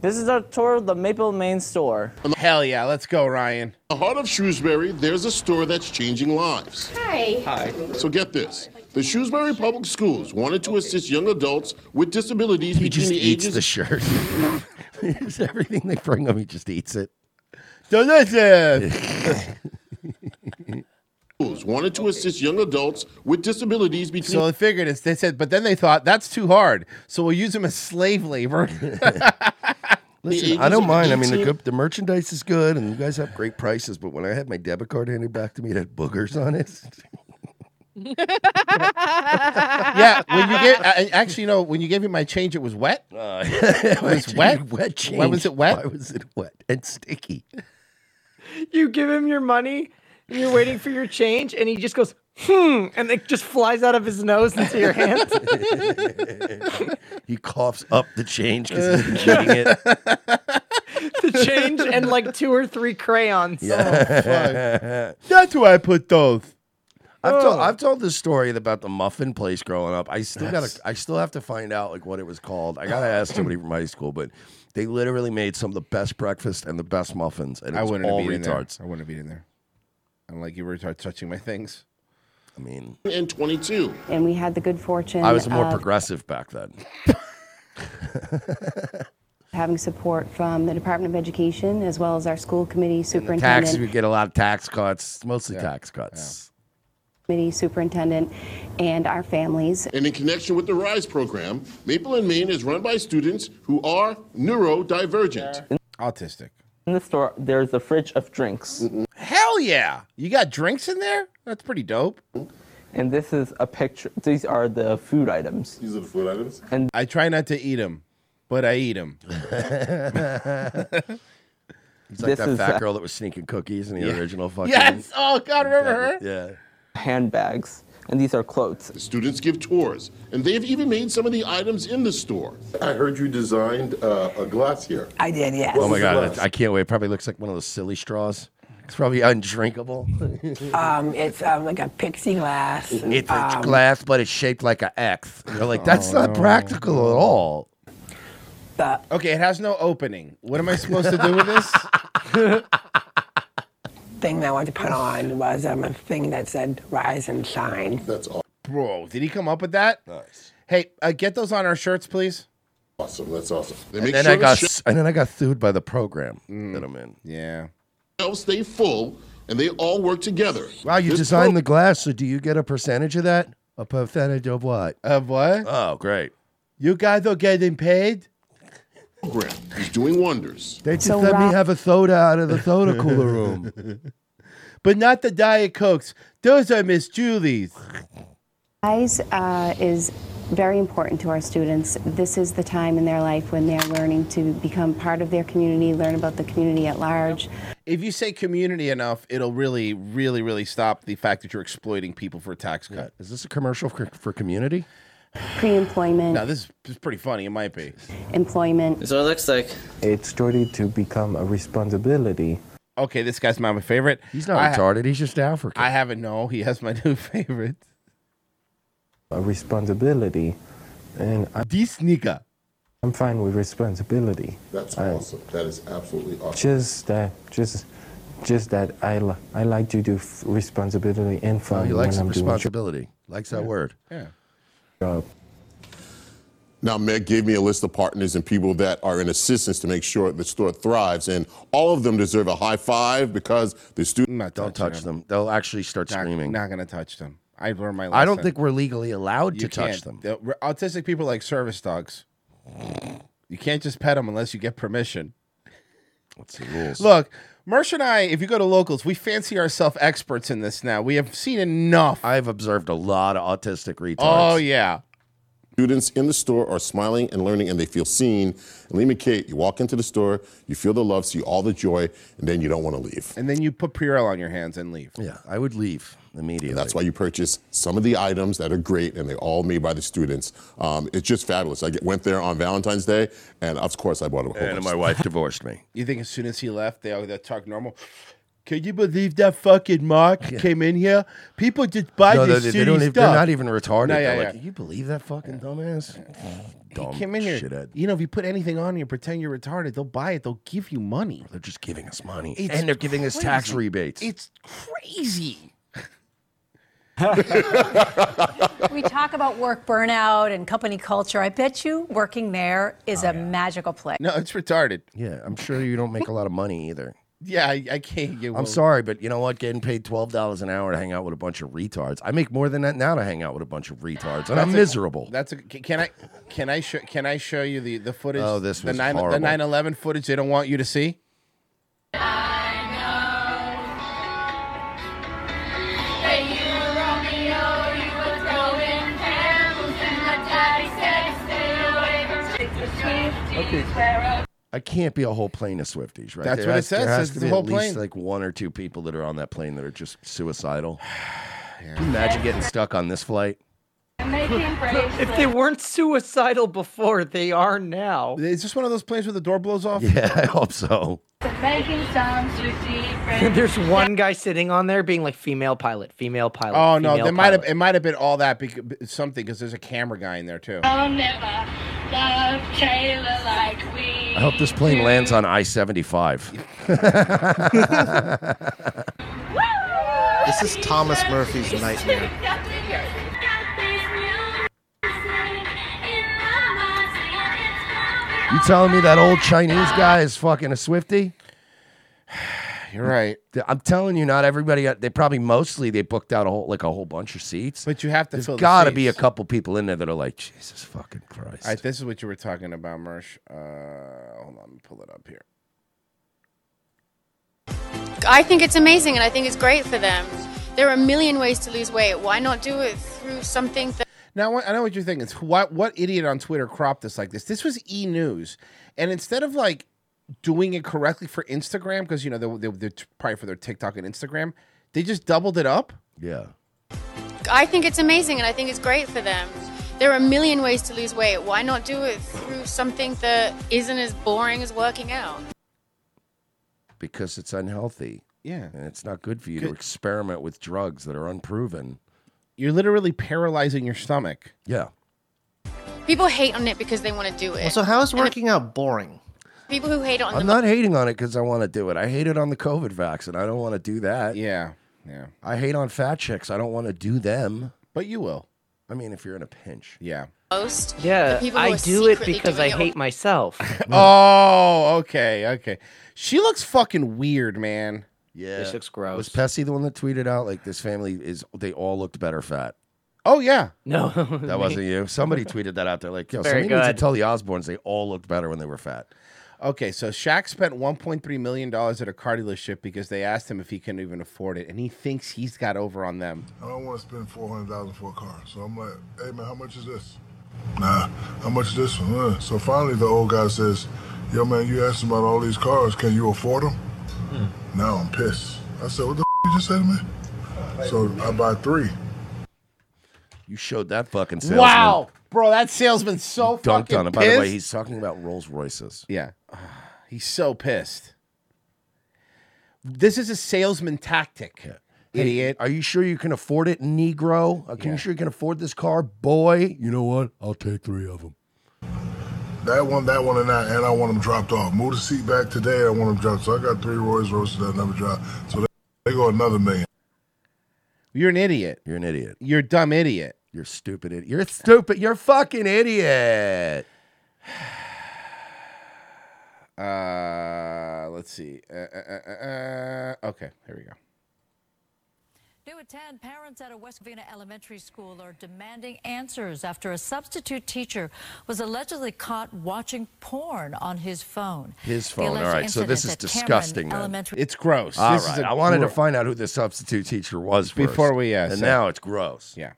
[SPEAKER 38] this is our tour of the Maple Main store.
[SPEAKER 3] Hell yeah, let's go, Ryan.
[SPEAKER 27] In the heart of Shrewsbury, there's a store that's changing lives.
[SPEAKER 28] Hi.
[SPEAKER 27] So get this. The Shrewsbury Public Schools wanted to assist young adults with disabilities
[SPEAKER 4] He
[SPEAKER 27] between
[SPEAKER 4] just
[SPEAKER 27] the
[SPEAKER 4] eats
[SPEAKER 27] ages
[SPEAKER 4] the shirt. It's everything they bring him, he just eats it.
[SPEAKER 3] Delicious.
[SPEAKER 27] schools wanted to assist young adults with disabilities between
[SPEAKER 3] So they figured it's they said, but then they thought that's too hard. So we'll use them as slave labor.
[SPEAKER 27] The
[SPEAKER 4] Listen, I don't
[SPEAKER 27] ages
[SPEAKER 4] mind. I mean, the,
[SPEAKER 27] 18
[SPEAKER 4] good, the merchandise is good, and you guys have great prices. But when I had my debit card handed back to me, it had boogers on it.
[SPEAKER 3] yeah, when you get I, I- actually, you know, when you gave me my change, it was wet. it was wet.
[SPEAKER 4] Uh, wet change.
[SPEAKER 3] Why was it wet?
[SPEAKER 4] Why was it wet and sticky?
[SPEAKER 7] You give him your money and you're waiting for your change and he just goes, hmm, and it just flies out of his nose into your hand.
[SPEAKER 4] he coughs up the change because he's been getting it.
[SPEAKER 7] the change and like two or three crayons.
[SPEAKER 4] Yeah.
[SPEAKER 3] That's why I put those.
[SPEAKER 4] I've
[SPEAKER 3] Oh.
[SPEAKER 4] told I've told this story about the muffin place growing up. I still got
[SPEAKER 3] That's-
[SPEAKER 4] I still have to find out like what it was called. I gotta ask somebody from high school, but they literally made some of the best breakfast and the best muffins, and it
[SPEAKER 3] I
[SPEAKER 4] was
[SPEAKER 3] wouldn't
[SPEAKER 4] all
[SPEAKER 3] have been
[SPEAKER 4] retards.
[SPEAKER 3] in there. I wouldn't have been in there. I'm like you retard touching my things.
[SPEAKER 4] I mean,
[SPEAKER 27] And 22.
[SPEAKER 39] And uh, we had the good fortune
[SPEAKER 4] I was more
[SPEAKER 39] of
[SPEAKER 4] progressive back then.
[SPEAKER 39] having support from the Department of Education as well as our school committee
[SPEAKER 4] Taxes,
[SPEAKER 39] superintendent,
[SPEAKER 4] we get a lot of tax cuts, mostly tax cuts.
[SPEAKER 39] committee superintendent, and our families.
[SPEAKER 27] And in connection with the RISE program, Maple and Maine is run by students who are neurodivergent.
[SPEAKER 3] Autistic.
[SPEAKER 1] In the store, there's a fridge of drinks.
[SPEAKER 3] Hell yeah! You got drinks in there? That's pretty dope.
[SPEAKER 1] And this is a picture. These are the food items.
[SPEAKER 27] These are the food items.
[SPEAKER 1] And
[SPEAKER 3] I try not to eat them, but I eat them.
[SPEAKER 4] It's like
[SPEAKER 1] This
[SPEAKER 4] that
[SPEAKER 1] is
[SPEAKER 4] fat
[SPEAKER 1] a-
[SPEAKER 4] girl that was sneaking cookies in the
[SPEAKER 1] Yeah.
[SPEAKER 4] original fucking.
[SPEAKER 27] Yes! Oh, God, remember her?
[SPEAKER 4] Yeah.
[SPEAKER 1] Handbags. And these are clothes.
[SPEAKER 27] Students give tours, and they've even made some of the items in the store. I heard you designed uh, a glass here.
[SPEAKER 30] I did, yes.
[SPEAKER 4] Oh my god, I I can't wait. It probably looks like one of those silly straws. It's probably undrinkable.
[SPEAKER 30] um, it's um, like a pixie glass.
[SPEAKER 4] It's
[SPEAKER 30] um,
[SPEAKER 4] glass, but it's shaped like an X. You're like, that's
[SPEAKER 3] Oh,
[SPEAKER 4] not
[SPEAKER 3] no.
[SPEAKER 4] practical at all.
[SPEAKER 3] Okay, it has no opening. What am I supposed to do with this?
[SPEAKER 30] Thing that I wanted to put on was um, a thing that said "Rise and Shine."
[SPEAKER 27] That's all.
[SPEAKER 3] Bro, did he come up with that?
[SPEAKER 4] Nice.
[SPEAKER 3] Hey, uh, get those on our shirts, please.
[SPEAKER 27] Awesome, that's awesome. They
[SPEAKER 4] And
[SPEAKER 27] make
[SPEAKER 4] then
[SPEAKER 27] sure
[SPEAKER 4] I got
[SPEAKER 27] the
[SPEAKER 4] s- and then I got sued by the program that I'm in.
[SPEAKER 3] Mm. Yeah.
[SPEAKER 27] shelves stay full, and they all work together.
[SPEAKER 4] Wow, you
[SPEAKER 27] This
[SPEAKER 4] designed the glass, so do you get a percentage of that? A percentage of what?
[SPEAKER 3] Of what?
[SPEAKER 4] Oh, great.
[SPEAKER 3] You guys are getting paid?
[SPEAKER 27] program is doing wonders.
[SPEAKER 4] They just
[SPEAKER 27] So
[SPEAKER 4] let
[SPEAKER 27] Rob-
[SPEAKER 4] me have a soda out of the soda cooler room.
[SPEAKER 3] but not the Diet Cokes. Those are Miss Julie's.
[SPEAKER 39] Rise uh, is very important to our students. This is the time in their life when they're learning to become part of their community, learn about the community at large.
[SPEAKER 3] If you say community enough, it'll really, really, really stop the fact that you're exploiting people for a tax cut.
[SPEAKER 4] Is this a commercial for, for community?
[SPEAKER 39] Pre-employment.
[SPEAKER 3] No, this is, this is pretty funny. It might be.
[SPEAKER 39] Employment.
[SPEAKER 40] So it looks like
[SPEAKER 16] It's started to become a responsibility.
[SPEAKER 3] Okay, this guy's not my favorite. He's
[SPEAKER 4] not retarded. He's just African.
[SPEAKER 3] I haven't. No, he has my new favorite.
[SPEAKER 16] A responsibility. And I,
[SPEAKER 3] this nigga.
[SPEAKER 16] I'm fine with responsibility.
[SPEAKER 27] That's
[SPEAKER 16] I-
[SPEAKER 27] awesome. That is absolutely awesome.
[SPEAKER 16] Just that, just, just that I, li- I like to do f- responsibility and fun.
[SPEAKER 4] Oh, he likes
[SPEAKER 16] um, when I'm
[SPEAKER 4] responsibility. Likes that word.
[SPEAKER 3] Yeah.
[SPEAKER 16] Doing
[SPEAKER 27] Now, Meg gave me a list of partners and people that are in assistance to make sure the store thrives, and all of them deserve a high five because the student.
[SPEAKER 4] Don't touch them. They'll actually start screaming.
[SPEAKER 3] Not gonna touch them. I learned my. Lesson.
[SPEAKER 4] I don't think we're legally allowed to
[SPEAKER 3] You
[SPEAKER 4] touch
[SPEAKER 3] can't.
[SPEAKER 4] them.
[SPEAKER 3] The- re- autistic people are like service dogs. You can't just pet them unless you get permission.
[SPEAKER 4] What's the rules?
[SPEAKER 3] Look, Mersh and I, if you go to locals, we fancy ourselves experts in this now. We have seen enough.
[SPEAKER 4] I've observed a lot of autistic retards.
[SPEAKER 3] Oh yeah.
[SPEAKER 27] Students in the store are smiling and learning, and they feel seen. And Lee McKay, you walk into the store, you feel the love, see all the joy, and then you don't want to leave.
[SPEAKER 3] And then you put Purell on your hands and leave.
[SPEAKER 4] Yeah, I would leave immediately.
[SPEAKER 27] that's why you purchase some of the items that are great, and they're all made by the students. Um, it's just fabulous. I get, went there on Valentine's Day, and of course, I bought a whole
[SPEAKER 4] And
[SPEAKER 27] bunch
[SPEAKER 4] my
[SPEAKER 27] of-
[SPEAKER 4] wife divorced me.
[SPEAKER 3] You think as soon as he left, they all they talk normal. Can you believe that fucking Mark came in here? People just buy
[SPEAKER 4] No,
[SPEAKER 3] this
[SPEAKER 4] they, they
[SPEAKER 3] shitty
[SPEAKER 4] don't even, they're
[SPEAKER 3] stuff.
[SPEAKER 4] not even retarded.
[SPEAKER 3] No, yeah,
[SPEAKER 4] They're
[SPEAKER 3] yeah.
[SPEAKER 4] like, you believe that fucking dumbass? Dumb
[SPEAKER 3] Came in here.
[SPEAKER 4] shithead.
[SPEAKER 3] You know, if you put anything on you, pretend you're retarded, they'll buy it. They'll give you money.
[SPEAKER 4] They're just giving us money.
[SPEAKER 3] It's
[SPEAKER 4] and they're giving us tax
[SPEAKER 3] crazy.
[SPEAKER 4] rebates.
[SPEAKER 3] It's crazy.
[SPEAKER 33] we talk about work burnout and company culture. I bet you working there is a magical place.
[SPEAKER 3] Oh, No, it's retarded.
[SPEAKER 4] Yeah, I'm sure you don't make a lot of money either.
[SPEAKER 3] Yeah, I, I can't get.
[SPEAKER 4] I'm sorry, but you know what? Getting paid twelve dollars an hour to hang out with a bunch of retards. I make more than that now to hang out with a bunch of retards, and I'm
[SPEAKER 3] That's a-
[SPEAKER 4] miserable.
[SPEAKER 3] That's a, c- can I can I show can I show you the the footage?
[SPEAKER 4] Oh, this
[SPEAKER 3] the
[SPEAKER 4] was
[SPEAKER 3] nine the
[SPEAKER 4] horrible.
[SPEAKER 3] nine eleven footage they don't want you to see.
[SPEAKER 4] I can't be a whole plane of Swifties, right?
[SPEAKER 3] That's
[SPEAKER 4] There
[SPEAKER 3] what it
[SPEAKER 4] has-
[SPEAKER 3] says.
[SPEAKER 4] There has
[SPEAKER 3] Says
[SPEAKER 4] to
[SPEAKER 3] the
[SPEAKER 4] be
[SPEAKER 3] whole
[SPEAKER 4] at least
[SPEAKER 3] plane.
[SPEAKER 4] like one or two people that are on that plane that are just suicidal. Can you imagine getting stuck on this flight?
[SPEAKER 7] if they weren't suicidal before, they are now.
[SPEAKER 3] Is this one of those planes where the door blows off?
[SPEAKER 4] Yeah, I hope so.
[SPEAKER 15] Making sounds receive
[SPEAKER 7] There's one guy sitting on there being like female pilot, female pilot.
[SPEAKER 3] Oh no,
[SPEAKER 7] female
[SPEAKER 3] there might have
[SPEAKER 7] pilot."
[SPEAKER 3] it might have been all that because something because there's a camera guy in there too.
[SPEAKER 15] I'll never love Taylor like we
[SPEAKER 4] I hope this plane lands on I 75.
[SPEAKER 41] This is Thomas Murphy's nightmare.
[SPEAKER 4] You telling me that old Chinese guy is fucking a Swifty?
[SPEAKER 3] You're right.
[SPEAKER 4] I'm telling you, not everybody. uh, They probably mostly they booked out a whole like a whole bunch of seats.
[SPEAKER 3] But you have to
[SPEAKER 4] There's
[SPEAKER 3] fill the
[SPEAKER 4] got to be a
[SPEAKER 3] seats.
[SPEAKER 4] couple people in there that are like, Jesus fucking Christ.
[SPEAKER 3] All right, this is what you were talking about, Mersh. Uh, hold on, let me pull it up here.
[SPEAKER 28] I think it's amazing and I think it's great for them. There are a million ways to lose weight. Why not do it through something that
[SPEAKER 3] Now what- I know what you're thinking. It's What what idiot on Twitter cropped this like this? This was E News, and instead of like doing it correctly for Instagram, because you know they, they, they're probably for their TikTok and Instagram, they just doubled it up.
[SPEAKER 4] Yeah.
[SPEAKER 28] I think it's amazing and I think it's great for them. There are a million ways to lose weight. Why not do it through something that isn't as boring as working out?
[SPEAKER 4] because it's unhealthy.
[SPEAKER 3] Yeah.
[SPEAKER 4] And it's not good for you to experiment with drugs that are unproven.
[SPEAKER 3] You're literally paralyzing your stomach.
[SPEAKER 4] Yeah.
[SPEAKER 28] People hate on it because they want to do it.
[SPEAKER 41] So how is working out boring?
[SPEAKER 28] People who hate on
[SPEAKER 4] I'm
[SPEAKER 28] the
[SPEAKER 4] not hating on it because I want to do it. I hate it on the COVID vaccine. I don't want to do that.
[SPEAKER 3] Yeah. Yeah.
[SPEAKER 4] I hate on fat chicks. I don't want to do them.
[SPEAKER 3] But you will.
[SPEAKER 4] I mean, if you're in a pinch.
[SPEAKER 3] Yeah.
[SPEAKER 28] most.
[SPEAKER 7] Yeah,
[SPEAKER 28] the people who
[SPEAKER 7] I
[SPEAKER 28] are
[SPEAKER 7] do it
[SPEAKER 28] secretly
[SPEAKER 7] because
[SPEAKER 28] doing
[SPEAKER 7] I
[SPEAKER 28] it.
[SPEAKER 7] hate myself.
[SPEAKER 3] Oh, okay, okay. She looks fucking weird, man.
[SPEAKER 4] Yeah.
[SPEAKER 7] This looks gross.
[SPEAKER 4] Was Pessy the one that tweeted out like this family is they all looked better fat?
[SPEAKER 3] Oh yeah.
[SPEAKER 7] No.
[SPEAKER 4] that wasn't you. Somebody tweeted that out there like, yo,
[SPEAKER 3] Very
[SPEAKER 4] somebody needs to
[SPEAKER 3] good.
[SPEAKER 4] tell the Osbournes they all looked better when they were fat.
[SPEAKER 3] Okay, so Shaq spent 1.3 million dollars at a car dealership because they asked him if he couldn't even afford it, and he thinks he's got over on them.
[SPEAKER 34] I don't want to spend four hundred thousand for a car, so I'm like, "Hey man, how much is this? Nah, how much is this one?" Uh, So finally, the old guy says, "Yo man, you asked about all these cars. Can you afford them?" Now I'm pissed. I said, "What the f- you just said to me?" So I buy three.
[SPEAKER 4] You showed that fucking salesman.
[SPEAKER 3] Wow, bro, that salesman's so
[SPEAKER 4] Dunked
[SPEAKER 3] fucking
[SPEAKER 4] on him.
[SPEAKER 3] pissed.
[SPEAKER 4] By the way, he's talking about Rolls Royces.
[SPEAKER 3] Yeah. He's so pissed. This is a salesman tactic. Idiot.
[SPEAKER 4] Are you sure you can afford it, Negro? Uh, can you sure you can afford this car, boy? You know what? I'll take three of them.
[SPEAKER 34] That one, that one, and that, and I want them dropped off. Move the seat back today. I want them dropped. So I got three Rolls Royces that I never dropped. So they, they go another million.
[SPEAKER 3] You're an idiot.
[SPEAKER 4] You're an idiot.
[SPEAKER 3] You're a dumb idiot.
[SPEAKER 4] You're stupid idiot. You're stupid. You're a fucking idiot.
[SPEAKER 3] Uh, let's see. Uh, uh, uh, uh, uh, okay, here we go.
[SPEAKER 18] New at 10, parents at a West Covina elementary school are demanding answers after a substitute teacher was allegedly caught watching porn on his phone.
[SPEAKER 4] His
[SPEAKER 18] The
[SPEAKER 4] phone. All
[SPEAKER 18] alleged
[SPEAKER 4] right. So this is
[SPEAKER 18] incident at Cameron
[SPEAKER 4] disgusting. Then.
[SPEAKER 18] Elementary-
[SPEAKER 3] It's gross.
[SPEAKER 4] All
[SPEAKER 3] This is
[SPEAKER 4] right.
[SPEAKER 3] a
[SPEAKER 4] I wanted to
[SPEAKER 3] gro-
[SPEAKER 4] find out who the substitute teacher was first.
[SPEAKER 3] Before we, uh,
[SPEAKER 4] and
[SPEAKER 3] say-
[SPEAKER 4] now it's gross.
[SPEAKER 3] Yeah.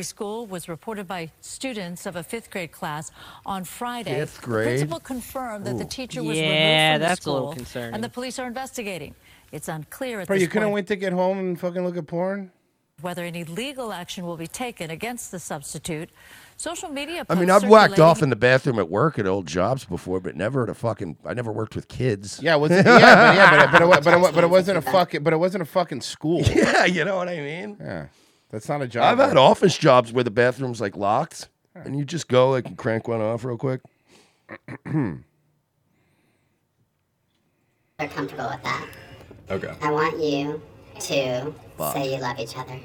[SPEAKER 18] School was reported by students of a fifth grade class on Friday.
[SPEAKER 4] Fifth
[SPEAKER 18] The
[SPEAKER 4] grade?
[SPEAKER 18] Principal confirmed that the
[SPEAKER 4] Ooh.
[SPEAKER 18] teacher was
[SPEAKER 3] Yeah,
[SPEAKER 18] removed from
[SPEAKER 3] that's a
[SPEAKER 18] the school,
[SPEAKER 3] little concerning.
[SPEAKER 18] and the police are investigating. It's unclear at
[SPEAKER 3] Bro,
[SPEAKER 18] this
[SPEAKER 3] you couldn't
[SPEAKER 18] point
[SPEAKER 3] wait to get home and fucking look at porn?
[SPEAKER 18] whether any legal action will be taken against the substitute. Social media.
[SPEAKER 4] I mean,
[SPEAKER 18] posts
[SPEAKER 4] I've whacked
[SPEAKER 18] circulating-
[SPEAKER 4] off in the bathroom at work at old jobs before, but never at a fucking. I never worked with kids.
[SPEAKER 3] Yeah, was it, yeah, but, yeah, but, but, it, wa- but, it, wa- but it wasn't a fucking, but it wasn't a fucking school.
[SPEAKER 4] Yeah, you know what I mean.
[SPEAKER 3] Yeah, that's not a job.
[SPEAKER 4] I've had
[SPEAKER 3] right?
[SPEAKER 4] office jobs where the bathroom's like locked, and you just go like and crank one off real quick.
[SPEAKER 37] You're comfortable with that.
[SPEAKER 4] okay.
[SPEAKER 37] I want you to
[SPEAKER 4] Fuck.
[SPEAKER 37] say you love each other.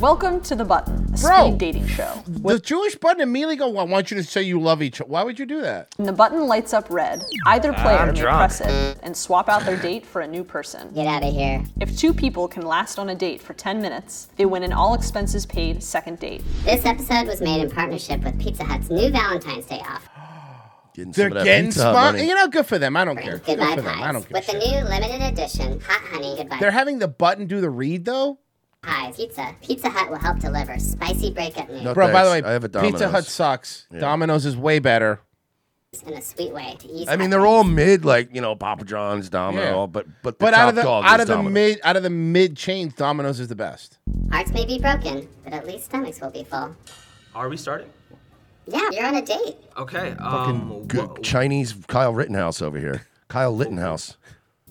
[SPEAKER 1] Welcome to the Button, a
[SPEAKER 3] Bro.
[SPEAKER 1] speed dating show.
[SPEAKER 3] The Jewish button immediately go. I want you to say you love each. other. Why would you do that?
[SPEAKER 1] When the button lights up red, either player
[SPEAKER 3] I'm
[SPEAKER 1] may
[SPEAKER 3] drunk.
[SPEAKER 1] press it and swap out their date for a new person. Get out of here. If two people can last on a date for 10 minutes, they win an all expenses paid second date.
[SPEAKER 37] This episode was made in partnership with Pizza Hut's new Valentine's Day offer.
[SPEAKER 4] Getting
[SPEAKER 3] They're
[SPEAKER 4] some of that
[SPEAKER 3] getting
[SPEAKER 4] pizza Hut
[SPEAKER 3] spot.
[SPEAKER 4] money.
[SPEAKER 3] You know, good for them. I don't care. Good
[SPEAKER 37] Goodbye
[SPEAKER 3] for them. I don't
[SPEAKER 37] pies.
[SPEAKER 3] care.
[SPEAKER 37] With the new limited edition hot honey goodbye
[SPEAKER 3] They're having the button do the read though.
[SPEAKER 37] pies pizza. Pizza Hut will help deliver spicy breakup news.
[SPEAKER 3] Bro, by the way,
[SPEAKER 4] I have a
[SPEAKER 3] Pizza
[SPEAKER 4] Domino's.
[SPEAKER 3] Hut sucks.
[SPEAKER 4] Yeah.
[SPEAKER 3] Domino's is way better.
[SPEAKER 37] in a sweet way to ease.
[SPEAKER 4] I mean, they're all mid, like you know, Papa John's, Domino,
[SPEAKER 3] Yeah.
[SPEAKER 4] but but the
[SPEAKER 3] But
[SPEAKER 4] top
[SPEAKER 3] out of the
[SPEAKER 4] dog
[SPEAKER 3] out
[SPEAKER 4] is
[SPEAKER 3] of the
[SPEAKER 4] Domino.
[SPEAKER 3] mid out of the mid chains, Domino's is the best.
[SPEAKER 37] Hearts may be broken, but at least stomachs will be full.
[SPEAKER 1] Are we starting?
[SPEAKER 37] Yeah, you're on a date.
[SPEAKER 1] Okay.
[SPEAKER 4] Fucking
[SPEAKER 1] Um,
[SPEAKER 4] good Chinese Kyle Rittenhouse over here. Kyle Littenhouse.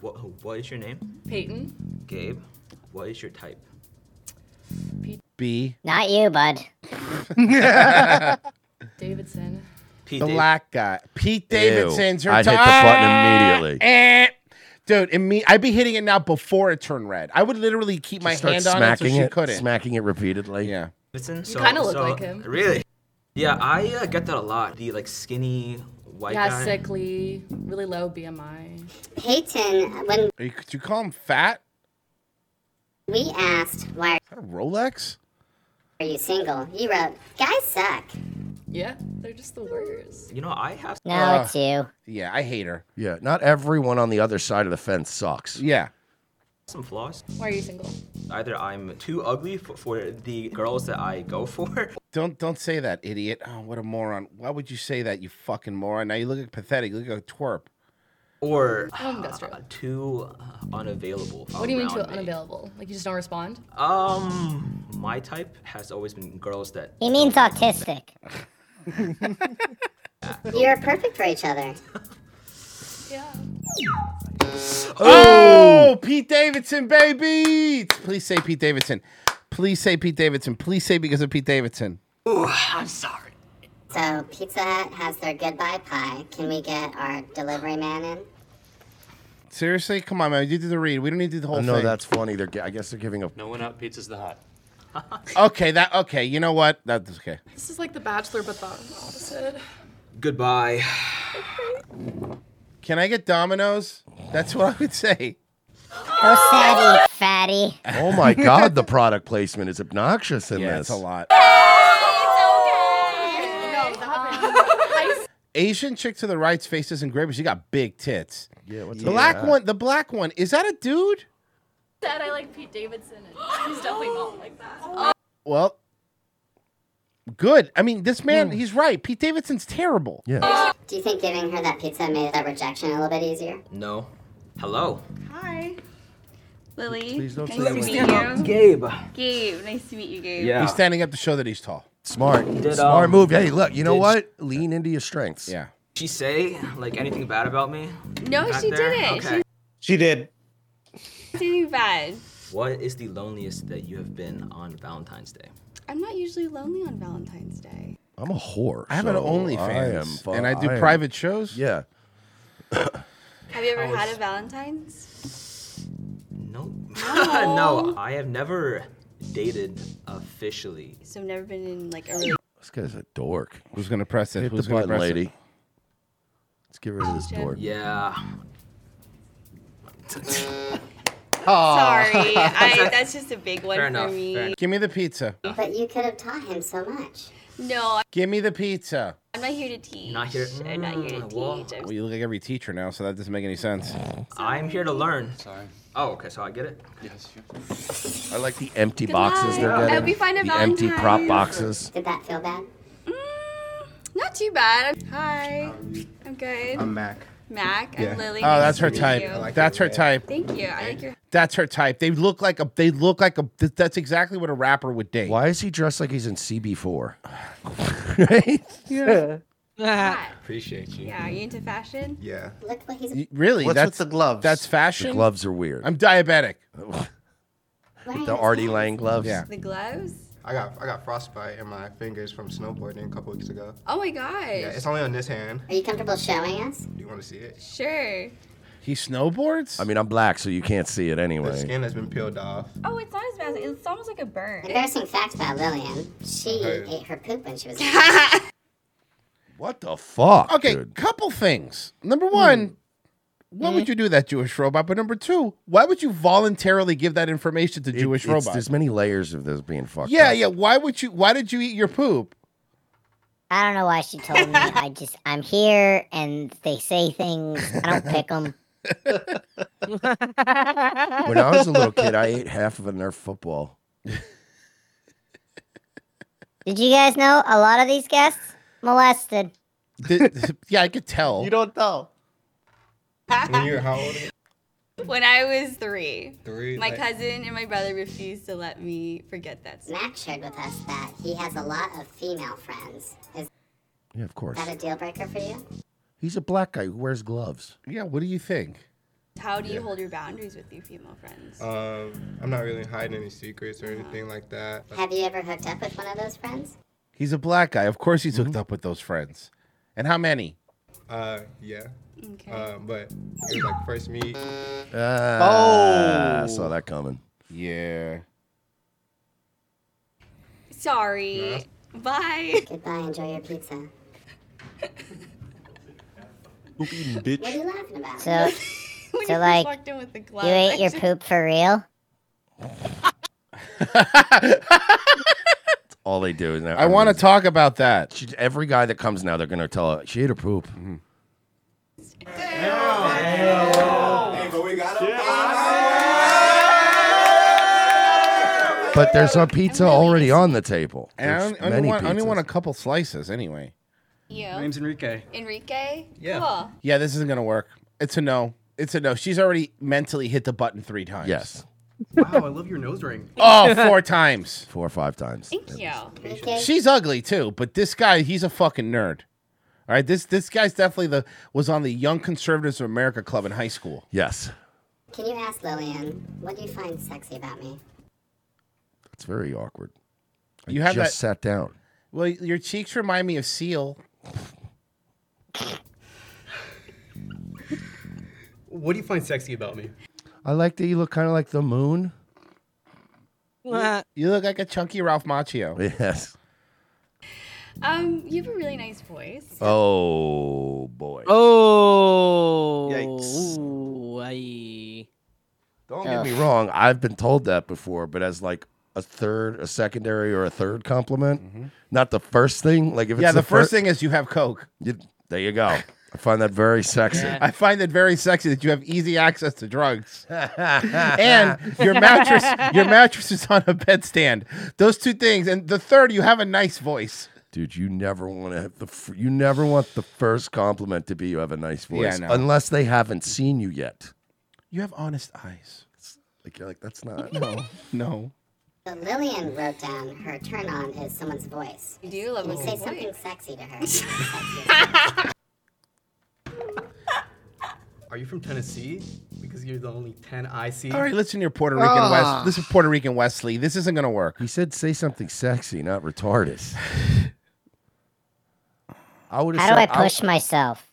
[SPEAKER 1] what, what is your name?
[SPEAKER 15] Peyton.
[SPEAKER 1] Gabe. What is your type?
[SPEAKER 3] B.
[SPEAKER 37] Not you, bud.
[SPEAKER 15] Davidson.
[SPEAKER 3] Pete
[SPEAKER 1] Dav-
[SPEAKER 3] black guy. Pete
[SPEAKER 4] Ew.
[SPEAKER 3] Davidson's her
[SPEAKER 4] I'd hit the
[SPEAKER 3] top-
[SPEAKER 4] button immediately.
[SPEAKER 3] Eh. Dude, and me, I'd be hitting it now before it turned red. I would literally keep my
[SPEAKER 4] Start
[SPEAKER 3] hand on it so
[SPEAKER 4] smacking
[SPEAKER 3] she
[SPEAKER 4] it,
[SPEAKER 3] couldn't.
[SPEAKER 4] smacking it repeatedly.
[SPEAKER 3] Yeah.
[SPEAKER 1] Davidson?
[SPEAKER 15] You kinda look like him.
[SPEAKER 1] Really? Yeah, I uh, get that a lot. The like skinny white
[SPEAKER 15] yeah,
[SPEAKER 1] guy.
[SPEAKER 15] sickly, really low BMI.
[SPEAKER 37] Peyton, when
[SPEAKER 3] Are you, could you call him fat?
[SPEAKER 37] we asked why
[SPEAKER 3] A Rolex?
[SPEAKER 37] are you single, you wrote, "Guys suck."
[SPEAKER 15] Yeah, they're just the worst.
[SPEAKER 1] You know, I have. uh,
[SPEAKER 37] No,
[SPEAKER 4] Ugh.
[SPEAKER 37] it's you.
[SPEAKER 3] Yeah, I hate her.
[SPEAKER 4] Yeah, not everyone on the other side of the fence sucks.
[SPEAKER 3] Yeah.
[SPEAKER 1] Some flaws.
[SPEAKER 15] Why are you single?
[SPEAKER 1] Either I'm too ugly for, for the girls that I go for.
[SPEAKER 3] Don't don't say that, idiot. Oh, what a moron. Why would you say that, you fucking moron? Now you look pathetic. You look like a twerp. Oh,
[SPEAKER 1] Or
[SPEAKER 15] Um, that's true.
[SPEAKER 1] uh, too uh, unavailable.
[SPEAKER 15] What do you mean
[SPEAKER 1] around
[SPEAKER 15] to
[SPEAKER 1] me.
[SPEAKER 15] unavailable? Like you just don't respond?
[SPEAKER 1] Um, my type has always been girls that
[SPEAKER 37] He means autistic. You're perfect for each other.
[SPEAKER 3] Oh, Pete Davidson, baby! Please say Pete Davidson. Please say Pete Davidson. Please say because of Pete Davidson.
[SPEAKER 37] Ooh, I'm sorry. So Pizza Hut has their goodbye pie. Can we get our delivery man in?
[SPEAKER 3] Seriously, come on, man. You do the read. We don't need to do the whole
[SPEAKER 4] I know
[SPEAKER 3] thing.
[SPEAKER 4] that's funny. They're, gi- I guess they're giving a.
[SPEAKER 1] No one out pizza's the hot.
[SPEAKER 3] okay. That okay. You know what? That's okay.
[SPEAKER 15] This is like the bachelor but the opposite.
[SPEAKER 1] Goodbye.
[SPEAKER 3] Can I get Domino's? That's what I would say.
[SPEAKER 37] Go sad, you fatty.
[SPEAKER 4] Oh my God, the product placement is obnoxious in
[SPEAKER 3] Yeah,
[SPEAKER 4] this.
[SPEAKER 3] it's a lot.
[SPEAKER 15] No, Um.
[SPEAKER 3] Asian chick to the right's face isn't great, but she got big tits.
[SPEAKER 4] Yeah, what's
[SPEAKER 3] the black
[SPEAKER 4] that?
[SPEAKER 3] one? The black one is that a dude?
[SPEAKER 15] said I like Pete Davidson, and he's definitely not like that.
[SPEAKER 1] Oh
[SPEAKER 3] Well, good. I mean, this man,
[SPEAKER 4] Hmm.
[SPEAKER 3] he's right. Pete Davidson's terrible.
[SPEAKER 4] Yeah.
[SPEAKER 37] Do you think giving her that pizza made that rejection a little bit easier?
[SPEAKER 1] No. Hello.
[SPEAKER 9] Hi. Lily.
[SPEAKER 4] Please don't
[SPEAKER 9] nice
[SPEAKER 4] say
[SPEAKER 9] to
[SPEAKER 4] Lily.
[SPEAKER 9] meet
[SPEAKER 4] Stand
[SPEAKER 9] you.
[SPEAKER 4] up, Gabe.
[SPEAKER 9] Gabe, nice to meet you, Gabe.
[SPEAKER 3] He's standing up to show that he's tall.
[SPEAKER 4] Smart.
[SPEAKER 1] Did,
[SPEAKER 4] Smart
[SPEAKER 1] um,
[SPEAKER 4] move. Hey, look, you know
[SPEAKER 1] did-
[SPEAKER 4] what? Lean into your strengths.
[SPEAKER 3] Yeah.
[SPEAKER 1] She say like anything bad about me?
[SPEAKER 9] No,
[SPEAKER 1] back
[SPEAKER 9] she
[SPEAKER 1] there?
[SPEAKER 9] didn't.
[SPEAKER 1] Okay.
[SPEAKER 32] She did.
[SPEAKER 9] She didn't do bad.
[SPEAKER 1] What is the loneliest that you have been on Valentine's Day?
[SPEAKER 9] I'm not usually lonely on Valentine's Day.
[SPEAKER 4] I'm a whore.
[SPEAKER 3] I have an
[SPEAKER 4] so
[SPEAKER 3] OnlyFans,
[SPEAKER 4] I am fu-
[SPEAKER 3] and I do
[SPEAKER 4] am-
[SPEAKER 3] private shows.
[SPEAKER 4] Yeah.
[SPEAKER 9] Have you ever
[SPEAKER 1] I was-
[SPEAKER 9] had a Valentine's?
[SPEAKER 1] No.
[SPEAKER 9] No.
[SPEAKER 1] no, I have never dated officially.
[SPEAKER 9] So I've never been in like a really
[SPEAKER 4] This guy's a dork.
[SPEAKER 3] Who's gonna press it?
[SPEAKER 4] Hit
[SPEAKER 3] Who's
[SPEAKER 4] the
[SPEAKER 3] gonna
[SPEAKER 4] button,
[SPEAKER 3] press it?
[SPEAKER 4] lady. Let's get rid of this dork.
[SPEAKER 1] Yeah.
[SPEAKER 9] Sorry, I, that's just a big one
[SPEAKER 1] Fair
[SPEAKER 9] for
[SPEAKER 1] enough, fair
[SPEAKER 9] me.
[SPEAKER 3] Give me the pizza.
[SPEAKER 37] But you could have taught him so much.
[SPEAKER 9] No,
[SPEAKER 3] Give me the pizza.
[SPEAKER 9] I'm not here to teach.
[SPEAKER 1] Not here.
[SPEAKER 9] I'm not here to
[SPEAKER 1] Mm, well,
[SPEAKER 9] teach. I'm
[SPEAKER 3] Well, you look like every teacher now, so that doesn't make any sense.
[SPEAKER 1] I'm here to learn. Sorry. Oh, okay. So I get it. Yes.
[SPEAKER 4] I like the empty
[SPEAKER 1] Good
[SPEAKER 4] boxes they're
[SPEAKER 1] night. I
[SPEAKER 4] getting.
[SPEAKER 1] hope you find a
[SPEAKER 4] the empty prop
[SPEAKER 9] Valentine's.
[SPEAKER 4] boxes.
[SPEAKER 37] Did that feel bad? Mm,
[SPEAKER 9] not too bad. Hi, I'm good.
[SPEAKER 3] I'm Mac.
[SPEAKER 9] Mac.
[SPEAKER 3] Yeah.
[SPEAKER 9] I'm Lily.
[SPEAKER 3] Oh, that's
[SPEAKER 9] Nice
[SPEAKER 3] her
[SPEAKER 9] to meet
[SPEAKER 3] type.
[SPEAKER 9] you.
[SPEAKER 3] I like That's her her red. type.
[SPEAKER 9] Thank you. I like your.
[SPEAKER 3] That's her type. They look like a. They look like a. th- that's exactly what a rapper would date.
[SPEAKER 4] Why is he dressed like he's in CB4?
[SPEAKER 3] Yeah.
[SPEAKER 1] Appreciate you.
[SPEAKER 9] Yeah, are you into fashion?
[SPEAKER 4] Yeah.
[SPEAKER 37] Look what he's.
[SPEAKER 3] Y- Really?
[SPEAKER 4] What's with
[SPEAKER 3] that's
[SPEAKER 4] the
[SPEAKER 3] gloves. That's fashion.
[SPEAKER 4] The gloves are weird.
[SPEAKER 3] I'm diabetic.
[SPEAKER 4] the Artie Lang gloves.
[SPEAKER 3] Yeah.
[SPEAKER 9] The gloves?
[SPEAKER 31] I got I got frostbite in my fingers from snowboarding a couple weeks ago.
[SPEAKER 9] Oh my gosh.
[SPEAKER 31] Yeah, it's only on this hand.
[SPEAKER 37] Are you comfortable showing us?
[SPEAKER 31] Do you want to see it?
[SPEAKER 9] Sure.
[SPEAKER 3] He snowboards?
[SPEAKER 4] I mean, I'm black, so you can't see it
[SPEAKER 31] The
[SPEAKER 4] anyway.
[SPEAKER 31] skin has been peeled off.
[SPEAKER 9] Oh, it's not as bad. as- It's almost like a burn.
[SPEAKER 37] Embarrassing fact about Lillian: she
[SPEAKER 31] Hey.
[SPEAKER 37] ate her poop when she was.
[SPEAKER 4] What the fuck?
[SPEAKER 3] Okay, couple things. Number one, why would you do that, Jewish robot? But number two, why would you voluntarily give that information to Jewish
[SPEAKER 4] It's-
[SPEAKER 3] robots?
[SPEAKER 4] There's many layers of this being fucked.
[SPEAKER 3] yeah,
[SPEAKER 4] up.
[SPEAKER 3] yeah. Why would you? Why did you eat your poop?
[SPEAKER 37] I don't know why she told me. I just I'm here, and they say things. I don't pick them.
[SPEAKER 4] When I was a little kid, I ate half of a Nerf football.
[SPEAKER 37] Did you guys know a lot of these guests molested?
[SPEAKER 3] yeah, I could tell. You
[SPEAKER 26] don't know.
[SPEAKER 25] When you're how old?
[SPEAKER 17] When I was three,
[SPEAKER 25] Three,
[SPEAKER 17] my
[SPEAKER 25] like-
[SPEAKER 17] cousin and my brother refused to let me forget that.
[SPEAKER 37] Matt shared with us that he has a lot of female friends. Is
[SPEAKER 4] Yeah, of course.
[SPEAKER 37] that a deal breaker for you?
[SPEAKER 4] He's a black guy who wears gloves.
[SPEAKER 3] Yeah, what do you think?
[SPEAKER 17] How do you hold your boundaries with your female friends?
[SPEAKER 25] Um, I'm not really hiding any secrets or anything like that.
[SPEAKER 37] Have you ever hooked up with one of those friends?
[SPEAKER 3] He's a black guy. Of course, he's
[SPEAKER 4] Mm-hmm.
[SPEAKER 3] hooked up with those friends. And how many?
[SPEAKER 25] Uh, yeah. Okay. Uh, but it was like first meet.
[SPEAKER 4] Uh, Ah, I saw that coming.
[SPEAKER 3] Yeah.
[SPEAKER 17] Sorry. Bye.
[SPEAKER 37] Goodbye. Enjoy your pizza. What are you laughing about?
[SPEAKER 19] So,
[SPEAKER 17] When
[SPEAKER 19] so
[SPEAKER 17] you first
[SPEAKER 19] like,
[SPEAKER 17] walked in with the
[SPEAKER 19] you ate your
[SPEAKER 17] glove.
[SPEAKER 19] poop for real?
[SPEAKER 4] All they do is now.
[SPEAKER 3] I want to talk about that. Mm-hmm.
[SPEAKER 4] every guy that comes now, they're gonna tell her she ate her poop.
[SPEAKER 1] Oh.
[SPEAKER 4] But there's a pizza already on the table.
[SPEAKER 3] And I
[SPEAKER 4] There's
[SPEAKER 3] only, only
[SPEAKER 4] many
[SPEAKER 3] want, only
[SPEAKER 4] pizzas.
[SPEAKER 3] want a couple slices anyway.
[SPEAKER 17] You.
[SPEAKER 3] My name's Enrique.
[SPEAKER 17] Enrique?
[SPEAKER 3] Yeah.
[SPEAKER 17] Cool.
[SPEAKER 3] Yeah, this isn't going to work. It's a no. It's a no. She's already mentally hit the button three times.
[SPEAKER 4] Yes.
[SPEAKER 24] Wow, I love your nose ring.
[SPEAKER 3] Oh, four times.
[SPEAKER 4] Four or five times.
[SPEAKER 17] Thank you.
[SPEAKER 3] She's ugly too, but this guy, he's a fucking nerd. All right, this this guy's definitely the was on the Young Conservatives of America club in high school.
[SPEAKER 4] Yes,
[SPEAKER 37] Can you ask Lillian, what do you find sexy about me?
[SPEAKER 4] it's very awkward. I
[SPEAKER 3] You have
[SPEAKER 4] just
[SPEAKER 3] that-
[SPEAKER 4] sat down.
[SPEAKER 3] Well, your cheeks remind me of Seal.
[SPEAKER 24] What do you find sexy about me?
[SPEAKER 4] I like that you look kind of like the moon.
[SPEAKER 3] You, you look like a chunky Ralph Macchio.
[SPEAKER 4] Yes.
[SPEAKER 17] Um, you have a really nice voice.
[SPEAKER 4] Oh boy.
[SPEAKER 31] Oh. Yikes. I...
[SPEAKER 4] Don't get me wrong. I've been told that before, but as like a third, a secondary, or a third compliment, not the first thing. Like if
[SPEAKER 3] Mm-hmm. Yeah,
[SPEAKER 4] it's
[SPEAKER 3] the first
[SPEAKER 4] fir-
[SPEAKER 3] thing is you have coke.
[SPEAKER 4] You, there you go. I find that very sexy.
[SPEAKER 3] I find it very sexy that you have easy access to drugs, and your mattress your mattress is on a bedstand. Those two things, and the third, you have a nice voice.
[SPEAKER 4] Dude, you never want to have the fir- you never want the first compliment to be you have a nice
[SPEAKER 3] Yeah, I
[SPEAKER 4] voice
[SPEAKER 3] know.
[SPEAKER 4] unless they haven't seen you yet.
[SPEAKER 3] You have honest eyes.
[SPEAKER 4] Like you're like that's not
[SPEAKER 3] no no.
[SPEAKER 37] So Lillian wrote down her turn on is someone's voice.
[SPEAKER 17] You do love
[SPEAKER 37] you
[SPEAKER 17] a
[SPEAKER 37] say
[SPEAKER 17] voice.
[SPEAKER 37] something sexy to her.
[SPEAKER 24] Are you from Tennessee? Because you're the only 10 I see.
[SPEAKER 3] All right, listen, you're Puerto Rican
[SPEAKER 24] Ah.
[SPEAKER 3] West. This is Puerto Rican Wesley. This isn't gonna work.
[SPEAKER 4] He said, "Say something sexy, not retarded." I would.
[SPEAKER 19] How do I push myself?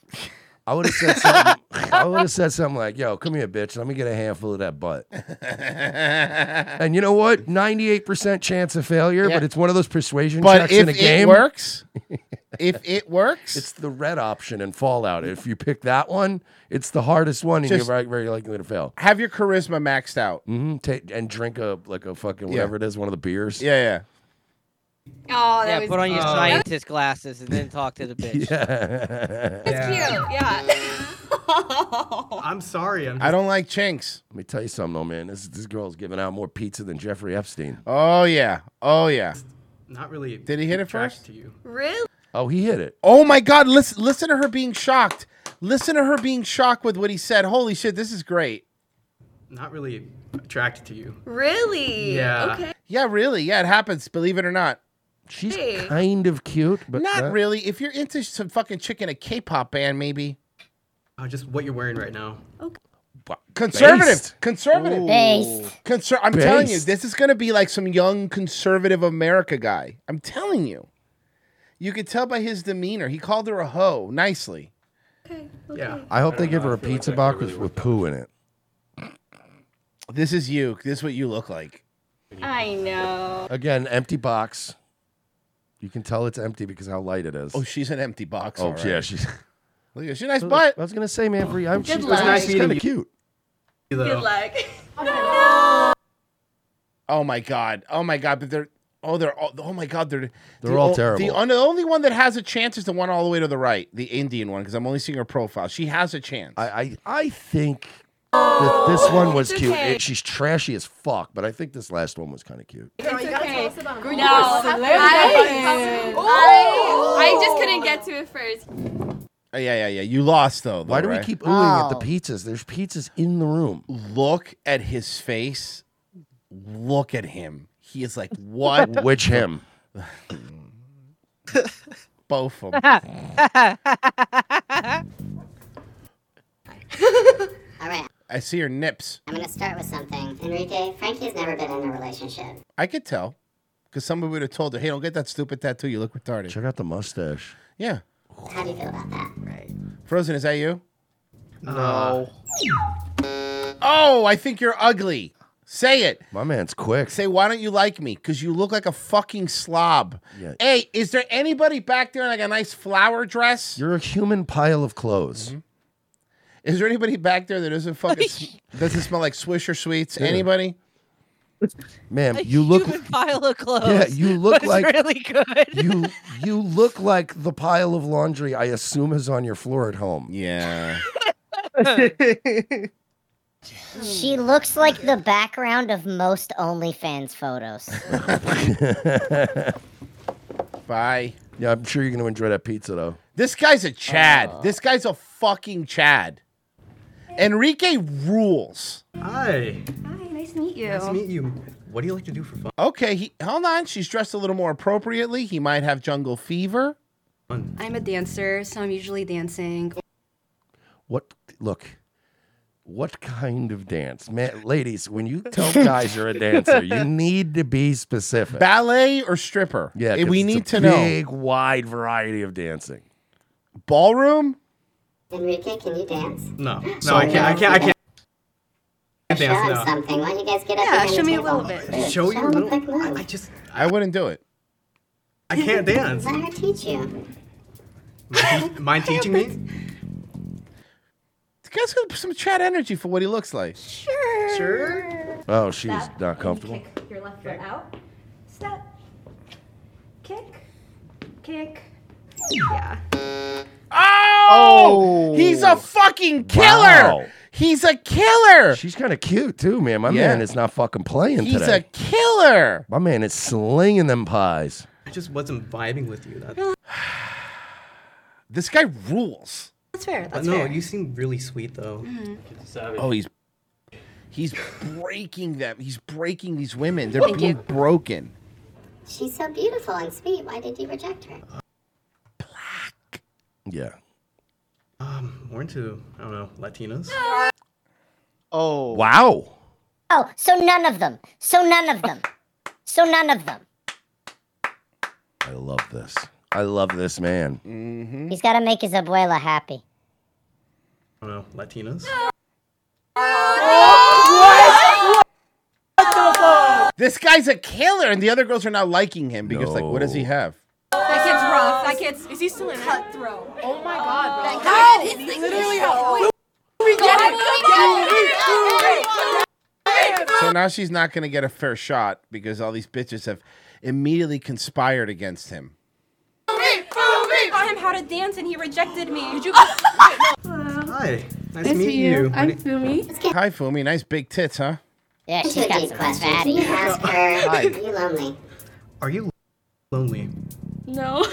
[SPEAKER 4] I would have said something. I would have said something like, "Yo, come here, bitch. Let me get a handful of that butt." and you know what? Ninety-eight percent chance of failure, but it's one of those persuasion
[SPEAKER 3] But
[SPEAKER 4] checks
[SPEAKER 3] if
[SPEAKER 4] in a
[SPEAKER 3] it
[SPEAKER 4] game.
[SPEAKER 3] works, if it works,
[SPEAKER 4] it's the red option in Fallout. If you pick that one, it's the hardest one, and
[SPEAKER 3] Just-
[SPEAKER 4] you're very, very likely to fail.
[SPEAKER 3] Have your charisma maxed out.
[SPEAKER 4] Mm-hmm. and drink a like a fucking
[SPEAKER 3] Yeah.
[SPEAKER 4] whatever it is, one of the beers.
[SPEAKER 3] Yeah, yeah.
[SPEAKER 17] Oh, that
[SPEAKER 31] yeah,
[SPEAKER 17] was
[SPEAKER 31] put on your
[SPEAKER 17] cute.
[SPEAKER 31] scientist glasses and then talk to the bitch.
[SPEAKER 4] Yeah.
[SPEAKER 17] That's cute. Yeah.
[SPEAKER 24] I'm sorry. I'm
[SPEAKER 4] I
[SPEAKER 3] don't like chinks.
[SPEAKER 4] Let me tell you something, though, man. This this girl's giving out more pizza than Jeffrey Epstein.
[SPEAKER 3] Oh yeah. Oh yeah.
[SPEAKER 24] not really.
[SPEAKER 3] Did he hit it first?
[SPEAKER 17] Really?
[SPEAKER 4] Oh, he hit it.
[SPEAKER 3] Oh my God! Listen, listen to her being shocked. Listen to her being shocked with what he said. Holy shit! This is great.
[SPEAKER 24] Not really attracted to you.
[SPEAKER 17] Really?
[SPEAKER 24] Yeah.
[SPEAKER 17] Okay.
[SPEAKER 3] Yeah, really. Yeah, it happens. Believe it or not.
[SPEAKER 4] She's
[SPEAKER 17] Hey.
[SPEAKER 4] kind of cute, but
[SPEAKER 3] not
[SPEAKER 4] not-
[SPEAKER 3] really. If you're into some fucking chick in a K-pop band, maybe.
[SPEAKER 24] Uh, just what you're wearing right now.
[SPEAKER 3] Conservative,
[SPEAKER 24] Based.
[SPEAKER 3] conservative,
[SPEAKER 24] Ooh. Based.
[SPEAKER 3] Conser- I'm telling you,
[SPEAKER 24] Based.
[SPEAKER 3] this is going to be like some young conservative America guy. I'm telling you, you could tell by his demeanor. He called her a hoe nicely.
[SPEAKER 24] Yeah.
[SPEAKER 4] I hope they give her a pizza box with, with poo in it.
[SPEAKER 3] This is you. This is what you look like.
[SPEAKER 17] I know.
[SPEAKER 4] Again, empty box. You can tell it's empty because how light it is.
[SPEAKER 3] Oh, she's an empty box.
[SPEAKER 4] Oh,
[SPEAKER 3] all right.
[SPEAKER 4] yeah, she's.
[SPEAKER 3] Look at she's a nice butt.
[SPEAKER 4] I was gonna say, man, for you, I'm,
[SPEAKER 3] Good
[SPEAKER 4] she's,
[SPEAKER 3] luck.
[SPEAKER 4] nice she's
[SPEAKER 3] Good
[SPEAKER 4] kind
[SPEAKER 3] luck.
[SPEAKER 4] of cute.
[SPEAKER 9] uh,
[SPEAKER 17] Good luck.
[SPEAKER 3] Oh my god. Oh my god. But they're oh they're all oh my god they're
[SPEAKER 4] They're
[SPEAKER 3] the
[SPEAKER 4] all
[SPEAKER 3] o- The,
[SPEAKER 4] terrible.
[SPEAKER 3] on- the only one that has a chance is the one all the way to the right, the Indian one, because I'm only seeing her profile. She has a chance.
[SPEAKER 4] I I, I think that this one was
[SPEAKER 17] it's
[SPEAKER 4] cute.
[SPEAKER 17] okay.
[SPEAKER 4] It- she's trashy as fuck, but I think this last one was kind of cute.
[SPEAKER 17] It's okay.
[SPEAKER 1] Green
[SPEAKER 17] No,
[SPEAKER 1] Horse
[SPEAKER 17] I,
[SPEAKER 1] Celebrity.
[SPEAKER 17] I, I just couldn't get to it first.
[SPEAKER 3] Oh, yeah, yeah, yeah. You lost though.
[SPEAKER 4] Why do
[SPEAKER 3] though,
[SPEAKER 4] we
[SPEAKER 3] right?
[SPEAKER 4] keep oohing at the pizzas? There's pizzas in the room.
[SPEAKER 3] Look at his face. Look at him. He is like, what?
[SPEAKER 4] Which him?
[SPEAKER 3] Both of them.
[SPEAKER 37] All right,
[SPEAKER 3] I see her nips.
[SPEAKER 37] I'm gonna start with something. Enrique, Frankie's never been in a relationship.
[SPEAKER 3] I could tell. Because somebody would have told her, hey, don't get that stupid tattoo. You look retarded.
[SPEAKER 4] Check out the mustache.
[SPEAKER 3] Yeah.
[SPEAKER 37] How do you feel about that?
[SPEAKER 3] Frozen, is that you? No. Oh, I think you're ugly. Say it.
[SPEAKER 4] My man's quick.
[SPEAKER 3] Say, why don't you like me? Because you look like a fucking slob.
[SPEAKER 4] Yeah.
[SPEAKER 3] Hey, is there anybody back there in like a nice flower dress?
[SPEAKER 4] You're a human pile of clothes.
[SPEAKER 3] Mm-hmm. Is there anybody back there that doesn't fucking sm- doesn't smell like Swisher sweets?
[SPEAKER 4] Yeah.
[SPEAKER 3] Anybody?
[SPEAKER 4] Ma'am, you look
[SPEAKER 31] pile of clothes.
[SPEAKER 4] Yeah, you look
[SPEAKER 31] Oh, was
[SPEAKER 4] like-
[SPEAKER 31] really good.
[SPEAKER 4] you you look like the pile of laundry I assume is on your floor at home.
[SPEAKER 3] Yeah.
[SPEAKER 19] She looks like the background of most OnlyFans photos.
[SPEAKER 3] Bye.
[SPEAKER 4] Yeah, I'm sure you're gonna enjoy that pizza though.
[SPEAKER 3] This guy's a Chad.
[SPEAKER 4] Uh.
[SPEAKER 3] This guy's a fucking Chad. Enrique rules.
[SPEAKER 24] Hi.
[SPEAKER 17] Hi, nice to meet you.
[SPEAKER 24] Nice to meet you. What do you like to do for fun?
[SPEAKER 3] Okay, he, hold on. She's dressed a little more appropriately. He might have jungle fever.
[SPEAKER 17] I'm a dancer, so I'm usually dancing.
[SPEAKER 4] What look? What kind of dance, man? Ladies, when you tell guys you're a dancer, you need to be specific.
[SPEAKER 3] Ballet or stripper?
[SPEAKER 4] yeah,
[SPEAKER 3] Eh,
[SPEAKER 4] 'cause
[SPEAKER 3] we
[SPEAKER 4] it's a
[SPEAKER 3] need to
[SPEAKER 4] big,
[SPEAKER 3] know.
[SPEAKER 4] wide variety of dancing.
[SPEAKER 3] Ballroom?
[SPEAKER 37] Enrique, can you dance?
[SPEAKER 24] No. No,
[SPEAKER 37] So-
[SPEAKER 24] I can't. I can't. I can't. I
[SPEAKER 37] Show him
[SPEAKER 24] can't dance
[SPEAKER 37] something. Why don't you guys get up?
[SPEAKER 17] Yeah,
[SPEAKER 37] behind the
[SPEAKER 17] show me a
[SPEAKER 37] table?
[SPEAKER 17] little bit.
[SPEAKER 37] Yeah,
[SPEAKER 24] Show you a
[SPEAKER 37] him
[SPEAKER 24] little-
[SPEAKER 37] quick move. I
[SPEAKER 24] just.
[SPEAKER 3] I wouldn't do it.
[SPEAKER 24] I can't dance.
[SPEAKER 37] Let her teach you.
[SPEAKER 24] now. Mind- Mind teaching me?
[SPEAKER 3] The guy's got some Chad energy for what he looks like.
[SPEAKER 17] Sure.
[SPEAKER 4] Sure. Oh, she's not comfortable.
[SPEAKER 17] Kick your left foot out. Step. Kick. Kick. Yeah.
[SPEAKER 3] Oh, he's a fucking killer.
[SPEAKER 4] Wow.
[SPEAKER 3] He's a killer.
[SPEAKER 4] She's kind of cute too, man. My
[SPEAKER 3] Yeah.
[SPEAKER 4] man is not fucking playing
[SPEAKER 3] He's
[SPEAKER 4] today.
[SPEAKER 3] a killer.
[SPEAKER 4] My man is slinging them pies.
[SPEAKER 24] I just wasn't vibing with you. That.
[SPEAKER 3] This guy rules.
[SPEAKER 17] That's fair.
[SPEAKER 24] But
[SPEAKER 17] That's
[SPEAKER 24] no,
[SPEAKER 17] fair.
[SPEAKER 24] you seem really sweet though.
[SPEAKER 1] Mm-hmm.
[SPEAKER 3] Oh, he's he's breaking them. He's breaking these women. They're being broken.
[SPEAKER 37] She's so beautiful and sweet. Why did you reject her?
[SPEAKER 4] Yeah.
[SPEAKER 24] Um, more into I don't know Latinas.
[SPEAKER 7] Oh.
[SPEAKER 4] Wow.
[SPEAKER 19] Oh, so none of them. So none of them. So none of them.
[SPEAKER 4] I love this. I love this man.
[SPEAKER 3] Mm.
[SPEAKER 19] He's got to make his abuela happy.
[SPEAKER 24] I don't know Latinas.
[SPEAKER 3] This guy's a killer, and the other girls are now liking him because, like, what does he have?
[SPEAKER 1] That kid's rough. That kid's
[SPEAKER 17] Is he still in it?
[SPEAKER 1] cutthroat. Oh my god. That
[SPEAKER 17] kid
[SPEAKER 1] is literally how.
[SPEAKER 3] So now she's not going to get a fair shot because all these bitches have immediately conspired against him.
[SPEAKER 1] Taught him how to dance and he rejected me. Could you? Wait, no.
[SPEAKER 24] Hi. Nice, to meet, you. What do-
[SPEAKER 37] Fumi.
[SPEAKER 3] Hi, Fumi. Nice big tits, huh?
[SPEAKER 19] Yeah,
[SPEAKER 37] These
[SPEAKER 19] she's
[SPEAKER 37] are
[SPEAKER 19] got
[SPEAKER 37] deep
[SPEAKER 19] some
[SPEAKER 37] questions.
[SPEAKER 19] fatty.
[SPEAKER 37] You ask her,
[SPEAKER 3] Hi.
[SPEAKER 37] are you lonely?
[SPEAKER 24] Are you lonely?
[SPEAKER 17] No.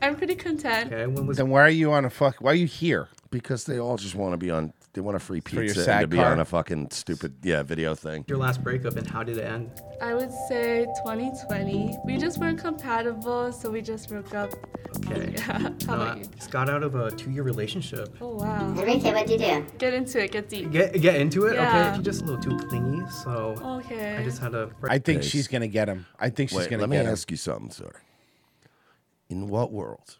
[SPEAKER 17] I'm pretty content.
[SPEAKER 24] Okay. When was
[SPEAKER 3] Then why are you on a fuck? Why are you here?
[SPEAKER 4] Because they all just want to be on. They want a free
[SPEAKER 3] your
[SPEAKER 4] pizza and
[SPEAKER 3] sad
[SPEAKER 4] to be
[SPEAKER 3] car?
[SPEAKER 4] on a fucking stupid yeah video thing.
[SPEAKER 24] your last breakup and how did it end?
[SPEAKER 17] I would say 2020. We just weren't compatible, so we just broke up.
[SPEAKER 24] Okay.
[SPEAKER 17] How
[SPEAKER 24] No,
[SPEAKER 17] about
[SPEAKER 24] I
[SPEAKER 17] you?
[SPEAKER 24] just got out of a two-year relationship.
[SPEAKER 17] Oh wow.
[SPEAKER 37] Enrique, what'd you do?
[SPEAKER 17] Get into it. Get deep.
[SPEAKER 24] Get get into it.
[SPEAKER 17] Yeah.
[SPEAKER 24] Okay. She's just a little too clingy, so
[SPEAKER 17] Okay.
[SPEAKER 24] I just had to. break
[SPEAKER 3] I think
[SPEAKER 24] this.
[SPEAKER 3] she's going to get him. I think she's
[SPEAKER 4] Wait,
[SPEAKER 3] going to
[SPEAKER 4] let me
[SPEAKER 3] get him.
[SPEAKER 4] ask you something, sir. In what world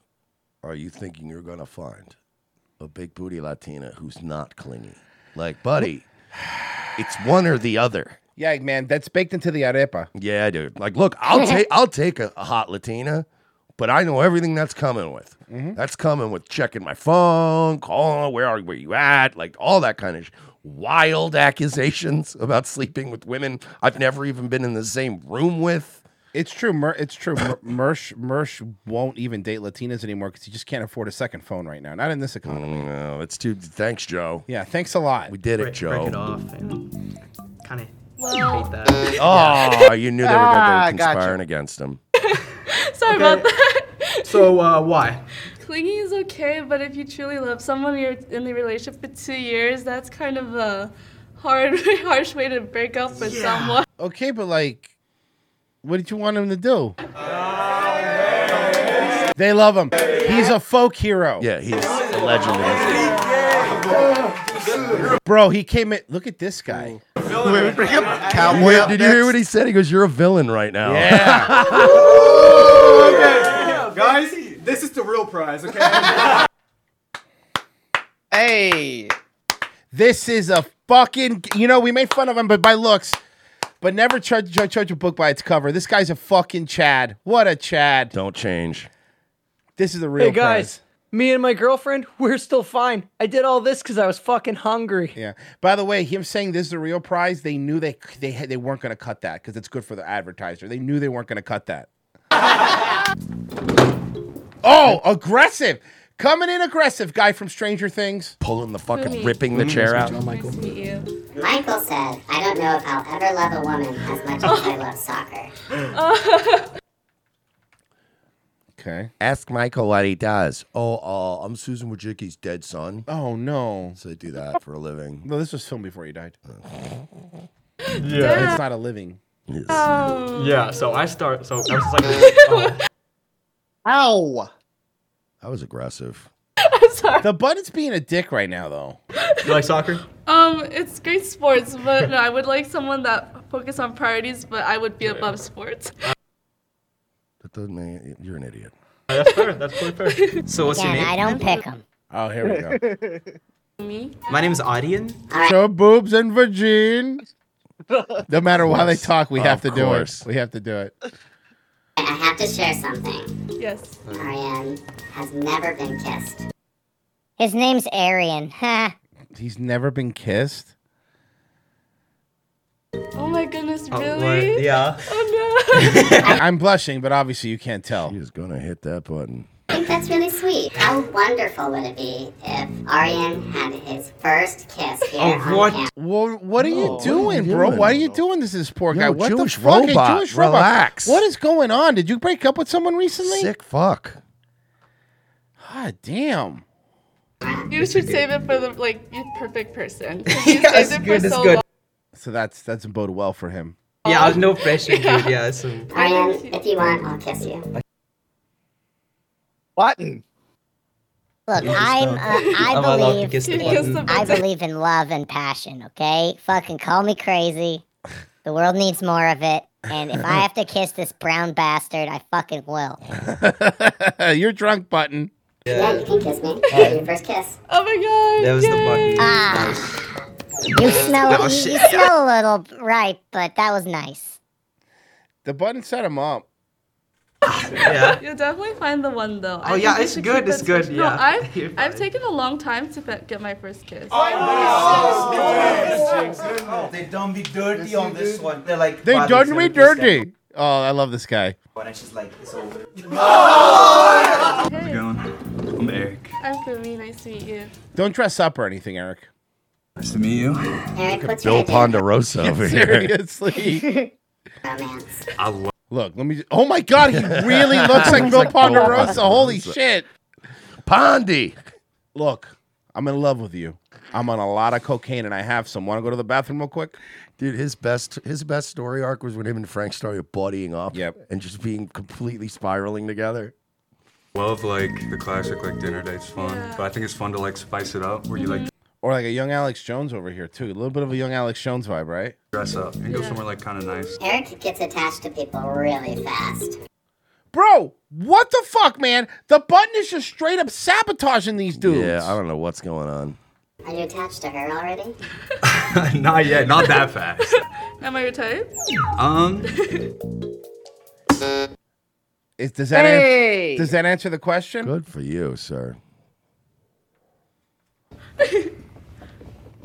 [SPEAKER 4] are you thinking you're gonna find a big booty Latina who's not clingy? Like, buddy, it's one or the other.
[SPEAKER 3] Yeah, man, that's baked into the arepa.
[SPEAKER 4] Yeah, dude. Like, look, I'll take I'll take a, a hot Latina, but I know everything that's coming with.
[SPEAKER 7] Mm-hmm.
[SPEAKER 4] That's coming with checking my phone, calling, where are where you at, like all that kind of sh- wild accusations about sleeping with women I've never even been in the same room with.
[SPEAKER 3] It's true. Mer- it's true. Mer- Mersh Mersh won't even date Latinas anymore because he just can't afford a second phone right now. Not in this economy.
[SPEAKER 4] No, it's Oh, too. Thanks, Joe.
[SPEAKER 3] Yeah, thanks a lot.
[SPEAKER 4] We did it,
[SPEAKER 24] break,
[SPEAKER 4] Joe.
[SPEAKER 24] break it off and kind of hate
[SPEAKER 17] Well-
[SPEAKER 24] that.
[SPEAKER 4] Oh, you knew they were,
[SPEAKER 7] Ah,
[SPEAKER 4] they were
[SPEAKER 7] gotcha.
[SPEAKER 4] conspiring against him.
[SPEAKER 17] Sorry about that.
[SPEAKER 24] So uh, why?
[SPEAKER 9] clingy is okay, but if you truly love someone, you're in the relationship for two years. That's kind of a hard, harsh way to break up with someone.
[SPEAKER 3] Okay, but like, what did you want him to do? They love him. He's a folk hero.
[SPEAKER 4] Yeah, he's a legend.
[SPEAKER 3] Bro, he came in. Look at this guy.
[SPEAKER 4] Cowboy Did you hear what he said? He goes, "You're a villain right now."
[SPEAKER 1] okay, guys, this is the real prize. Okay.
[SPEAKER 3] Hey. This is a fucking. You know, we made fun of him, but by looks. But never judge, judge, judge a book by its cover. This guy's a fucking Chad. What a Chad.
[SPEAKER 4] Don't change.
[SPEAKER 3] This is the real
[SPEAKER 7] Hey guys,
[SPEAKER 3] prize.
[SPEAKER 7] me and my girlfriend, we're still fine. I did all this because I was fucking hungry.
[SPEAKER 3] Yeah. By the way, him saying this is the real prize, they knew they they had- they weren't going to cut that because it's good for the advertiser. They knew they weren't going to cut that. oh, aggressive! Coming in aggressive, guy from Stranger Things.
[SPEAKER 4] Pulling the
[SPEAKER 42] Who?
[SPEAKER 4] fucking, ripping the
[SPEAKER 42] Mm,
[SPEAKER 4] chair
[SPEAKER 42] nice
[SPEAKER 4] out.
[SPEAKER 42] to meet you.
[SPEAKER 9] Nice to meet you.
[SPEAKER 37] Michael said, I don't know if I'll ever love a woman as much as I love soccer.
[SPEAKER 3] Okay.
[SPEAKER 4] Ask Michael what he does. Oh, uh, I'm Susan Wojcicki's dead son.
[SPEAKER 3] Oh no.
[SPEAKER 4] So they do that for a living. Uh.
[SPEAKER 3] No, this was filmed before he died.
[SPEAKER 4] Yeah.
[SPEAKER 3] It's not a living.
[SPEAKER 9] Oh.
[SPEAKER 33] Yeah, so I start. So I was just like, oh.
[SPEAKER 43] Ow.
[SPEAKER 4] That was aggressive.
[SPEAKER 9] I'm sorry.
[SPEAKER 3] The button's being a dick right now, though.
[SPEAKER 33] You like soccer?
[SPEAKER 9] Um, it's great sports, but no, I would like someone that focus on priorities, but I would be above sports.
[SPEAKER 4] That doesn't make, you're an idiot.
[SPEAKER 33] that's fair. That's totally fair. So what's your
[SPEAKER 19] Again,
[SPEAKER 33] name?
[SPEAKER 19] I don't pick them.
[SPEAKER 3] Oh, here we go.
[SPEAKER 9] Me?
[SPEAKER 33] My name's Audion.
[SPEAKER 3] Show boobs and vagine. No matter how they talk, we have to do it. We have to do it.
[SPEAKER 37] I have to share something.
[SPEAKER 9] Yes.
[SPEAKER 37] Ariane has never been kissed.
[SPEAKER 19] His name's Arian. Ha.
[SPEAKER 3] He's never been kissed.
[SPEAKER 9] Oh my goodness,
[SPEAKER 3] Oh,
[SPEAKER 9] really?
[SPEAKER 3] what? Yeah.
[SPEAKER 9] Oh no.
[SPEAKER 3] I'm blushing, but obviously you can't tell.
[SPEAKER 4] She's gonna hit that button.
[SPEAKER 37] I think that's really sweet. How wonderful would it be if Ariane had his first kiss here
[SPEAKER 33] Oh,
[SPEAKER 37] on
[SPEAKER 3] Oh, what? Well, what are you doing, bro? Why are you doing this, to this poor
[SPEAKER 4] Yo,
[SPEAKER 3] guy? What
[SPEAKER 4] Jewish
[SPEAKER 3] the fuck? Hey,
[SPEAKER 4] robot,
[SPEAKER 3] Jewish robot,
[SPEAKER 4] relax.
[SPEAKER 3] What is going on? Did you break up with someone recently?
[SPEAKER 4] Sick fuck.
[SPEAKER 3] God damn.
[SPEAKER 9] You should save it for the like your perfect person.
[SPEAKER 33] That's
[SPEAKER 9] saved it for
[SPEAKER 33] good. That's
[SPEAKER 9] so
[SPEAKER 33] good.
[SPEAKER 9] long.
[SPEAKER 3] So that's that's bode well for him.
[SPEAKER 33] Yeah, I was no pressure, dude. Yeah, so
[SPEAKER 37] Ariane, if you want, I'll kiss you.
[SPEAKER 7] Button.
[SPEAKER 19] Look,
[SPEAKER 37] Yeah,
[SPEAKER 19] I'm.
[SPEAKER 37] so-
[SPEAKER 19] Uh,
[SPEAKER 37] I'm allowed
[SPEAKER 19] I
[SPEAKER 37] to
[SPEAKER 19] believe.
[SPEAKER 37] kiss the Kiss
[SPEAKER 19] in-
[SPEAKER 37] the
[SPEAKER 19] I
[SPEAKER 37] button.
[SPEAKER 19] believe in love and passion. Okay, fucking call me crazy. The world needs more of it. And if I have to kiss this brown bastard, I fucking will.
[SPEAKER 3] You're drunk, button.
[SPEAKER 37] Yeah, you can kiss me. Hey, your first kiss.
[SPEAKER 9] Oh my god.
[SPEAKER 33] that was the button.
[SPEAKER 37] Ah.
[SPEAKER 19] You smell.
[SPEAKER 3] Oh,
[SPEAKER 19] you,
[SPEAKER 3] shit.
[SPEAKER 19] you smell a little right, but that was nice.
[SPEAKER 3] The button set him up.
[SPEAKER 33] Yeah.
[SPEAKER 9] You'll definitely find the one though.
[SPEAKER 33] Oh, yeah,
[SPEAKER 9] think you
[SPEAKER 33] it's
[SPEAKER 9] should
[SPEAKER 33] good,
[SPEAKER 9] keep
[SPEAKER 33] it's
[SPEAKER 9] it-
[SPEAKER 33] good,
[SPEAKER 9] No,
[SPEAKER 33] yeah. You're
[SPEAKER 9] I've I've taken a long time to pe- get my first kiss.
[SPEAKER 33] Oh,
[SPEAKER 1] Oh, They done me dirty on this one. They're like
[SPEAKER 3] They
[SPEAKER 1] "Bobby,
[SPEAKER 3] done
[SPEAKER 1] it's
[SPEAKER 3] me
[SPEAKER 1] gonna be second
[SPEAKER 3] dirty. Oh, I love this guy.
[SPEAKER 1] one," And she's like, it's over.
[SPEAKER 9] Hey,
[SPEAKER 1] going? I'm Eric.
[SPEAKER 9] I'm Fumi. Nice to meet you.
[SPEAKER 3] Don't dress up or anything, Eric.
[SPEAKER 1] Nice to meet you.
[SPEAKER 37] Eric, what's
[SPEAKER 4] Bill Ponderosa over here.
[SPEAKER 3] Seriously.
[SPEAKER 37] Romance.
[SPEAKER 3] I love. Look, let me. Oh my God, he really looks like
[SPEAKER 4] Looks
[SPEAKER 3] Bill
[SPEAKER 4] like Bill
[SPEAKER 3] Ponderosa. Holy
[SPEAKER 4] Ponderosa.
[SPEAKER 3] shit.
[SPEAKER 4] Pondy.
[SPEAKER 3] Look, I'm in love with you. I'm on a lot of cocaine and I have some. Want to go to the bathroom real quick?
[SPEAKER 4] Dude, his best his best story arc was when him and Frank started buddying up and just being completely spiraling together.
[SPEAKER 2] Love like the classic like dinner dates fun, but I think it's fun to like spice it up where you like
[SPEAKER 3] Or like a young Alex Jones over here, too. A little bit of a young Alex Jones vibe, right?
[SPEAKER 2] dress up and go somewhere like kind of nice.
[SPEAKER 37] Eric gets attached to people really fast.
[SPEAKER 3] Bro, what the fuck, man? The button is just straight up sabotaging these dudes.
[SPEAKER 4] Yeah, I don't know what's going on.
[SPEAKER 37] Are you attached to her already?
[SPEAKER 2] not yet, not that fast.
[SPEAKER 9] Am I your type?
[SPEAKER 2] Um,
[SPEAKER 3] Is, does that an-
[SPEAKER 9] Hey!
[SPEAKER 3] does that answer the question?
[SPEAKER 4] Good for you, sir.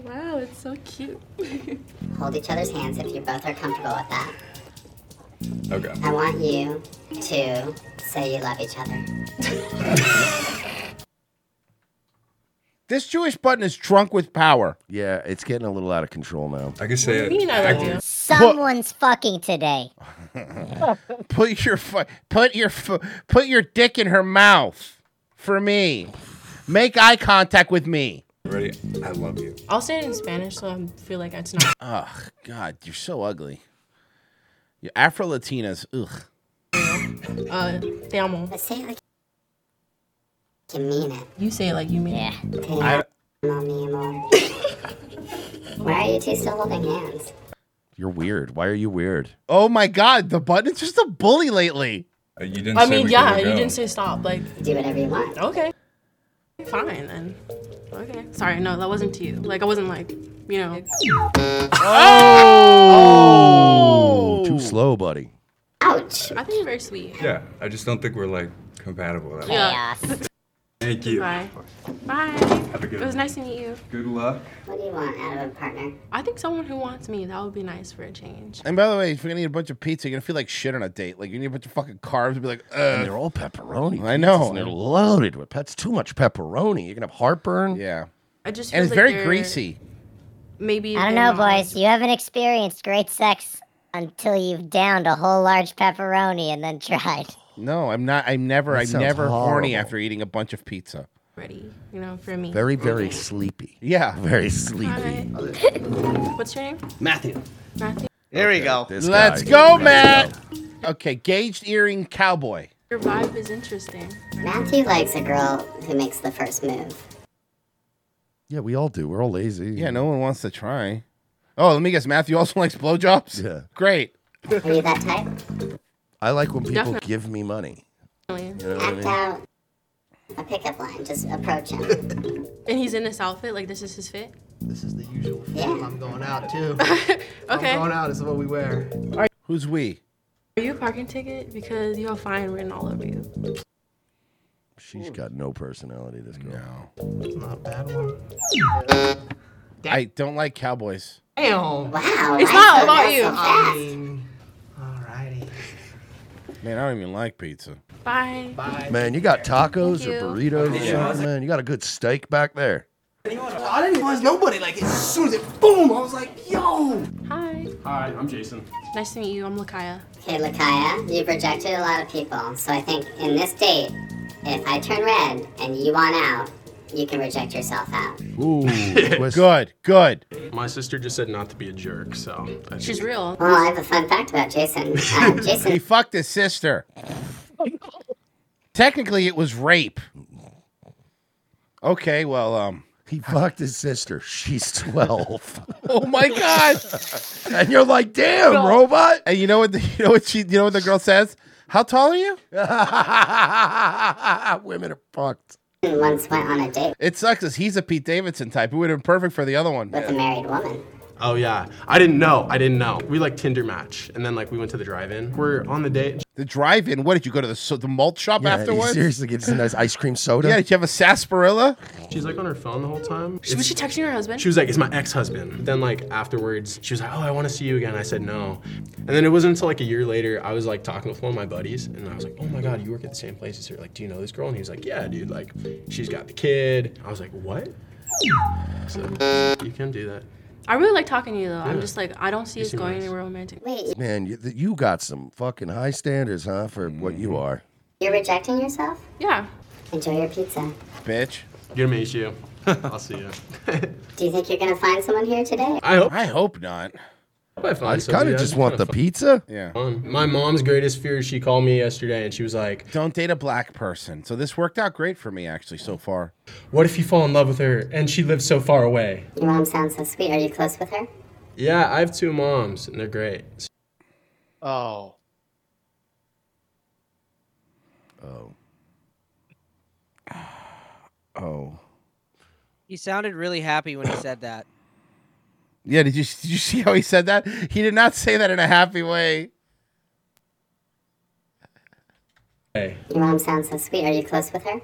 [SPEAKER 9] Wow, it's so cute.
[SPEAKER 37] Hold each other's hands if you both are comfortable with that.
[SPEAKER 2] Okay.
[SPEAKER 37] I want you to say you love each other.
[SPEAKER 3] This Jewish button is drunk with power.
[SPEAKER 4] Yeah, it's getting a little out of control now.
[SPEAKER 2] I can say
[SPEAKER 4] it.
[SPEAKER 19] Someone's fucking today.
[SPEAKER 3] put your fu- put your fu- put your dick in her mouth. for me. Make eye contact with me. Ready? I love you.
[SPEAKER 23] I'll say it in Spanish, so I feel like it's not.
[SPEAKER 3] Ugh, God, you're so ugly. You Afro Latinas, ugh.
[SPEAKER 23] Uh, te amo. Let's say it like you mean it. You say it like you mean yeah. it.
[SPEAKER 3] I,
[SPEAKER 37] Why are you two still holding hands?
[SPEAKER 4] You're weird. Why are you weird?
[SPEAKER 3] oh my God, the button's just a bully lately.
[SPEAKER 4] you
[SPEAKER 3] didn't
[SPEAKER 23] I mean, yeah, you didn't say stop. Like,
[SPEAKER 37] Do whatever you want.
[SPEAKER 23] Okay. Fine then. Okay. Sorry, no, that wasn't to you. Like, I wasn't like, you know.
[SPEAKER 4] Oh, too slow, buddy.
[SPEAKER 23] Ouch. I think you're very sweet.
[SPEAKER 6] Yeah, I just don't think we're like compatible. At all.
[SPEAKER 23] Yeah.
[SPEAKER 6] Thank you.
[SPEAKER 23] Bye. Bye.
[SPEAKER 6] a good
[SPEAKER 23] It was
[SPEAKER 6] one.
[SPEAKER 23] nice to meet you.
[SPEAKER 6] Good luck.
[SPEAKER 23] What do you want out of a partner? I think someone who wants me. That would be nice for a change.
[SPEAKER 3] And by the way, if you're gonna eat a bunch of pizza, you're gonna feel like shit on a date. Like you need a bunch of fucking carbs and be like, Ugh.
[SPEAKER 4] And they're all pepperoni.
[SPEAKER 3] I know.
[SPEAKER 4] And they're loaded with that's too much pepperoni. You're gonna have heartburn.
[SPEAKER 3] Yeah.
[SPEAKER 23] I just
[SPEAKER 4] and
[SPEAKER 23] feel
[SPEAKER 4] it's
[SPEAKER 23] like
[SPEAKER 4] very
[SPEAKER 23] they're-
[SPEAKER 4] greasy.
[SPEAKER 23] Maybe.
[SPEAKER 19] I don't
[SPEAKER 23] they're
[SPEAKER 19] know,
[SPEAKER 23] not-
[SPEAKER 19] boys. You haven't experienced great sex until you've downed a whole large pepperoni and then tried.
[SPEAKER 3] No, I'm not. I'm never.
[SPEAKER 4] That
[SPEAKER 3] I'm
[SPEAKER 4] sounds
[SPEAKER 3] never horny
[SPEAKER 4] horrible.
[SPEAKER 3] after eating a bunch of pizza.
[SPEAKER 23] Ready, you know, for me.
[SPEAKER 4] Very, very sleepy.
[SPEAKER 3] Yeah.
[SPEAKER 4] Very sleepy.
[SPEAKER 23] Hi. What's your name?
[SPEAKER 3] Matthew.
[SPEAKER 23] Matthew.
[SPEAKER 3] There
[SPEAKER 4] we go. this
[SPEAKER 3] Let's
[SPEAKER 4] guy.
[SPEAKER 3] go,
[SPEAKER 4] Let's
[SPEAKER 3] Matt. Okay, gauged earring cowboy.
[SPEAKER 23] Your vibe is interesting.
[SPEAKER 37] Matthew likes a girl who makes the first move.
[SPEAKER 4] Yeah, we all do. We're all lazy.
[SPEAKER 3] Yeah, no one wants to try. Oh, let me guess. Matthew also likes blowjobs.
[SPEAKER 4] Yeah.
[SPEAKER 3] Great.
[SPEAKER 37] Are you that type?
[SPEAKER 4] I like when people
[SPEAKER 37] Definitely.
[SPEAKER 4] give me money. You know what I
[SPEAKER 37] Act
[SPEAKER 4] mean?
[SPEAKER 37] out a pickup line. Just approach him.
[SPEAKER 23] And he's in this outfit. Like this is his fit.
[SPEAKER 1] This is the usual
[SPEAKER 37] Yeah.
[SPEAKER 1] I'm going out too.
[SPEAKER 23] Okay.
[SPEAKER 1] I'm going out. This is what we wear.
[SPEAKER 3] Who's we?
[SPEAKER 23] Are you a parking ticket? Because you have fine written all over you.
[SPEAKER 4] She's got no personality. This girl.
[SPEAKER 1] It's not a bad one.
[SPEAKER 3] I don't like cowboys.
[SPEAKER 1] Damn.
[SPEAKER 37] Wow.
[SPEAKER 23] It's not
[SPEAKER 37] I thought
[SPEAKER 23] about
[SPEAKER 37] that's
[SPEAKER 23] you.
[SPEAKER 37] so fast.
[SPEAKER 3] Man, I don't even like pizza.
[SPEAKER 23] Bye.
[SPEAKER 1] Bye.
[SPEAKER 4] Man, you got tacos
[SPEAKER 23] Thank
[SPEAKER 4] or
[SPEAKER 23] you.
[SPEAKER 4] burritos. Or
[SPEAKER 1] Yeah.
[SPEAKER 4] something, man, you got a good steak back there.
[SPEAKER 1] I didn't realize nobody. Like as soon as it boom, I was like, yo.
[SPEAKER 23] Hi.
[SPEAKER 1] Hi, I'm Jason.
[SPEAKER 23] Nice to meet you. I'm Lakaya.
[SPEAKER 37] Okay, Lakaya, you've rejected a lot of people, so I think in this date, if I turn red and you want out, you can reject yourself out.
[SPEAKER 3] Ooh, good, good.
[SPEAKER 44] My sister just said not to be a jerk, so. I think-
[SPEAKER 23] real.
[SPEAKER 37] Well, I have a fun fact about Jason. Uh, Jason,
[SPEAKER 3] He fucked his sister. Technically, it was rape. Okay, well, um,
[SPEAKER 4] he fucked his sister. She's twelve.
[SPEAKER 3] Oh my god!
[SPEAKER 4] and you're like, damn, robot.
[SPEAKER 3] And you know what? The, you know what she? You know what the girl says? How tall are you?
[SPEAKER 4] Women are fucked.
[SPEAKER 37] once went on a date
[SPEAKER 3] It sucks. As he's a Pete Davidson type. It would have been perfect for the other one.
[SPEAKER 37] with a married woman.
[SPEAKER 44] Oh, yeah. I didn't know. I didn't know. We like Tinder match, and then like we went to the drive in. We're on the date.
[SPEAKER 3] The drive-in. What did you go to the so, the malt shop
[SPEAKER 4] Yeah,
[SPEAKER 3] afterwards?
[SPEAKER 4] you seriously get some nice ice cream soda.
[SPEAKER 3] Yeah, did you have a sarsaparilla?
[SPEAKER 44] She's like on her phone the whole time.
[SPEAKER 23] She- was she texting her husband?
[SPEAKER 44] She was like, "It's my ex-husband." But then, like afterwards, she was like, "Oh, I want to see you again." I said no, and then it wasn't until like a year later I was like talking with one of my buddies, and I was like, "Oh my god, you work at the same place as her? Like, do you know this girl?" And he was like, "Yeah, dude. Like, she's got the kid." I was like, "What?" So you can do that.
[SPEAKER 23] I really like talking to you though. I'm
[SPEAKER 4] Yeah.
[SPEAKER 23] just like I don't see
[SPEAKER 4] You
[SPEAKER 23] us
[SPEAKER 4] seem
[SPEAKER 23] going
[SPEAKER 4] nice.
[SPEAKER 23] anywhere romantic.
[SPEAKER 37] Wait,
[SPEAKER 4] Man, you, th- you got some fucking high standards, huh, for what you are.
[SPEAKER 37] you're rejecting yourself?
[SPEAKER 23] Yeah.
[SPEAKER 37] Enjoy your pizza.
[SPEAKER 3] Bitch.
[SPEAKER 44] Good to meet you. I'll see you.
[SPEAKER 37] Do you think you're gonna find someone here today?
[SPEAKER 44] I hope.
[SPEAKER 3] I hope not.
[SPEAKER 44] I
[SPEAKER 4] I kind of just want the pizza.
[SPEAKER 3] Yeah.
[SPEAKER 44] Um, My mom's greatest fear. She called me yesterday and she was like,
[SPEAKER 3] "Don't date a black person." So this worked out great for me actually so far.
[SPEAKER 44] What if you fall in love with her and she lives so far away?
[SPEAKER 37] Your mom sounds so sweet. Are you close with her?
[SPEAKER 44] Yeah, I have two moms and they're great.
[SPEAKER 45] Oh.
[SPEAKER 4] Oh. Oh.
[SPEAKER 17] He sounded really happy when he said that.
[SPEAKER 3] Yeah. Did you did you see how he said that? He did not say that in a happy way.
[SPEAKER 37] Your mom sounds so sweet. Are you close with her?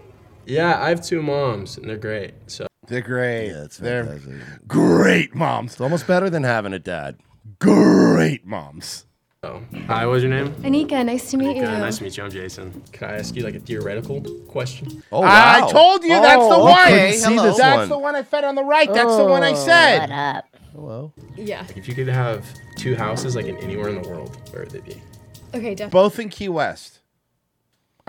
[SPEAKER 44] Yeah, I have two moms and they're great. So
[SPEAKER 3] they're great.
[SPEAKER 44] Yeah, it's
[SPEAKER 3] They're
[SPEAKER 4] Great
[SPEAKER 3] moms. It's
[SPEAKER 4] almost better than having a dad.
[SPEAKER 3] Great moms.
[SPEAKER 44] Oh. Hi, what's your name?
[SPEAKER 32] Anika, nice to meet you.
[SPEAKER 44] Good, nice to meet you. I'm Jason. Can I ask you like a theoretical question?
[SPEAKER 4] Oh,
[SPEAKER 3] I- I told you that's the
[SPEAKER 44] Oh,
[SPEAKER 3] one.
[SPEAKER 44] okay, See hello. this
[SPEAKER 3] that's
[SPEAKER 44] one.
[SPEAKER 3] the one I fed on the right. That's the
[SPEAKER 4] Oh.
[SPEAKER 3] one I said.
[SPEAKER 44] what
[SPEAKER 19] up?
[SPEAKER 4] Hello.
[SPEAKER 32] Yeah.
[SPEAKER 44] If you could have two houses like in anywhere in the world, where would they be?
[SPEAKER 32] Okay, definitely.
[SPEAKER 3] Both in Key West.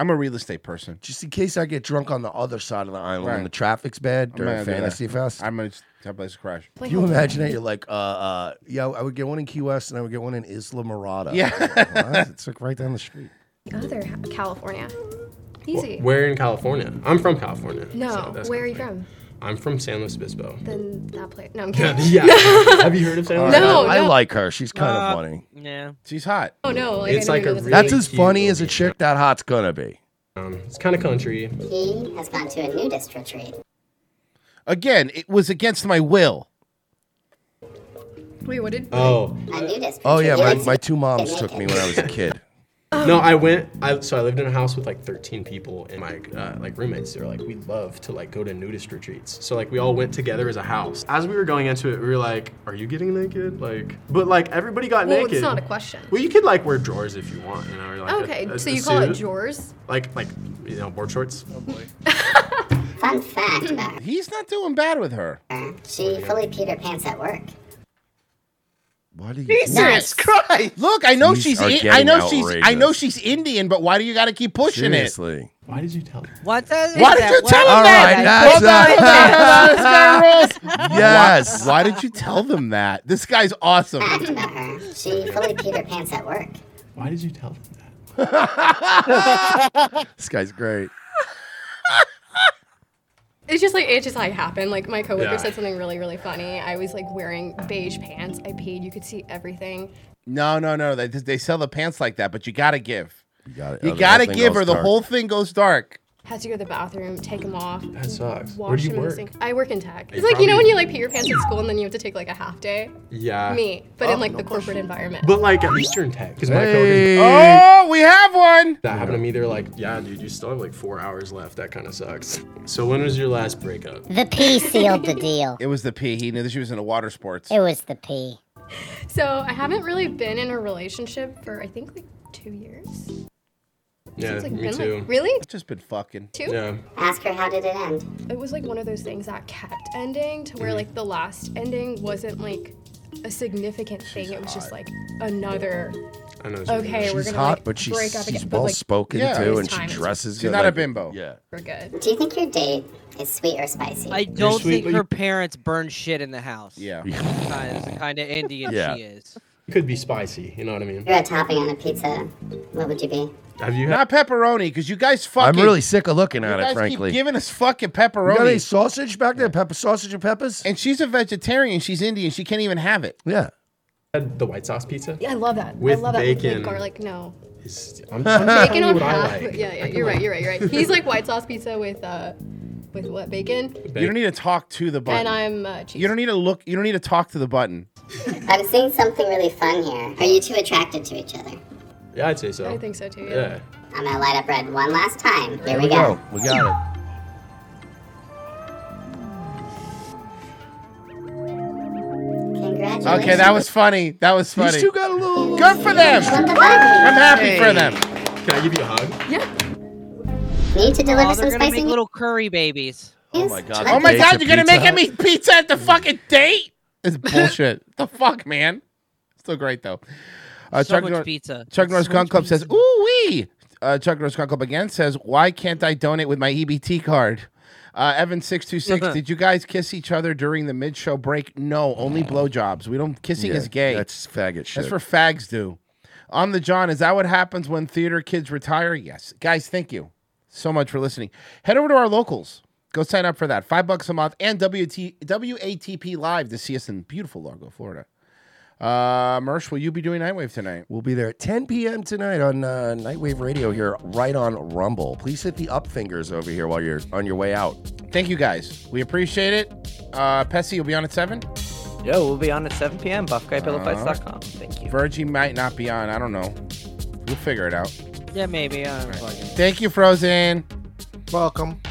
[SPEAKER 3] I'm a real estate person.
[SPEAKER 4] Just in case I get drunk on the other side of the island
[SPEAKER 3] Right.
[SPEAKER 4] when the traffic's bad
[SPEAKER 3] I'm
[SPEAKER 4] during
[SPEAKER 3] gonna do that.
[SPEAKER 4] Fantasy Fest.
[SPEAKER 3] I'm gonna that place crash.
[SPEAKER 4] Can you imagine it? You're like, uh, uh, yeah, I would get one in Key West and I would get one in Isla Mirada.
[SPEAKER 46] Yeah.
[SPEAKER 4] What? it's like right down the street.
[SPEAKER 32] Go there, California. Easy.
[SPEAKER 44] Where in California? I'm from California. so
[SPEAKER 32] No,
[SPEAKER 44] that's-
[SPEAKER 32] where are you from?
[SPEAKER 44] I'm from San Luis Obispo.
[SPEAKER 32] Then that place. No, I'm
[SPEAKER 44] Yeah,
[SPEAKER 32] kidding.
[SPEAKER 44] yeah. Have you heard of San
[SPEAKER 32] No,
[SPEAKER 44] Luis?
[SPEAKER 32] no.
[SPEAKER 4] I like her. She's kind
[SPEAKER 44] Uh,
[SPEAKER 4] of funny.
[SPEAKER 17] Yeah.
[SPEAKER 3] She's hot.
[SPEAKER 32] Oh, no, like, I
[SPEAKER 44] it's
[SPEAKER 32] never
[SPEAKER 44] like
[SPEAKER 32] knew
[SPEAKER 44] a
[SPEAKER 32] it was
[SPEAKER 44] really
[SPEAKER 4] That's as
[SPEAKER 44] cute
[SPEAKER 4] funny as a chick that hot's gonna be.
[SPEAKER 44] Um, it's kind of country.
[SPEAKER 37] He has gone to a nudist retreat.
[SPEAKER 3] Again, it was against my will.
[SPEAKER 32] Wait, what did?
[SPEAKER 44] Oh.
[SPEAKER 37] A nudist.
[SPEAKER 4] Oh yeah, my,
[SPEAKER 37] retreat.
[SPEAKER 4] my two moms took me when I was a kid.
[SPEAKER 32] Oh.
[SPEAKER 44] No, I went. I so I lived in a house with like 13 people, and my uh, like roommates. They were like, we love to like go to nudist retreats. So like we all went together as a house. As we were going into it, we were like, are you getting naked? Like, but like everybody got
[SPEAKER 32] well,
[SPEAKER 44] naked.
[SPEAKER 32] it's not a question.
[SPEAKER 44] well, you could like wear drawers if you want, you know. Or, like, a-
[SPEAKER 32] okay,
[SPEAKER 44] a-
[SPEAKER 32] so
[SPEAKER 44] a
[SPEAKER 32] you call it
[SPEAKER 44] suit.
[SPEAKER 32] drawers?
[SPEAKER 44] Like like you know board shorts.
[SPEAKER 37] Fun fact about her.
[SPEAKER 3] He's not doing bad with her.
[SPEAKER 37] She fully Peter pants at work.
[SPEAKER 4] Why do you?
[SPEAKER 3] Jesus Christ! Look, I know
[SPEAKER 4] These
[SPEAKER 3] she's.
[SPEAKER 4] are
[SPEAKER 3] I- I
[SPEAKER 4] getting
[SPEAKER 3] know she's. I know she's Indian, but why do you got to keep pushing
[SPEAKER 4] Seriously.
[SPEAKER 44] Why did you tell me?
[SPEAKER 17] What does
[SPEAKER 3] it? Why
[SPEAKER 17] is
[SPEAKER 3] did
[SPEAKER 17] that?
[SPEAKER 3] you
[SPEAKER 17] What
[SPEAKER 3] tell
[SPEAKER 17] is
[SPEAKER 3] them
[SPEAKER 17] that?
[SPEAKER 3] that?
[SPEAKER 17] Hold on, hold on, hold on.
[SPEAKER 3] hold on, hold on, hold on, this guy rules.
[SPEAKER 4] Yes.
[SPEAKER 3] Why, why did you tell them that? This guy's awesome.
[SPEAKER 37] Fact about her. She fully Peter pants at work.
[SPEAKER 44] Why did you tell them
[SPEAKER 4] This guy's great.
[SPEAKER 32] It's just like it just like happened. Like my coworker
[SPEAKER 4] Yeah.
[SPEAKER 32] said something really really funny. I was like wearing beige pants. I paid. You could see everything.
[SPEAKER 3] No, no, no. They they sell the pants like that, but you gotta give.
[SPEAKER 4] You got it.
[SPEAKER 3] You gotta give her. The whole thing goes dark.
[SPEAKER 32] Had to go to the bathroom, take them off.
[SPEAKER 44] That sucks. Where
[SPEAKER 32] wash
[SPEAKER 44] do you
[SPEAKER 32] them in the sink.
[SPEAKER 44] work?
[SPEAKER 32] I work in tech.
[SPEAKER 44] You
[SPEAKER 32] It's like you know when
[SPEAKER 44] probably- Ah.
[SPEAKER 32] you like pee your pants at school and then you have to take like a half day.
[SPEAKER 44] Yeah.
[SPEAKER 32] Me, but
[SPEAKER 44] Oh,
[SPEAKER 32] in like the corporate environment.
[SPEAKER 44] But like at Eastern Tech, because my Oh!
[SPEAKER 4] Hey.
[SPEAKER 44] coworkers-
[SPEAKER 3] we have one.
[SPEAKER 44] That happened to me. They're like, "Yeah, dude, you still have like four hours left. That kind of sucks." So when was your last breakup?
[SPEAKER 19] The pee sealed the deal.
[SPEAKER 3] It was the pee. He knew that she was into water sports.
[SPEAKER 19] It was the pee.
[SPEAKER 32] So I haven't really been in a relationship for I think like two years.
[SPEAKER 44] Yeah,
[SPEAKER 32] It's, like,
[SPEAKER 44] me
[SPEAKER 32] been, like,
[SPEAKER 44] too.
[SPEAKER 32] really?
[SPEAKER 3] It's just been fucking.
[SPEAKER 32] Two?
[SPEAKER 44] Yeah.
[SPEAKER 37] Ask her how did it end.
[SPEAKER 32] It was like one of those things that kept ending to where like the last ending wasn't like a significant thing. It was just like another.
[SPEAKER 44] I know.
[SPEAKER 32] Okay, we're
[SPEAKER 4] she's
[SPEAKER 32] gonna
[SPEAKER 4] hot,
[SPEAKER 32] like,
[SPEAKER 4] but she's,
[SPEAKER 32] break up
[SPEAKER 4] she's
[SPEAKER 32] again. But,
[SPEAKER 4] well
[SPEAKER 32] like,
[SPEAKER 4] spoken
[SPEAKER 32] Yeah.
[SPEAKER 4] too,
[SPEAKER 32] this
[SPEAKER 4] and she
[SPEAKER 32] time it's-
[SPEAKER 4] dresses.
[SPEAKER 3] She's
[SPEAKER 4] good,
[SPEAKER 3] not a
[SPEAKER 4] like-
[SPEAKER 3] bimbo.
[SPEAKER 4] Yeah.
[SPEAKER 32] We're good.
[SPEAKER 37] Do you think your date is sweet or spicy?
[SPEAKER 17] I don't think her parents burn shit in the house.
[SPEAKER 3] Yeah.
[SPEAKER 17] That's the kind of Indian
[SPEAKER 44] Yeah.
[SPEAKER 17] she is.
[SPEAKER 44] Could be spicy. You know what I mean?
[SPEAKER 37] If you had topping on a pizza, what would you be?
[SPEAKER 44] Have you had?
[SPEAKER 3] Not pepperoni, because you guys
[SPEAKER 4] I'm
[SPEAKER 3] fucking.
[SPEAKER 4] really sick of looking
[SPEAKER 3] you
[SPEAKER 4] at
[SPEAKER 3] guys
[SPEAKER 4] it, frankly.
[SPEAKER 3] keep giving us fucking
[SPEAKER 4] You
[SPEAKER 3] pepperoni.
[SPEAKER 4] got any sausage back there? Pepper sausage and peppers?
[SPEAKER 3] And she's a vegetarian. She's Indian. She can't even have it.
[SPEAKER 4] Yeah.
[SPEAKER 44] Had the white sauce pizza.
[SPEAKER 32] Yeah, I love that.
[SPEAKER 44] With
[SPEAKER 32] I love that with
[SPEAKER 44] bacon.
[SPEAKER 32] like, garlic. No.
[SPEAKER 44] It's- I'm,
[SPEAKER 32] bacon
[SPEAKER 44] I'm just telling you
[SPEAKER 32] on
[SPEAKER 44] what I
[SPEAKER 32] half.
[SPEAKER 44] like.
[SPEAKER 32] but Yeah, yeah, you're right. You're right. You're right. He's like white sauce pizza with uh, with what bacon?
[SPEAKER 3] You don't need to talk to the button.
[SPEAKER 32] And I'm uh, cheese.
[SPEAKER 3] you don't need to look. You don't need to talk to the button.
[SPEAKER 37] I'm seeing something really fun here. Are you two attracted to each other?
[SPEAKER 44] Yeah, I'd say so.
[SPEAKER 32] I think so too. Yeah.
[SPEAKER 44] Yeah.
[SPEAKER 37] I'm gonna light up red one last time. Here we
[SPEAKER 4] go.
[SPEAKER 37] go.
[SPEAKER 4] We got
[SPEAKER 37] Congratulations.
[SPEAKER 3] Okay, that was funny. That was funny.
[SPEAKER 4] These two got a little.
[SPEAKER 3] Good for them. I'm happy for them.
[SPEAKER 44] Can I give you a hug?
[SPEAKER 37] Need to deliver
[SPEAKER 17] Oh,
[SPEAKER 37] some
[SPEAKER 17] they're gonna
[SPEAKER 37] spicy
[SPEAKER 17] make little curry babies.
[SPEAKER 37] Oh
[SPEAKER 4] my
[SPEAKER 3] God, Oh my God, you're gonna make him eat pizza at the fucking date? It's bullshit. the fuck, man. Still great though. Uh,
[SPEAKER 17] So much
[SPEAKER 3] Nor-
[SPEAKER 17] pizza.
[SPEAKER 3] Chuck Norris Gun Club says, "Ooh wee." Uh, Chuck Norris Gun Club again says, "Why can't I donate with my EBT card?" Uh, Evan six two six. Did you guys kiss each other during the mid show break? No, only blowjobs. We don't. Kissing
[SPEAKER 4] Yeah,
[SPEAKER 3] is gay.
[SPEAKER 4] That's faggot shit.
[SPEAKER 3] That's for fags do. On the John, is that what happens when theater kids retire? Yes. Guys, thank you so much for listening. Head over to our locals. Go sign up for that. Five bucks a month and WT, WATP Live to see us in beautiful Largo, Florida. Uh, Mersh, will you be doing Nightwave tonight?
[SPEAKER 4] We'll be there at 10 p.m. tonight on uh, Nightwave Radio here, right on Rumble. Please hit the up fingers over here while you're on your way out.
[SPEAKER 3] Thank you guys. We appreciate it. Uh, Pessy, you'll be on at 7?
[SPEAKER 1] Yo, we'll be on at 7 p.m. BuffGuyPillowFights.com. Thank you.
[SPEAKER 3] Uh-huh. Virgie might not be on. I don't know. We'll figure it out.
[SPEAKER 17] Yeah, maybe. I don't fucking-
[SPEAKER 3] Thank you, Frozen.
[SPEAKER 47] Welcome.